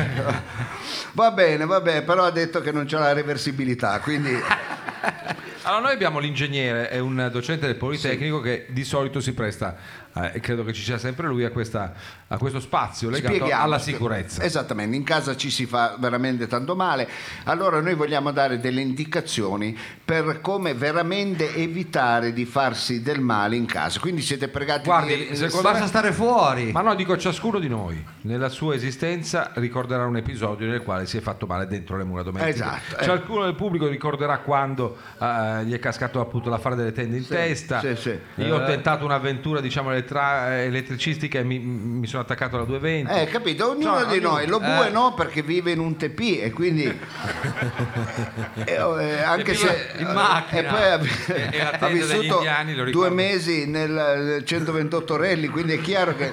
Speaker 4: Va bene, va bene, però ha detto che non c'è la reversibilità, quindi
Speaker 2: Ah, Allora, noi abbiamo l'ingegnere, è un docente del Politecnico che di solito si presta, eh, e credo che ci sia sempre lui, a, questa- a questo spazio legato
Speaker 4: spieghiamo.
Speaker 2: alla sicurezza.
Speaker 4: Esattamente, in casa ci si fa veramente tanto male. Allora noi vogliamo dare delle indicazioni per come veramente evitare di farsi del male in casa. Quindi siete pregati
Speaker 2: Guardi,
Speaker 4: di...
Speaker 2: secondo
Speaker 3: Basta
Speaker 2: me-
Speaker 3: stare fuori.
Speaker 2: Ma no, dico ciascuno di noi nella sua esistenza ricorderà un episodio nel quale si è fatto male dentro le mura domestiche.
Speaker 4: Esatto, eh.
Speaker 2: C'è qualcuno del pubblico ricorderà quando eh, gli è cascato appunto l'affare delle tende in testa.
Speaker 4: sì, sì. Eh.
Speaker 2: Io ho tentato un'avventura diciamo elettra- elettricistica e mi, mi sono attaccato alla 220.
Speaker 4: Eh, capito, ognuno
Speaker 2: No,
Speaker 4: di
Speaker 2: Cioè, ognuno- Eh.
Speaker 4: noi, lo bue no perché vive in un tepì e quindi... Eh, oh, eh, anche
Speaker 2: E
Speaker 4: se...
Speaker 2: vive in macchina.
Speaker 4: E poi ha,
Speaker 2: E- e la
Speaker 4: ha
Speaker 2: tenda degli
Speaker 4: vissuto
Speaker 2: indiani, lo ricordo.
Speaker 4: due mesi nel eh, 128 Relli, quindi è chiaro che,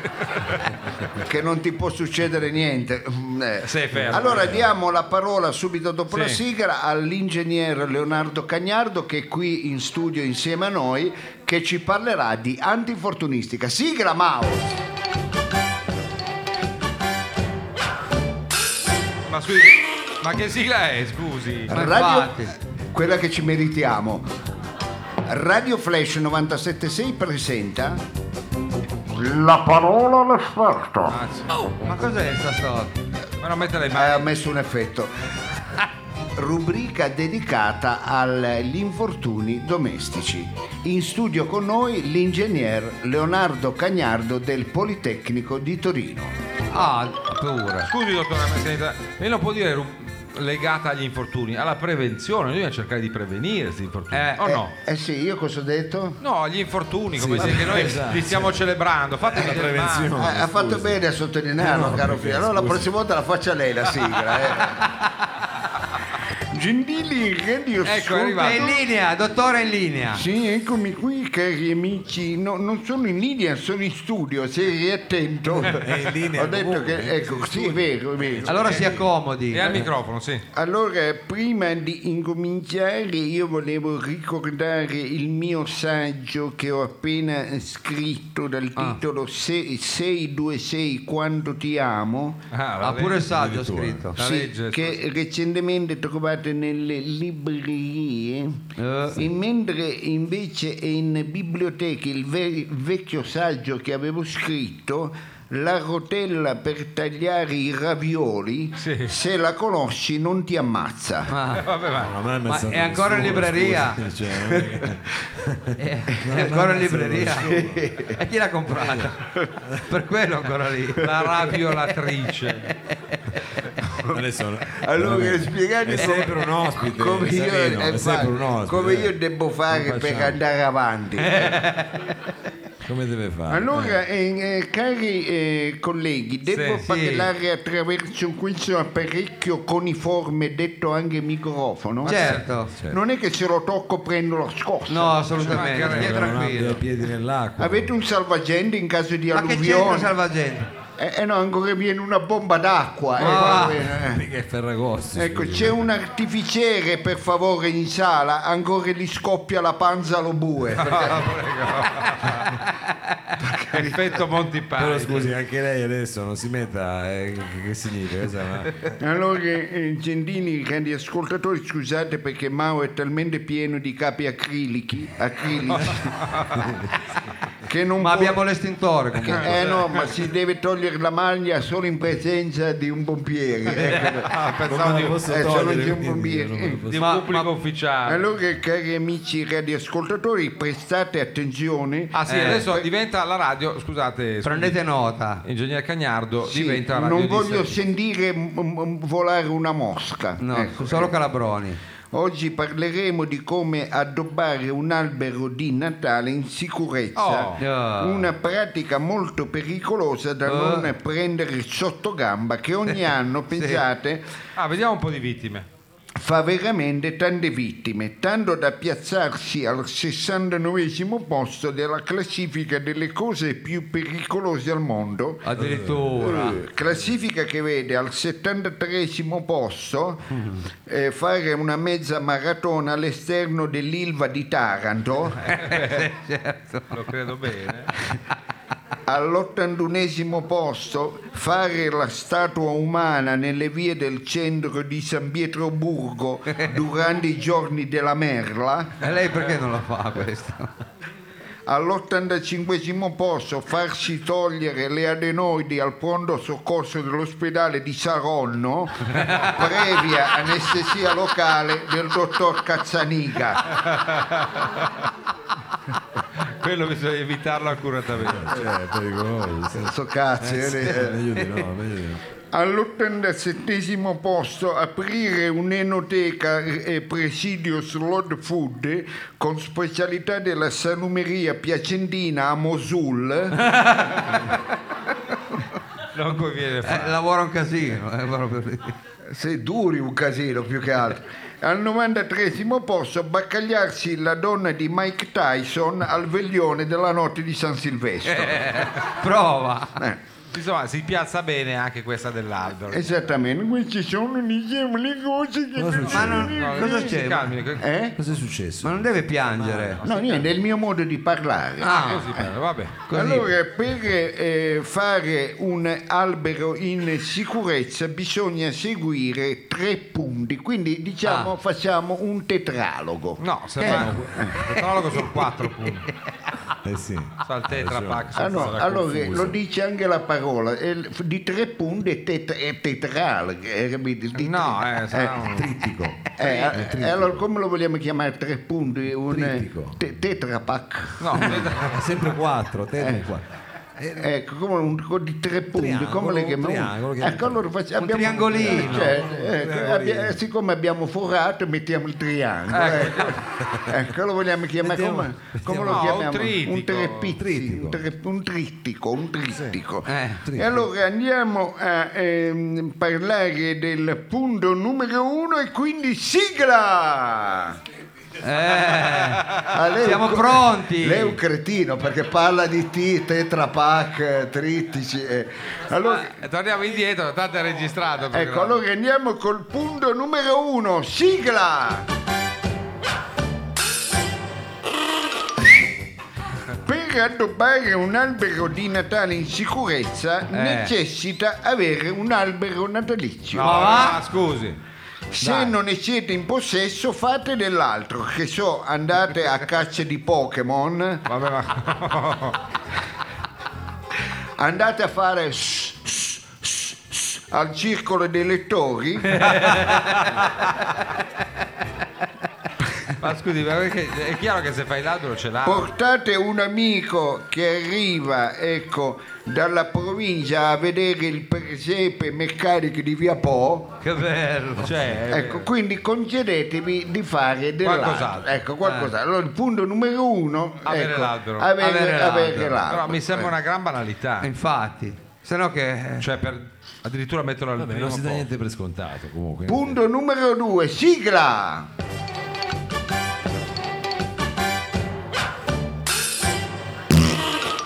Speaker 4: che non ti può succedere niente. Mm, eh.
Speaker 2: Sei fermo.
Speaker 4: allora diamo la parola subito dopo la
Speaker 2: Sì.
Speaker 4: sigla all'ingegnere Leonardo Cagnardo che è qui in studio insieme a noi che ci parlerà di antinfortunistica. Sigla Maus!
Speaker 2: Ma, scusi, ma che sigla è? Scusi.
Speaker 3: Ma
Speaker 4: Radio,
Speaker 3: infatti.
Speaker 4: quella che ci meritiamo. Radio Flash 976 presenta La parola all'esperto.
Speaker 3: Oh, Ma cos'è sta Eh, storia?
Speaker 2: Ma non mette le mani.
Speaker 4: eh, Ha messo un effetto. Rubrica dedicata agli infortuni domestici. In studio con noi l'ingegner Leonardo Cagnardo del Politecnico di Torino.
Speaker 3: Ah, pure.
Speaker 2: Scusi, dottore, ma senta, lei non può dire ru- legata agli infortuni, alla prevenzione, noi dobbiamo cercare di prevenire questi infortuni,
Speaker 3: Eh,
Speaker 2: o
Speaker 4: eh,
Speaker 2: Oh, no?
Speaker 4: Eh sì, io cosa ho detto?
Speaker 2: No, agli infortuni, come dire che noi
Speaker 3: Esatto.
Speaker 2: li stiamo
Speaker 3: Eh,
Speaker 2: celebrando, fatemi del male.
Speaker 1: prevenzione.
Speaker 4: Eh, ha fatto bene a
Speaker 2: Eh,
Speaker 4: sottolinearlo, caro figlio. Allora la prossima volta la faccia lei la sigla. eh. Gentili, radio
Speaker 2: Ecco, è
Speaker 4: ascoltatori.
Speaker 2: arrivato.
Speaker 3: È in linea, dottore è in linea.
Speaker 4: Sì, eccomi qui, cari amici. No, non sono in linea, sono in studio. Se eri attento,
Speaker 1: È in linea,
Speaker 4: ho detto
Speaker 1: comunque,
Speaker 4: che ecco, sì, è vero, è vero.
Speaker 3: Allora si accomodi.
Speaker 2: E al microfono, sì.
Speaker 4: Allora, prima di incominciare, io volevo ricordare il mio saggio che ho appena scritto dal
Speaker 1: Ah.
Speaker 4: titolo Se- 626 Quando ti amo.
Speaker 2: Ah, la
Speaker 3: Ha pure il
Speaker 2: legge.
Speaker 3: saggio scritto.
Speaker 2: La
Speaker 4: Sì,
Speaker 2: legge.
Speaker 4: che recentemente trovate nelle librerie
Speaker 3: Eh.
Speaker 4: e mentre invece è in biblioteca il ve- vecchio saggio che avevo scritto la rotella per tagliare i ravioli
Speaker 2: Sì.
Speaker 4: se la conosci non ti ammazza
Speaker 2: Eh, vabbè, ma-
Speaker 1: Non me l'ha
Speaker 3: Ma
Speaker 1: messa
Speaker 3: è ancora in
Speaker 1: nessuno,
Speaker 3: libreria.
Speaker 1: scusi, cioè, non è che-
Speaker 3: È,
Speaker 1: Non
Speaker 3: è
Speaker 1: l'ha
Speaker 3: ancora in
Speaker 1: messo
Speaker 3: libreria. E chi l'ha comprata? per quello è ancora lì.
Speaker 2: La raviolatrice.
Speaker 1: Adesso no.
Speaker 4: Allora,
Speaker 1: Vabbè.
Speaker 4: spiegate
Speaker 1: È
Speaker 4: come-
Speaker 1: sempre un ospite.
Speaker 4: come io,
Speaker 1: Sereno,
Speaker 4: eh,
Speaker 1: è sempre un
Speaker 4: fa-
Speaker 1: ospite. eh.
Speaker 4: come io devo fare
Speaker 1: Non
Speaker 4: per
Speaker 1: facciamo. Eh,
Speaker 4: andare avanti
Speaker 1: Come deve fare?
Speaker 4: Allora, eh, eh, cari eh, colleghi, devo
Speaker 2: Sì, sì.
Speaker 4: parlare attraverso questo apparecchio coniforme detto anche microfono. Eh,
Speaker 3: Certo.
Speaker 4: Non è che se lo tocco prendo la scossa.
Speaker 3: No,
Speaker 2: Ci
Speaker 3: assolutamente.
Speaker 2: mancherebbe,
Speaker 3: Stia
Speaker 1: Eh, non abbia i
Speaker 3: tranquillo.
Speaker 1: piedi nell'acqua.
Speaker 4: Avete un salvagente in caso di
Speaker 3: Ma che c'entra
Speaker 4: alluvione?
Speaker 3: salvagente?
Speaker 4: Eh, eh no, ancora viene una bomba d'acqua. eh,
Speaker 3: Ah.
Speaker 4: eh.
Speaker 1: Mica è Ferragosto.
Speaker 4: Ecco,
Speaker 1: scusi.
Speaker 4: c'è un artificiere per favore in sala, ancora gli scoppia la panza allo bue.
Speaker 2: Effetto
Speaker 1: Però
Speaker 2: Montipani.
Speaker 1: scusi, anche lei adesso non si metta. eh, che, che significa? Questa è una-
Speaker 4: Allora, eh, gentili grandi ascoltatori, scusate perché Mao è talmente pieno di capi acrilici, acrilici che non
Speaker 3: Ma
Speaker 4: può-
Speaker 3: abbiamo l'estintore comunque.
Speaker 4: che- eh no, ma si deve togliere la maglia solo in presenza di un pompiere. ecco.
Speaker 2: Ah, pensavo
Speaker 9: Non
Speaker 2: di,
Speaker 9: lo posso
Speaker 4: eh, sono
Speaker 9: togliere,
Speaker 4: di un
Speaker 9: quindi
Speaker 4: bambino.
Speaker 9: non me lo posso-
Speaker 2: di un
Speaker 3: Ma-
Speaker 2: pubblico
Speaker 3: ma-
Speaker 2: ufficiale.
Speaker 4: Allora, cari amici radioascoltatori, prestate attenzione.
Speaker 2: Ah sì,
Speaker 3: Eh.
Speaker 2: adesso diventa la radio, scusate,
Speaker 3: Prendete nota.
Speaker 2: ingegner Cagnardo,
Speaker 4: Sì,
Speaker 2: diventa la radio
Speaker 4: non
Speaker 2: di
Speaker 4: voglio
Speaker 2: Sergio.
Speaker 4: sentire m- m- volare una mosca.
Speaker 3: No,
Speaker 4: Ecco.
Speaker 3: solo Calabroni.
Speaker 4: Oggi parleremo di come addobbare un albero di Natale in sicurezza,
Speaker 2: Oh.
Speaker 3: Ah.
Speaker 4: una pratica molto pericolosa da
Speaker 3: Ah.
Speaker 4: non prendere sotto gamba che ogni anno, pensate,
Speaker 2: Ah, vediamo un po' di vittime.
Speaker 4: fa veramente tante vittime, tanto da piazzarsi al 69 posto della classifica delle cose più pericolose al mondo.
Speaker 3: Addirittura.
Speaker 2: Eh,
Speaker 4: Eh, Classifica che vede al 73 posto eh, fare una mezza maratona all'esterno dell'Ilva di Taranto,
Speaker 2: Lo credo bene.
Speaker 4: all'81 posto fare la statua umana nelle vie del centro di San Pietroburgo durante i giorni della merla,
Speaker 3: E lei perché non la fa questa?
Speaker 4: all'85 posto farsi togliere le adenoidi al pronto soccorso dell'ospedale di Saronno, previa anestesia locale del dottor Cazzaniga.
Speaker 2: Quello bisogna evitarlo accuratamente.
Speaker 9: Eh, pericoloso, sì.
Speaker 4: So cazzo,
Speaker 9: Eh,
Speaker 4: eh,
Speaker 9: meglio di no, meglio di no.
Speaker 4: All'87 posto aprire un'enoteca e presidio slot food con specialità della salumeria piacentina a Mosul.
Speaker 2: Non conviene
Speaker 3: Eh,
Speaker 2: fare.
Speaker 3: lavora un casino, è proprio lì.
Speaker 4: Se duri un casino più che altro. Al 93 posto baccagliarsi la donna di Mike Tyson al veglione della notte di San Silvestro.
Speaker 3: Eh.
Speaker 4: Eh,
Speaker 3: Prova.
Speaker 2: Insomma, si piazza bene anche questa dell'albero.
Speaker 4: Esattamente, questi sono diciamo, le cose che...
Speaker 9: Cosa
Speaker 3: Ma
Speaker 9: succede?
Speaker 3: non- cosa
Speaker 2: Cioè, si
Speaker 3: c'è? Ma,
Speaker 2: calmi, che-
Speaker 4: Eh?
Speaker 9: Cosa è successo?
Speaker 3: ma non deve piangere.
Speaker 4: No, niente, è il mio modo di parlare.
Speaker 3: Ah,
Speaker 2: Così, bene, vabbè.
Speaker 3: così.
Speaker 4: Allora, per eh, fare un albero in sicurezza bisogna seguire tre punti, quindi diciamo
Speaker 3: Ah.
Speaker 4: facciamo un tetralogo.
Speaker 2: No, sembra il catalogo sono quattro punti.
Speaker 9: Eh sì.
Speaker 2: Sa il tetra pack,
Speaker 4: Ah, no,
Speaker 9: sarà
Speaker 4: allora
Speaker 9: confuso.
Speaker 4: lo dice anche la parola, è l- di tre punti è, tet- è tetralogo. eh, capito? Di
Speaker 2: No,
Speaker 4: tre-
Speaker 2: eh, sarà un-
Speaker 9: Trittico.
Speaker 4: eh, eh, allora come lo vogliamo chiamare tre punti? Un eh,
Speaker 9: Trittico.
Speaker 4: te- tetrapack.
Speaker 2: No, tetra-
Speaker 1: Ah,
Speaker 9: È sempre 4, te qua.
Speaker 4: Ecco, come un co- di tre punti,
Speaker 9: triangolo,
Speaker 4: come le
Speaker 9: un triangolo
Speaker 4: chiamiamo?
Speaker 9: che-
Speaker 4: Ecco, allora facciamo
Speaker 3: Un triangolino.
Speaker 4: Cioè, ecco, abbia- siccome abbiamo forato, mettiamo il triangolo. Ecco, Ecco, lo vogliamo chiamare
Speaker 9: Mettiamo-
Speaker 4: come, come
Speaker 9: mettiamo-
Speaker 4: lo
Speaker 2: No, un
Speaker 4: chiamiamo? un,
Speaker 2: trittico.
Speaker 4: trepizzi,
Speaker 9: Trittico.
Speaker 4: un, tre- un trittico, un trittico.
Speaker 3: Eh,
Speaker 9: trittico.
Speaker 4: E allora andiamo a ehm, parlare del punto numero uno e quindi sigla! Ah, lei è un
Speaker 3: Eh, Siamo
Speaker 4: co-
Speaker 3: pronti.
Speaker 4: Lei è un cretino perché parla di T, tetrapac, eh, trittici. eh. Allora,
Speaker 2: Eh, torniamo indietro, tanto è registrato. il
Speaker 4: ecco,
Speaker 2: programma.
Speaker 4: allora andiamo col punto numero uno, sigla! Per addobbare un albero di Natale in sicurezza
Speaker 2: Eh.
Speaker 4: necessita avere un albero natalizio.
Speaker 2: No,
Speaker 3: va?
Speaker 2: ah, scusi.
Speaker 4: Se non ne siete in possesso fate dell'altro, che so, andate a caccia di Pokémon,
Speaker 2: Vabbè, ma...
Speaker 4: andate a fare s- s- s- s- al circolo dei lettori
Speaker 2: ma scusi, ma perché è chiaro che se fai l'albero ce l'ha.
Speaker 4: portate un amico che arriva ecco dalla provincia a vedere il presepe meccanico di via Po
Speaker 3: Che bello.
Speaker 2: Cioè,
Speaker 4: ecco quindi concedetevi di fare dell'altro
Speaker 2: Qualcos'altro. Eh.
Speaker 4: ecco qualcos'altro allora il punto numero uno
Speaker 2: Avere
Speaker 4: ecco,
Speaker 2: l'albero.
Speaker 4: avere,
Speaker 3: Avere
Speaker 4: avere
Speaker 3: l'albero.
Speaker 4: l'albero
Speaker 2: però mi sembra una gran banalità.
Speaker 9: Eh.
Speaker 3: Infatti. Se no che... eh,
Speaker 2: Cioè, per addirittura metterlo al
Speaker 9: Vabbè,
Speaker 2: primo
Speaker 9: non si dà
Speaker 2: posto.
Speaker 9: niente per scontato comunque.
Speaker 4: Ecco. punto numero due sigla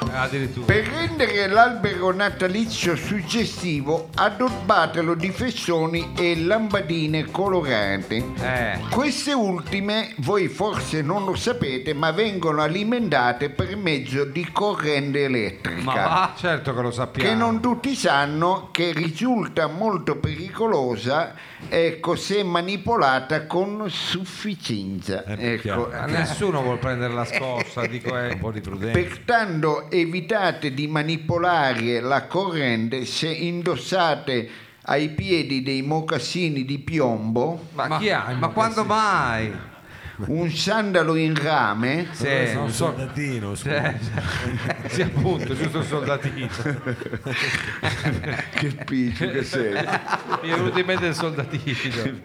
Speaker 2: Eh, addirittura.
Speaker 4: Per rendere l'albero natalizio suggestivo, addobbatelo di fessoni e lampadine colorate.
Speaker 3: Eh,
Speaker 4: Queste ultime, voi forse non lo sapete, ma vengono alimentate per mezzo di corrente elettrica.
Speaker 3: Ma va,
Speaker 2: Ah, certo che lo sappiamo.
Speaker 4: che non tutti sanno che risulta molto pericolosa ecco, se manipolata con sufficienza. Ecco,
Speaker 2: Ma Nessuno vuol prendere la scossa, dico è un po' di prudenza.
Speaker 4: Pertanto evitate di manipolare la corrente se indossate ai piedi dei mocassini di piombo,
Speaker 2: Ma,
Speaker 3: ma,
Speaker 2: chi ha? il
Speaker 3: ma
Speaker 2: mocassino?
Speaker 3: quando mai?
Speaker 4: un sandalo in rame,
Speaker 3: eh, Sì,
Speaker 1: Cioè,
Speaker 9: Sono un soldatino, scusa.
Speaker 2: Sì, appunto, giusto il soldatino.
Speaker 4: che piccio che sei,
Speaker 2: Mi è venuto in mente il soldatino.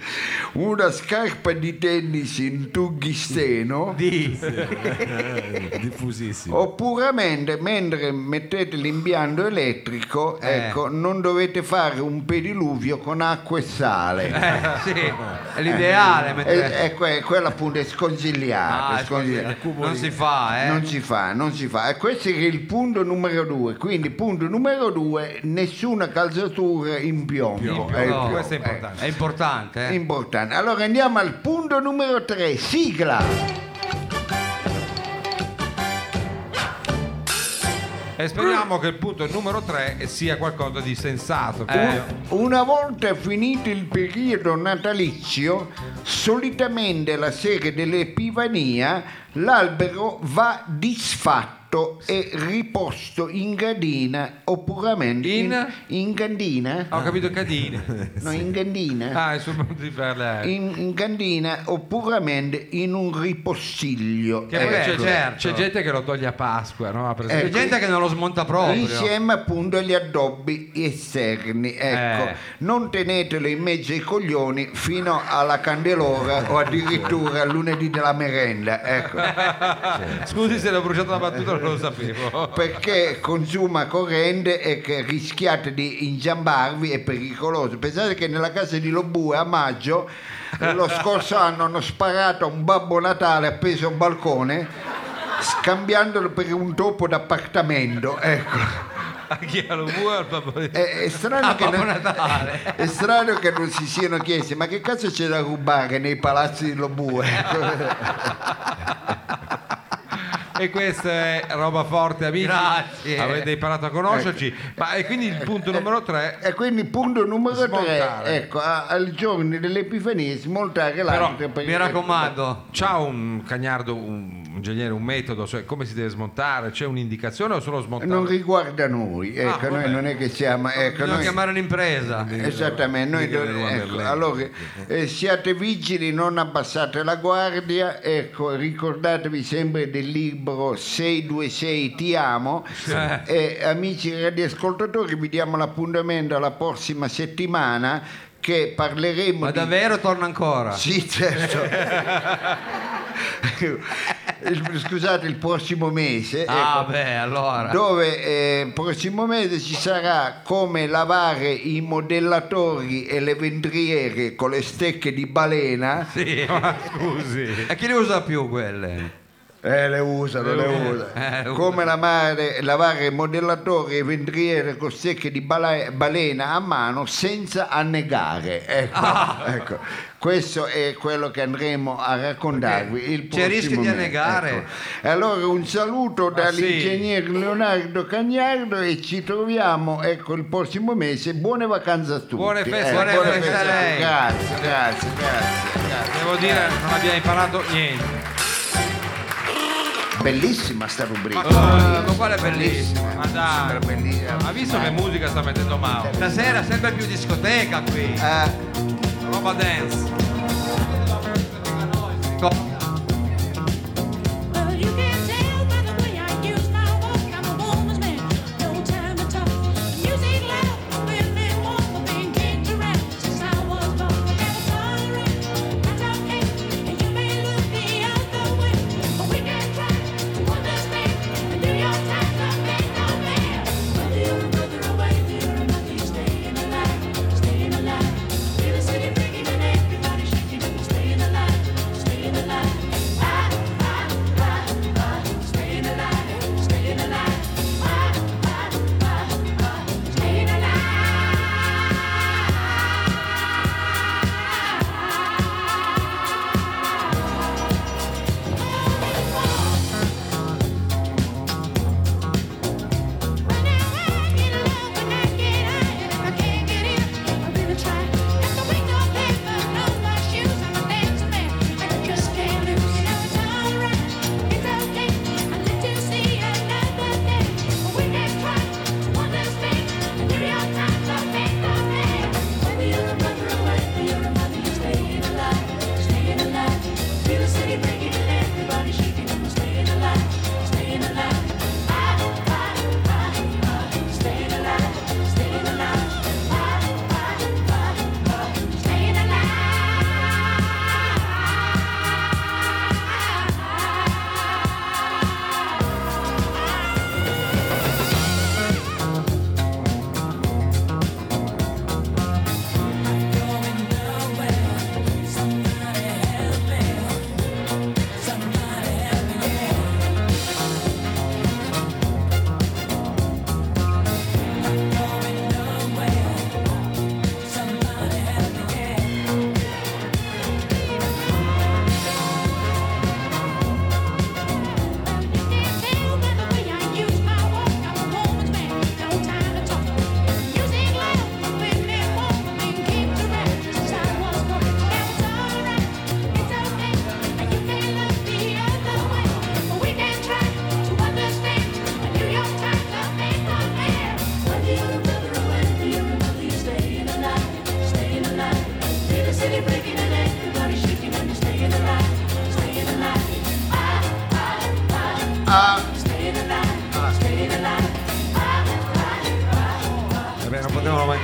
Speaker 4: una scarpa di tennis in tughisteno,
Speaker 3: Di.
Speaker 9: Eh,
Speaker 4: Oh.
Speaker 9: diffusissimo.
Speaker 4: Oppure mentre- mentre mettete l'impianto elettrico,
Speaker 3: Eh.
Speaker 4: ecco, non dovete fare un pediluvio con acqua e sale.
Speaker 3: Eh, sì, è
Speaker 4: eh,
Speaker 3: l'ideale mettere...
Speaker 4: E, e que- quella appunto è
Speaker 3: Ah,
Speaker 4: sconsigliata.
Speaker 3: è
Speaker 4: sconsigliata.
Speaker 3: così. non si fa, eh.
Speaker 4: Non si fa, non si fa. E questo è il punto numero due. Quindi punto numero due, nessuna calzatura in piombo.
Speaker 3: No, Eh,
Speaker 4: Ecco,
Speaker 2: questo è importante.
Speaker 3: È importante,
Speaker 4: eh,
Speaker 3: eh.
Speaker 4: importante. Allora andiamo al punto numero tre, sigla.
Speaker 2: E speriamo che il punto numero 3 sia qualcosa di sensato.
Speaker 3: Eh.
Speaker 4: Una volta finito il periodo natalizio, solitamente la sera dell'Epifania, l'albero va disfatto e riposto in gardina oppure in,
Speaker 2: In?
Speaker 4: in cantina?
Speaker 2: Ho capito Cadine.
Speaker 4: No, in gardina.
Speaker 2: Ah, certo. insomma, di per lei.
Speaker 4: In, in cantina oppure in un ripostiglio.
Speaker 2: Che poi
Speaker 3: Eh,
Speaker 2: c'è,
Speaker 3: certo.
Speaker 2: c'è gente che lo toglie a Pasqua, no? Per
Speaker 3: C'è
Speaker 2: esempio.
Speaker 4: ecco.
Speaker 3: gente che non lo smonta proprio.
Speaker 4: Insieme appunto agli addobbi esterni, ecco,
Speaker 3: Eh.
Speaker 4: non tenetelo in mezzo ai coglioni fino alla candelora o addirittura al lunedì della merenda, ecco,
Speaker 2: Scusi se l'ho bruciato la battuta, non lo sapevo.
Speaker 4: perché consuma corrente e che rischiate di ingiambarvi è pericoloso. Pensate che nella casa di Lobue a maggio lo scorso anno hanno sparato a un babbo Natale appeso a un balcone scambiandolo per un topo d'appartamento, ecco.
Speaker 2: A chi ha lo vuole, al papà di-
Speaker 4: È, è strano
Speaker 3: Ah,
Speaker 4: che
Speaker 3: Babbo
Speaker 4: non-
Speaker 3: Natale.
Speaker 4: È strano che non si siano chiesti, ma che cazzo c'è da rubare nei palazzi di Lobue?
Speaker 2: E questa è roba forte, amici.
Speaker 3: Grazie.
Speaker 2: Avete imparato a conoscerci.
Speaker 4: Ecco.
Speaker 2: Ma e quindi il punto numero 3
Speaker 4: e quindi punto numero tre,
Speaker 2: Smontare.
Speaker 4: ecco, a- al giorno dell'Epifania smontare l'albero. per-
Speaker 3: Mi raccomando.
Speaker 2: C'ha un cagnardo, un ingegnere, un metodo, cioè come si deve smontare? C'è un'indicazione o solo smontare?
Speaker 4: Non riguarda noi,
Speaker 3: Ah,
Speaker 4: ecco, noi
Speaker 2: vabbè.
Speaker 4: non è che siamo... Ecco,
Speaker 3: Bisogna
Speaker 4: noi-
Speaker 3: chiamare un'impresa.
Speaker 4: Esattamente, noi
Speaker 9: Michele
Speaker 4: do-
Speaker 9: Ruan
Speaker 4: ecco,
Speaker 9: Berlin.
Speaker 4: allora eh, siate vigili, non abbassate la guardia, ecco, ricordatevi sempre del libro 626 Ti amo e amici radioascoltatori vi diamo l'appuntamento alla prossima settimana che parleremo
Speaker 3: Ma
Speaker 4: di...
Speaker 3: davvero torna ancora?
Speaker 4: Sì, certo. Il- Scusate, il prossimo mese...
Speaker 3: Ah,
Speaker 4: ecco,
Speaker 3: beh, allora.
Speaker 4: dove eh, prossimo mese ci sarà come lavare i modellatori e le vendriere con le stecche di balena
Speaker 3: Sì.
Speaker 2: Ma scusi.
Speaker 3: E chi le usa più quelle?
Speaker 4: eh le usano le usano
Speaker 3: Eh, usa.
Speaker 4: come lavare, lavare modellatori e vendriere con stecche di bala- balena a mano senza annegare ecco,
Speaker 3: Ah.
Speaker 4: ecco. questo è quello che andremo a raccontarvi il
Speaker 3: c'è rischio
Speaker 4: prossimo
Speaker 3: di
Speaker 4: mese,
Speaker 3: annegare. Ah,
Speaker 4: ecco. E allora un saluto dall'ingegnere Leonardo Cagnardo e ci troviamo ecco il prossimo mese buone vacanze a tutti
Speaker 2: Buone feste,
Speaker 4: Ecco,
Speaker 3: buone feste a
Speaker 4: a tutti.
Speaker 3: lei.
Speaker 4: grazie grazie grazie, grazie.
Speaker 2: Devo dire, non abbiamo imparato niente.
Speaker 4: bellissima sta rubrica
Speaker 3: Ma quale, Eh. ma quale è bellissimo.
Speaker 2: Ma dai.
Speaker 4: Sembra bellissima.
Speaker 2: Ha visto che musica sta mettendo Mao?
Speaker 3: Stasera sempre più discoteca qui.
Speaker 4: Eh,
Speaker 2: Roba dance.
Speaker 5: Well, you can tell by the way I use my walk, I'm a woman's man, no time to talk. Music loud, women walk, but being kicked around since I was born. I got a tolerance, that's okay, and you may look the other way, but we can try to understand and do your time, not make no man. Whether you're a brother or whether you're a mother, you're staying alive, staying alive. Feel the city breathing and everybody shaking, staying alive, staying alive.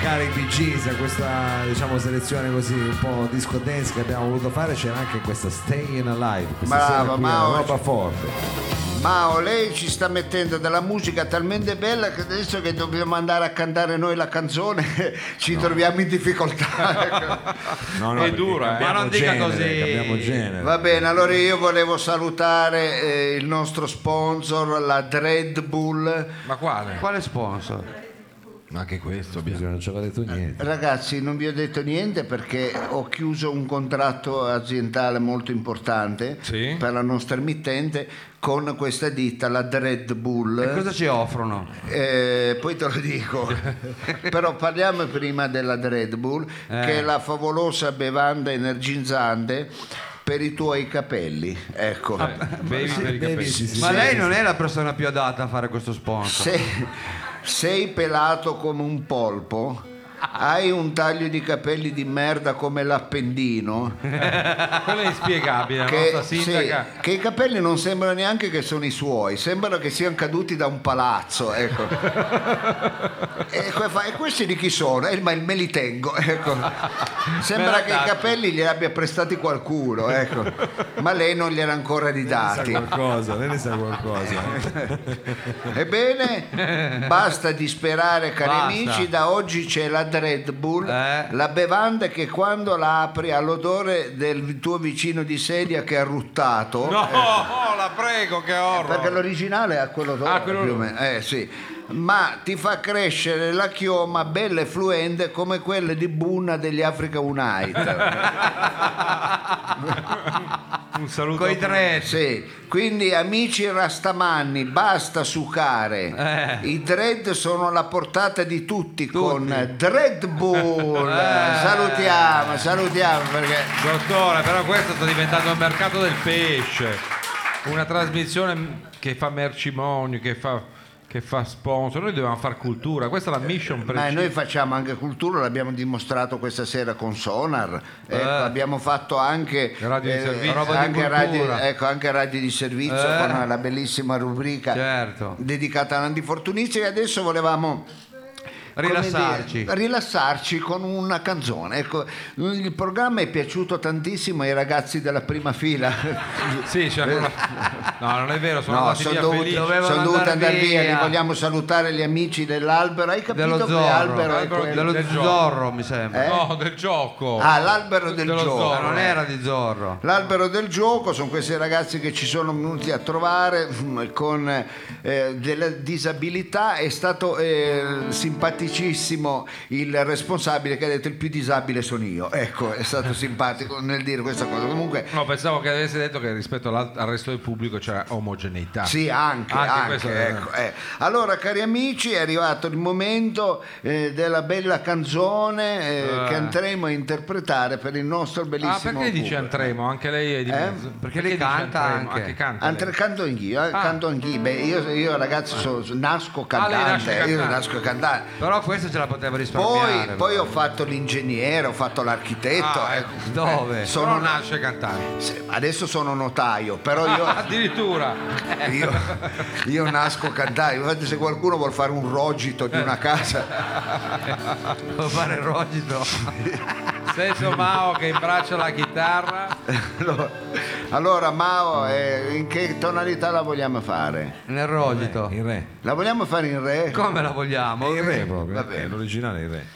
Speaker 1: ai Bee Gees, a questa diciamo, selezione così un po' disco dance che abbiamo voluto fare, c'era anche questa Staying Alive, questa
Speaker 4: Brava,
Speaker 1: sera qui,
Speaker 4: ma
Speaker 1: a
Speaker 4: oggi-
Speaker 1: roba forte.
Speaker 4: Mao, lei ci sta mettendo della musica talmente bella che adesso che dobbiamo andare a cantare noi la canzone ci troviamo in difficoltà.
Speaker 9: No,
Speaker 2: È
Speaker 9: perché
Speaker 2: dura, eh.
Speaker 9: cambiamo
Speaker 3: Ma non dica
Speaker 9: genere,
Speaker 3: così.
Speaker 9: Cambiamo genere.
Speaker 4: Va bene, allora io volevo salutare eh, il nostro sponsor, la Dread Bull.
Speaker 2: Ma quale?
Speaker 3: Quale sponsor?
Speaker 2: Ma anche questo
Speaker 1: Scusi, non ci aveva detto niente.
Speaker 4: Ragazzi, non vi ho detto niente perché ho chiuso un contratto aziendale molto importante
Speaker 2: Sì.
Speaker 4: per la nostra emittente con questa ditta, la Dread Bull.
Speaker 3: E cosa ci offrono?
Speaker 4: Eh, poi te lo dico, però parliamo prima della Red Bull, che è la favolosa bevanda energizzante per i tuoi capelli. Ecco,
Speaker 2: Bevi per i capelli.
Speaker 3: Ma lei non è la persona più adatta a fare questo sponsor.
Speaker 4: se sei pelato come un polpo, hai un taglio di capelli di merda come l'appendino,
Speaker 2: Quello è inspiegabile, la
Speaker 4: che,
Speaker 2: nostra sindaca.
Speaker 4: sì, che i capelli non sembrano neanche che sono i suoi, sembrano che siano caduti da un palazzo. Ecco. e, que- fa- e questi di chi sono? Eh, ma me li tengo. Ecco. Sembra
Speaker 2: l'ha
Speaker 4: che
Speaker 2: dato.
Speaker 4: i capelli li abbia prestati qualcuno, ecco. ma lei non gliel'ha ancora
Speaker 9: Sa
Speaker 4: ridati.
Speaker 9: qualcosa, lei ne sa qualcosa.
Speaker 4: Ebbene, basta disperare cari
Speaker 3: Basta.
Speaker 4: amici, da oggi c'è la Dread Bull,
Speaker 3: Eh.
Speaker 4: la bevanda che quando la apri all'odore del tuo vicino di sedia che ha ruttato, Eh,
Speaker 2: No, oh, la prego, che
Speaker 4: Perché
Speaker 2: horror.
Speaker 4: l'originale ha quello d'oro.
Speaker 2: Ah, quello
Speaker 4: più o
Speaker 2: d'oro.
Speaker 4: meno. Eh, sì. Ma ti fa crescere la chioma bella e fluente come quelle di Bunna degli Africa Unite.
Speaker 2: Un saluto.
Speaker 3: Coi tre.
Speaker 4: sì. Quindi amici rastamanni, basta sucare. I dread sono alla portata di tutti, con Dread Bull. Salutiamo, salutiamo perché...
Speaker 2: Dottore, però questo sta diventando il mercato del pesce. Una trasmissione che fa mercimonio, che fa, che fa sponsor. Noi dobbiamo fare cultura, questa è la mission
Speaker 4: Ma
Speaker 2: principale.
Speaker 4: noi facciamo anche cultura, l'abbiamo dimostrato questa sera con Sonar, ecco, abbiamo fatto anche eh,
Speaker 2: Radio di servizio.
Speaker 3: Roba di
Speaker 4: anche,
Speaker 3: cultura.
Speaker 4: radio, ecco, anche radio di servizio con la bellissima rubrica
Speaker 3: Certo.
Speaker 4: dedicata a Nandi Fortunizzi e adesso volevamo come
Speaker 3: Rilassarci.
Speaker 4: dire, rilassarci con una canzone. Ecco, il programma è piaciuto tantissimo ai ragazzi della prima fila.
Speaker 2: Sì, c'è ancora- No, non è vero, sono
Speaker 4: Eh. No,
Speaker 2: andati
Speaker 4: sono
Speaker 2: via
Speaker 4: dovuti,
Speaker 2: felici.
Speaker 3: Dovevano
Speaker 4: son dovuti
Speaker 3: andar
Speaker 4: andare via.
Speaker 3: via.
Speaker 4: li vogliamo salutare gli amici dell'albero. Hai capito
Speaker 3: Dello
Speaker 4: che
Speaker 3: Zorro.
Speaker 4: albero è
Speaker 2: Albero
Speaker 4: quello?
Speaker 3: Dello
Speaker 2: Del gioco.
Speaker 3: Zorro, mi sembra.
Speaker 4: Eh?
Speaker 2: No, del gioco.
Speaker 4: Ah, l'albero del
Speaker 2: Dello
Speaker 4: gioco.
Speaker 2: Zorro.
Speaker 3: Ma non era di Zorro.
Speaker 4: L'albero del gioco sono questi ragazzi che ci sono venuti a trovare mm, con eh, delle disabilità, è stato eh, simpaticissimo il responsabile che ha detto il più disabile sono io, ecco è stato simpatico nel dire questa cosa, comunque
Speaker 2: No, pensavo che avesse detto che rispetto all'al- al resto del pubblico c'era omogeneità.
Speaker 4: sì anche,
Speaker 2: Anche
Speaker 4: anche,
Speaker 2: questo-
Speaker 4: ecco, eh. allora cari amici è arrivato il momento eh, della bella canzone eh,
Speaker 2: Eh.
Speaker 4: che andremo a interpretare per il nostro
Speaker 2: Ah,
Speaker 4: bellissimo
Speaker 2: perché dice
Speaker 4: pubblico.
Speaker 2: Antremo? Anche lei è di
Speaker 4: Eh?
Speaker 2: mezzo.
Speaker 3: Perché lei
Speaker 2: dice
Speaker 3: canta
Speaker 2: Antremo?
Speaker 3: anche.
Speaker 2: canta lei.
Speaker 4: Antre- canto anch'io, eh, canto anch'io. Beh, io, io ragazzi so- so- nasco
Speaker 2: Ah, lei nasce
Speaker 4: cantante, eh, io
Speaker 2: cantante.
Speaker 4: nasco cantante.
Speaker 3: Però questo ce la poteva
Speaker 4: Poi,
Speaker 3: risparmiare.
Speaker 4: poi ho fatto l'ingegnere, ho fatto l'architetto.
Speaker 2: Ah, ecco.
Speaker 4: ecco.
Speaker 3: Dove?
Speaker 4: sono
Speaker 2: Però
Speaker 4: un-
Speaker 2: nasce cantante.
Speaker 4: Se- Adesso sono notaio, però io,
Speaker 2: Addirittura.
Speaker 4: io, io nasco cantante. Infatti, se qualcuno vuol fare un rogito di una casa,
Speaker 3: Devo fare il rogito.
Speaker 2: Stesso Mao che imbraccia la chitarra.
Speaker 4: allora- allora Mao, eh, in che tonalità la vogliamo fare?
Speaker 3: Nel rogito.
Speaker 1: Il re.
Speaker 4: La vogliamo fare in re?
Speaker 3: Come la vogliamo?
Speaker 1: Il re proprio.
Speaker 4: Va bene.
Speaker 1: eh, L'originale è il re.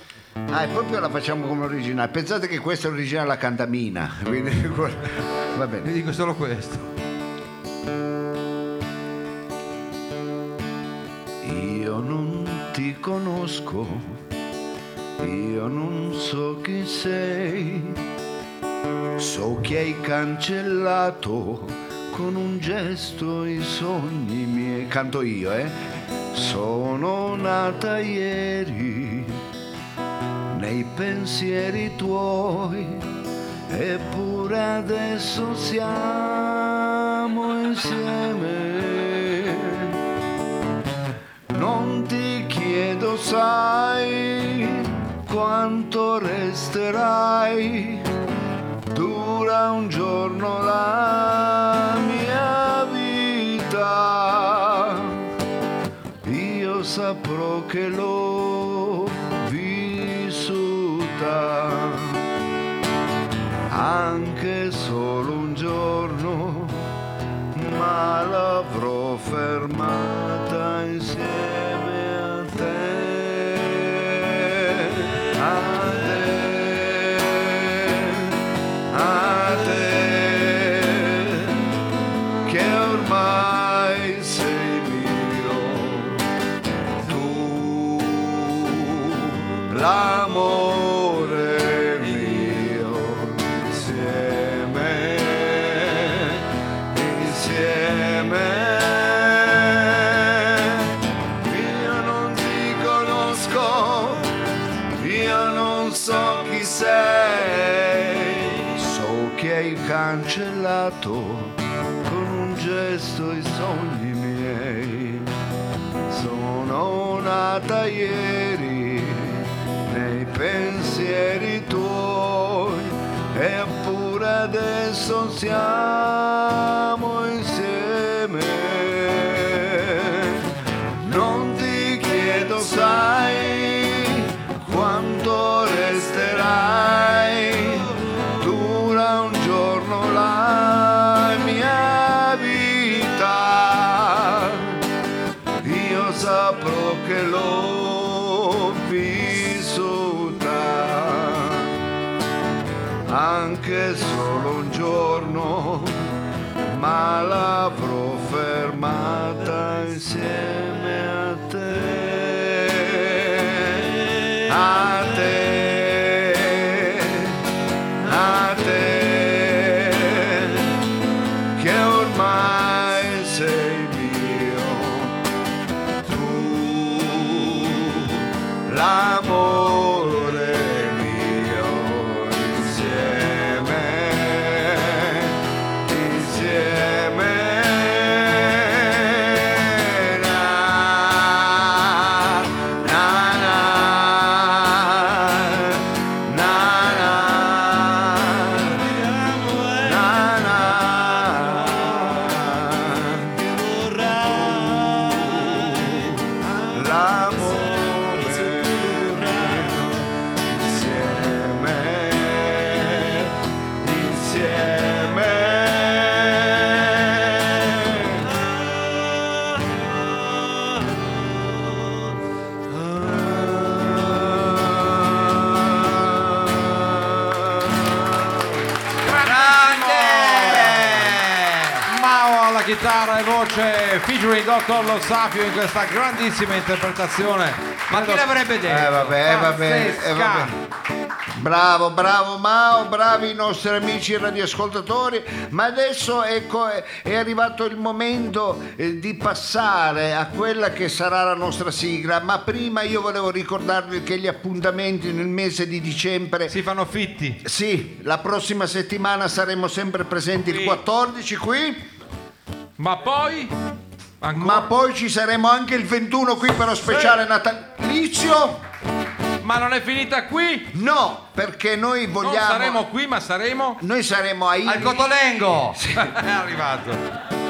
Speaker 4: Ah, e proprio la facciamo come originale. Pensate che questa è originale la cantamina. quindi- Va bene.
Speaker 3: Vi dico solo questo.
Speaker 4: Io non ti conosco, io non so chi sei, so che hai cancellato con un gesto i sogni miei. Canto io, eh? Sono nata ieri nei pensieri tuoi, eppure adesso siamo insieme. Non ti chiedo, sai, quanto resterai. Dura un giorno la mia vita. Io saprò che l'ho vissuta anche solo un giorno, ma l'avrò fermata insieme a te. A te, a te, che ormai sei mio, tu l'amore mio insieme insieme io non ti conosco io non so chi sei so che hai cancellato con un gesto i sogni miei sono nata ieri nei pensieri tuoi, eppure adesso siamo insieme. Non ti chiedo, sai, quanto resterai. Dura un giorno la mia vita io saprò che l'ho vissuta anche solo un giorno, ma l'avrò fermata insieme a te. A te, a te, che ormai sei mio, tu l'amore mio insieme insieme na na na na na na na l'amore insieme insieme
Speaker 2: Grande! Mao alla chitarra e voce featuring Dottor Lo Sapio in questa grandissima interpretazione.
Speaker 3: Ma chi l'avrebbe detto?
Speaker 4: Eh vabbè, eh, vabbè,
Speaker 2: Pazzesca.
Speaker 4: eh, vabbè. Bravo, bravo Mao, bravi i nostri amici radioascoltatori, ma adesso ecco, eh, è arrivato il momento eh, di passare a quella che sarà la nostra sigla, ma prima io volevo ricordarvi che gli appuntamenti nel mese di dicembre
Speaker 2: Si fanno fitti.
Speaker 4: sì, la prossima settimana saremo sempre presenti il 14 qui,
Speaker 2: Ma poi ancora
Speaker 4: ma poi ci saremo anche il 21 qui per lo speciale natalizio.
Speaker 2: Ma non è finita qui.
Speaker 4: No, perché noi vogliamo...
Speaker 2: Non saremo qui, ma saremo
Speaker 4: Noi saremo a
Speaker 3: Al
Speaker 4: Ivi,
Speaker 3: Cotolengo!
Speaker 2: è arrivato.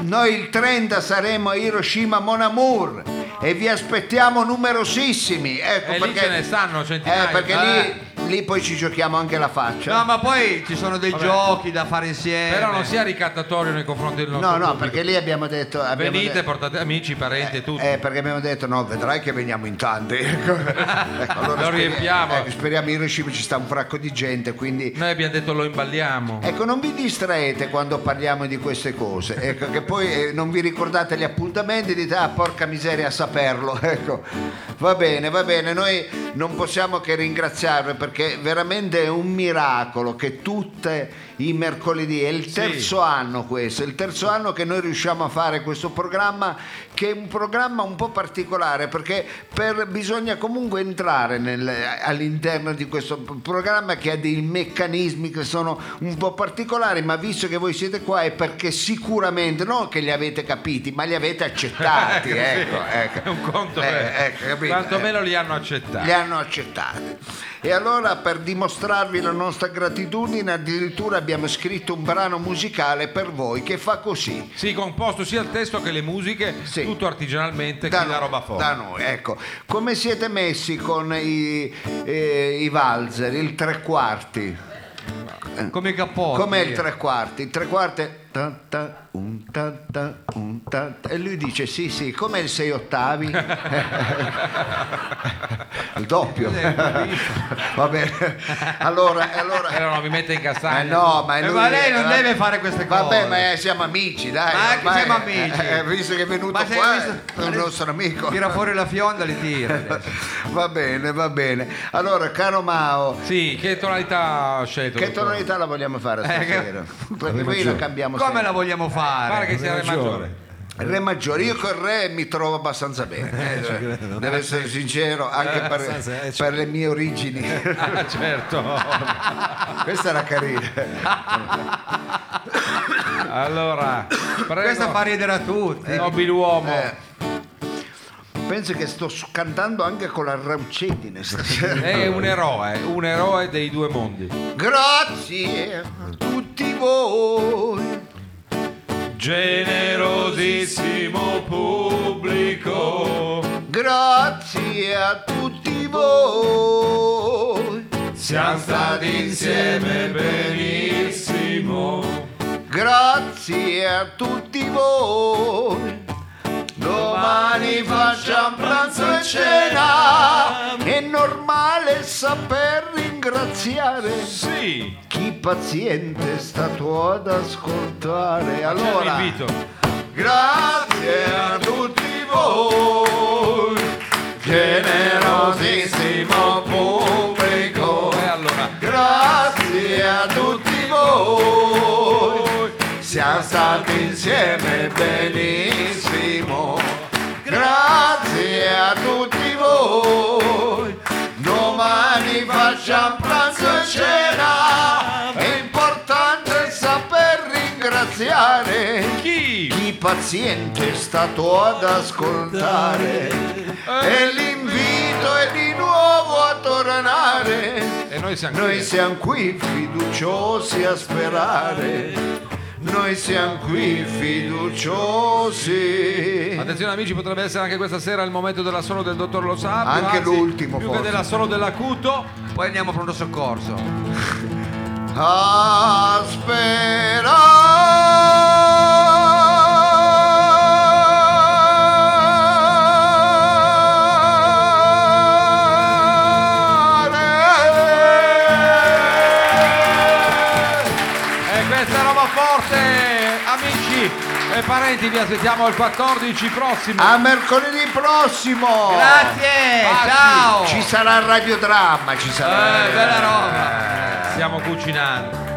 Speaker 4: noi il 30 saremo a Hiroshima Mon Amour e vi aspettiamo numerosissimi. Ecco
Speaker 2: E Eh, lì
Speaker 4: perché,
Speaker 2: ce ne stanno centinaia.
Speaker 4: eh, perché
Speaker 2: Eh.
Speaker 4: lì, lì poi ci giochiamo anche la
Speaker 3: No,
Speaker 4: faccia.
Speaker 3: ma poi ci sono dei giochi da fare insieme.
Speaker 2: Però non sia ricattatorio nei confronti del nostro
Speaker 4: eh, No, no,
Speaker 2: pubblico.
Speaker 4: perché lì abbiamo detto... Abbiamo
Speaker 2: Venite,
Speaker 4: detto-
Speaker 2: portate amici, parenti e tutto.
Speaker 4: eh, perché abbiamo detto no, vedrai che veniamo in tanti. Ecco, Ecco, allora
Speaker 2: Lo
Speaker 4: speri-
Speaker 2: riempiamo.
Speaker 4: ecco, speriamo in Hiroshima ci sta un fracco di gente, quindi
Speaker 2: Noi abbiamo detto lo imballiamo.
Speaker 4: Ecco, non vi distraete quando parliamo di queste cose, ecco, che poi eh, non vi ricordate gli appuntamenti e dite, ah, porca miseria a saperlo, ecco. Va bene, va bene, noi non possiamo che ringraziarvi perché veramente è un miracolo che tutte i mercoledì, è il terzo anno questo, è il terzo anno che noi riusciamo a fare questo programma che è un programma un po' particolare perché per- bisogna comunque entrare nel- all'interno di questo programma che ha dei meccanismi che sono un po' particolari, ma visto che voi siete qua è perché sicuramente non che li avete capiti, ma li avete accettati.
Speaker 2: Sì,
Speaker 4: ecco, ecco.
Speaker 2: È un conto.
Speaker 4: Eh,
Speaker 2: è-
Speaker 4: ecco, capito?
Speaker 2: Quantomeno li hanno
Speaker 4: li
Speaker 2: accettati.
Speaker 4: hanno accettati. E allora per dimostrarvi la nostra gratitudine addirittura abbiamo scritto un brano musicale per voi che fa così.
Speaker 2: Sì, composto sia il testo che le musiche,
Speaker 4: Sì.
Speaker 2: tutto artigianalmente, qui la
Speaker 4: noi-
Speaker 2: roba forte.
Speaker 4: da noi, ecco. Come siete messi con i, eh, i valzer, il tre quarti?
Speaker 3: Come i cappotti.
Speaker 4: Com'è il tre quarti? Il tre quarti è ta ta, un ta ta, un ta ta. E lui dice sì sì, com'è il sei ottavi? il doppio. Va bene. Allora, allora...
Speaker 2: Erano mi mette in
Speaker 4: Eh
Speaker 2: castagna.
Speaker 4: no, ma,
Speaker 3: Eh,
Speaker 4: lui-
Speaker 3: ma lei non
Speaker 4: eh,
Speaker 3: deve fare queste cose.
Speaker 4: Vabbè, ma eh, siamo amici, dai.
Speaker 3: Ma anche
Speaker 4: ormai,
Speaker 3: siamo amici.
Speaker 4: eh, eh, visto che è venuto
Speaker 3: Ma sei
Speaker 4: qua, eh,
Speaker 3: visto-
Speaker 4: è un nostro amico.
Speaker 3: Tira fuori la fionda, li tira. adesso.
Speaker 4: Va bene, va bene. Allora, caro Mao,
Speaker 2: Sì, che tonalità ho scelto?
Speaker 4: che
Speaker 2: dottore?
Speaker 4: tonalità la vogliamo fare
Speaker 3: Eh, che-
Speaker 4: stasera? Perché poi la
Speaker 9: maggiore.
Speaker 4: cambiamo
Speaker 3: Come
Speaker 4: sempre.
Speaker 3: la vogliamo fare?
Speaker 2: Pare che sia re maggiore.
Speaker 9: maggiore.
Speaker 4: Re maggiore, io col re mi trovo abbastanza bene, eh, cioè, devo essere sincero, anche
Speaker 9: abbastanza,
Speaker 4: per,
Speaker 9: eh, cioè.
Speaker 4: per le mie origini.
Speaker 2: Ah, certo.
Speaker 4: Questa era
Speaker 9: Eh.
Speaker 4: carina.
Speaker 2: Allora, prego.
Speaker 3: Questa fa ridere a tutti.
Speaker 2: Nobiluomo.
Speaker 4: Eh. Penso che sto cantando anche con la raucedine stasera.
Speaker 2: È un eroe, un eroe dei due mondi.
Speaker 4: Grazie a tutti voi.
Speaker 2: Generosissimo pubblico,
Speaker 4: Grazie a tutti voi.
Speaker 2: siamo stati insieme benissimo.
Speaker 4: Grazie a tutti voi. Domani facciamo pranzo e cena. È normale saper ringraziare
Speaker 2: Sì,
Speaker 4: chi paziente è stato ad ascoltare.
Speaker 2: allora.
Speaker 4: Allora,
Speaker 2: invito.
Speaker 4: grazie a tutti voi. Generosissimo pubblico.
Speaker 2: E allora,
Speaker 4: Grazie a tutti voi, siamo stati insieme benissimo. Grazie a tutti voi, domani facciamo pranzo e cena. È importante saper ringraziare
Speaker 2: chi?
Speaker 4: chi paziente è stato ad ascoltare. E l'invito è di nuovo a tornare.
Speaker 2: E noi siamo
Speaker 4: Noi
Speaker 2: qui.
Speaker 4: siamo qui fiduciosi a sperare. Noi siamo qui fiduciosi.
Speaker 2: Attenzione amici, potrebbe essere anche questa sera il momento dell'assolo del dottor Lo Sapio.
Speaker 4: Anche
Speaker 2: anzi,
Speaker 4: l'ultimo,
Speaker 2: Più
Speaker 4: forse.
Speaker 2: che dell'assolo dell'acuto.
Speaker 3: Poi andiamo a pronto soccorso.
Speaker 4: A sperare.
Speaker 2: E questa è roba forte, amici e parenti, vi aspettiamo il 14 prossimo.
Speaker 4: A mercoledì prossimo.
Speaker 3: Grazie,
Speaker 2: Baci. Eh,
Speaker 3: ciao.
Speaker 4: Ci sarà il radiodramma, ci sarà.
Speaker 3: Eh, bella roba.
Speaker 2: Stiamo cucinando.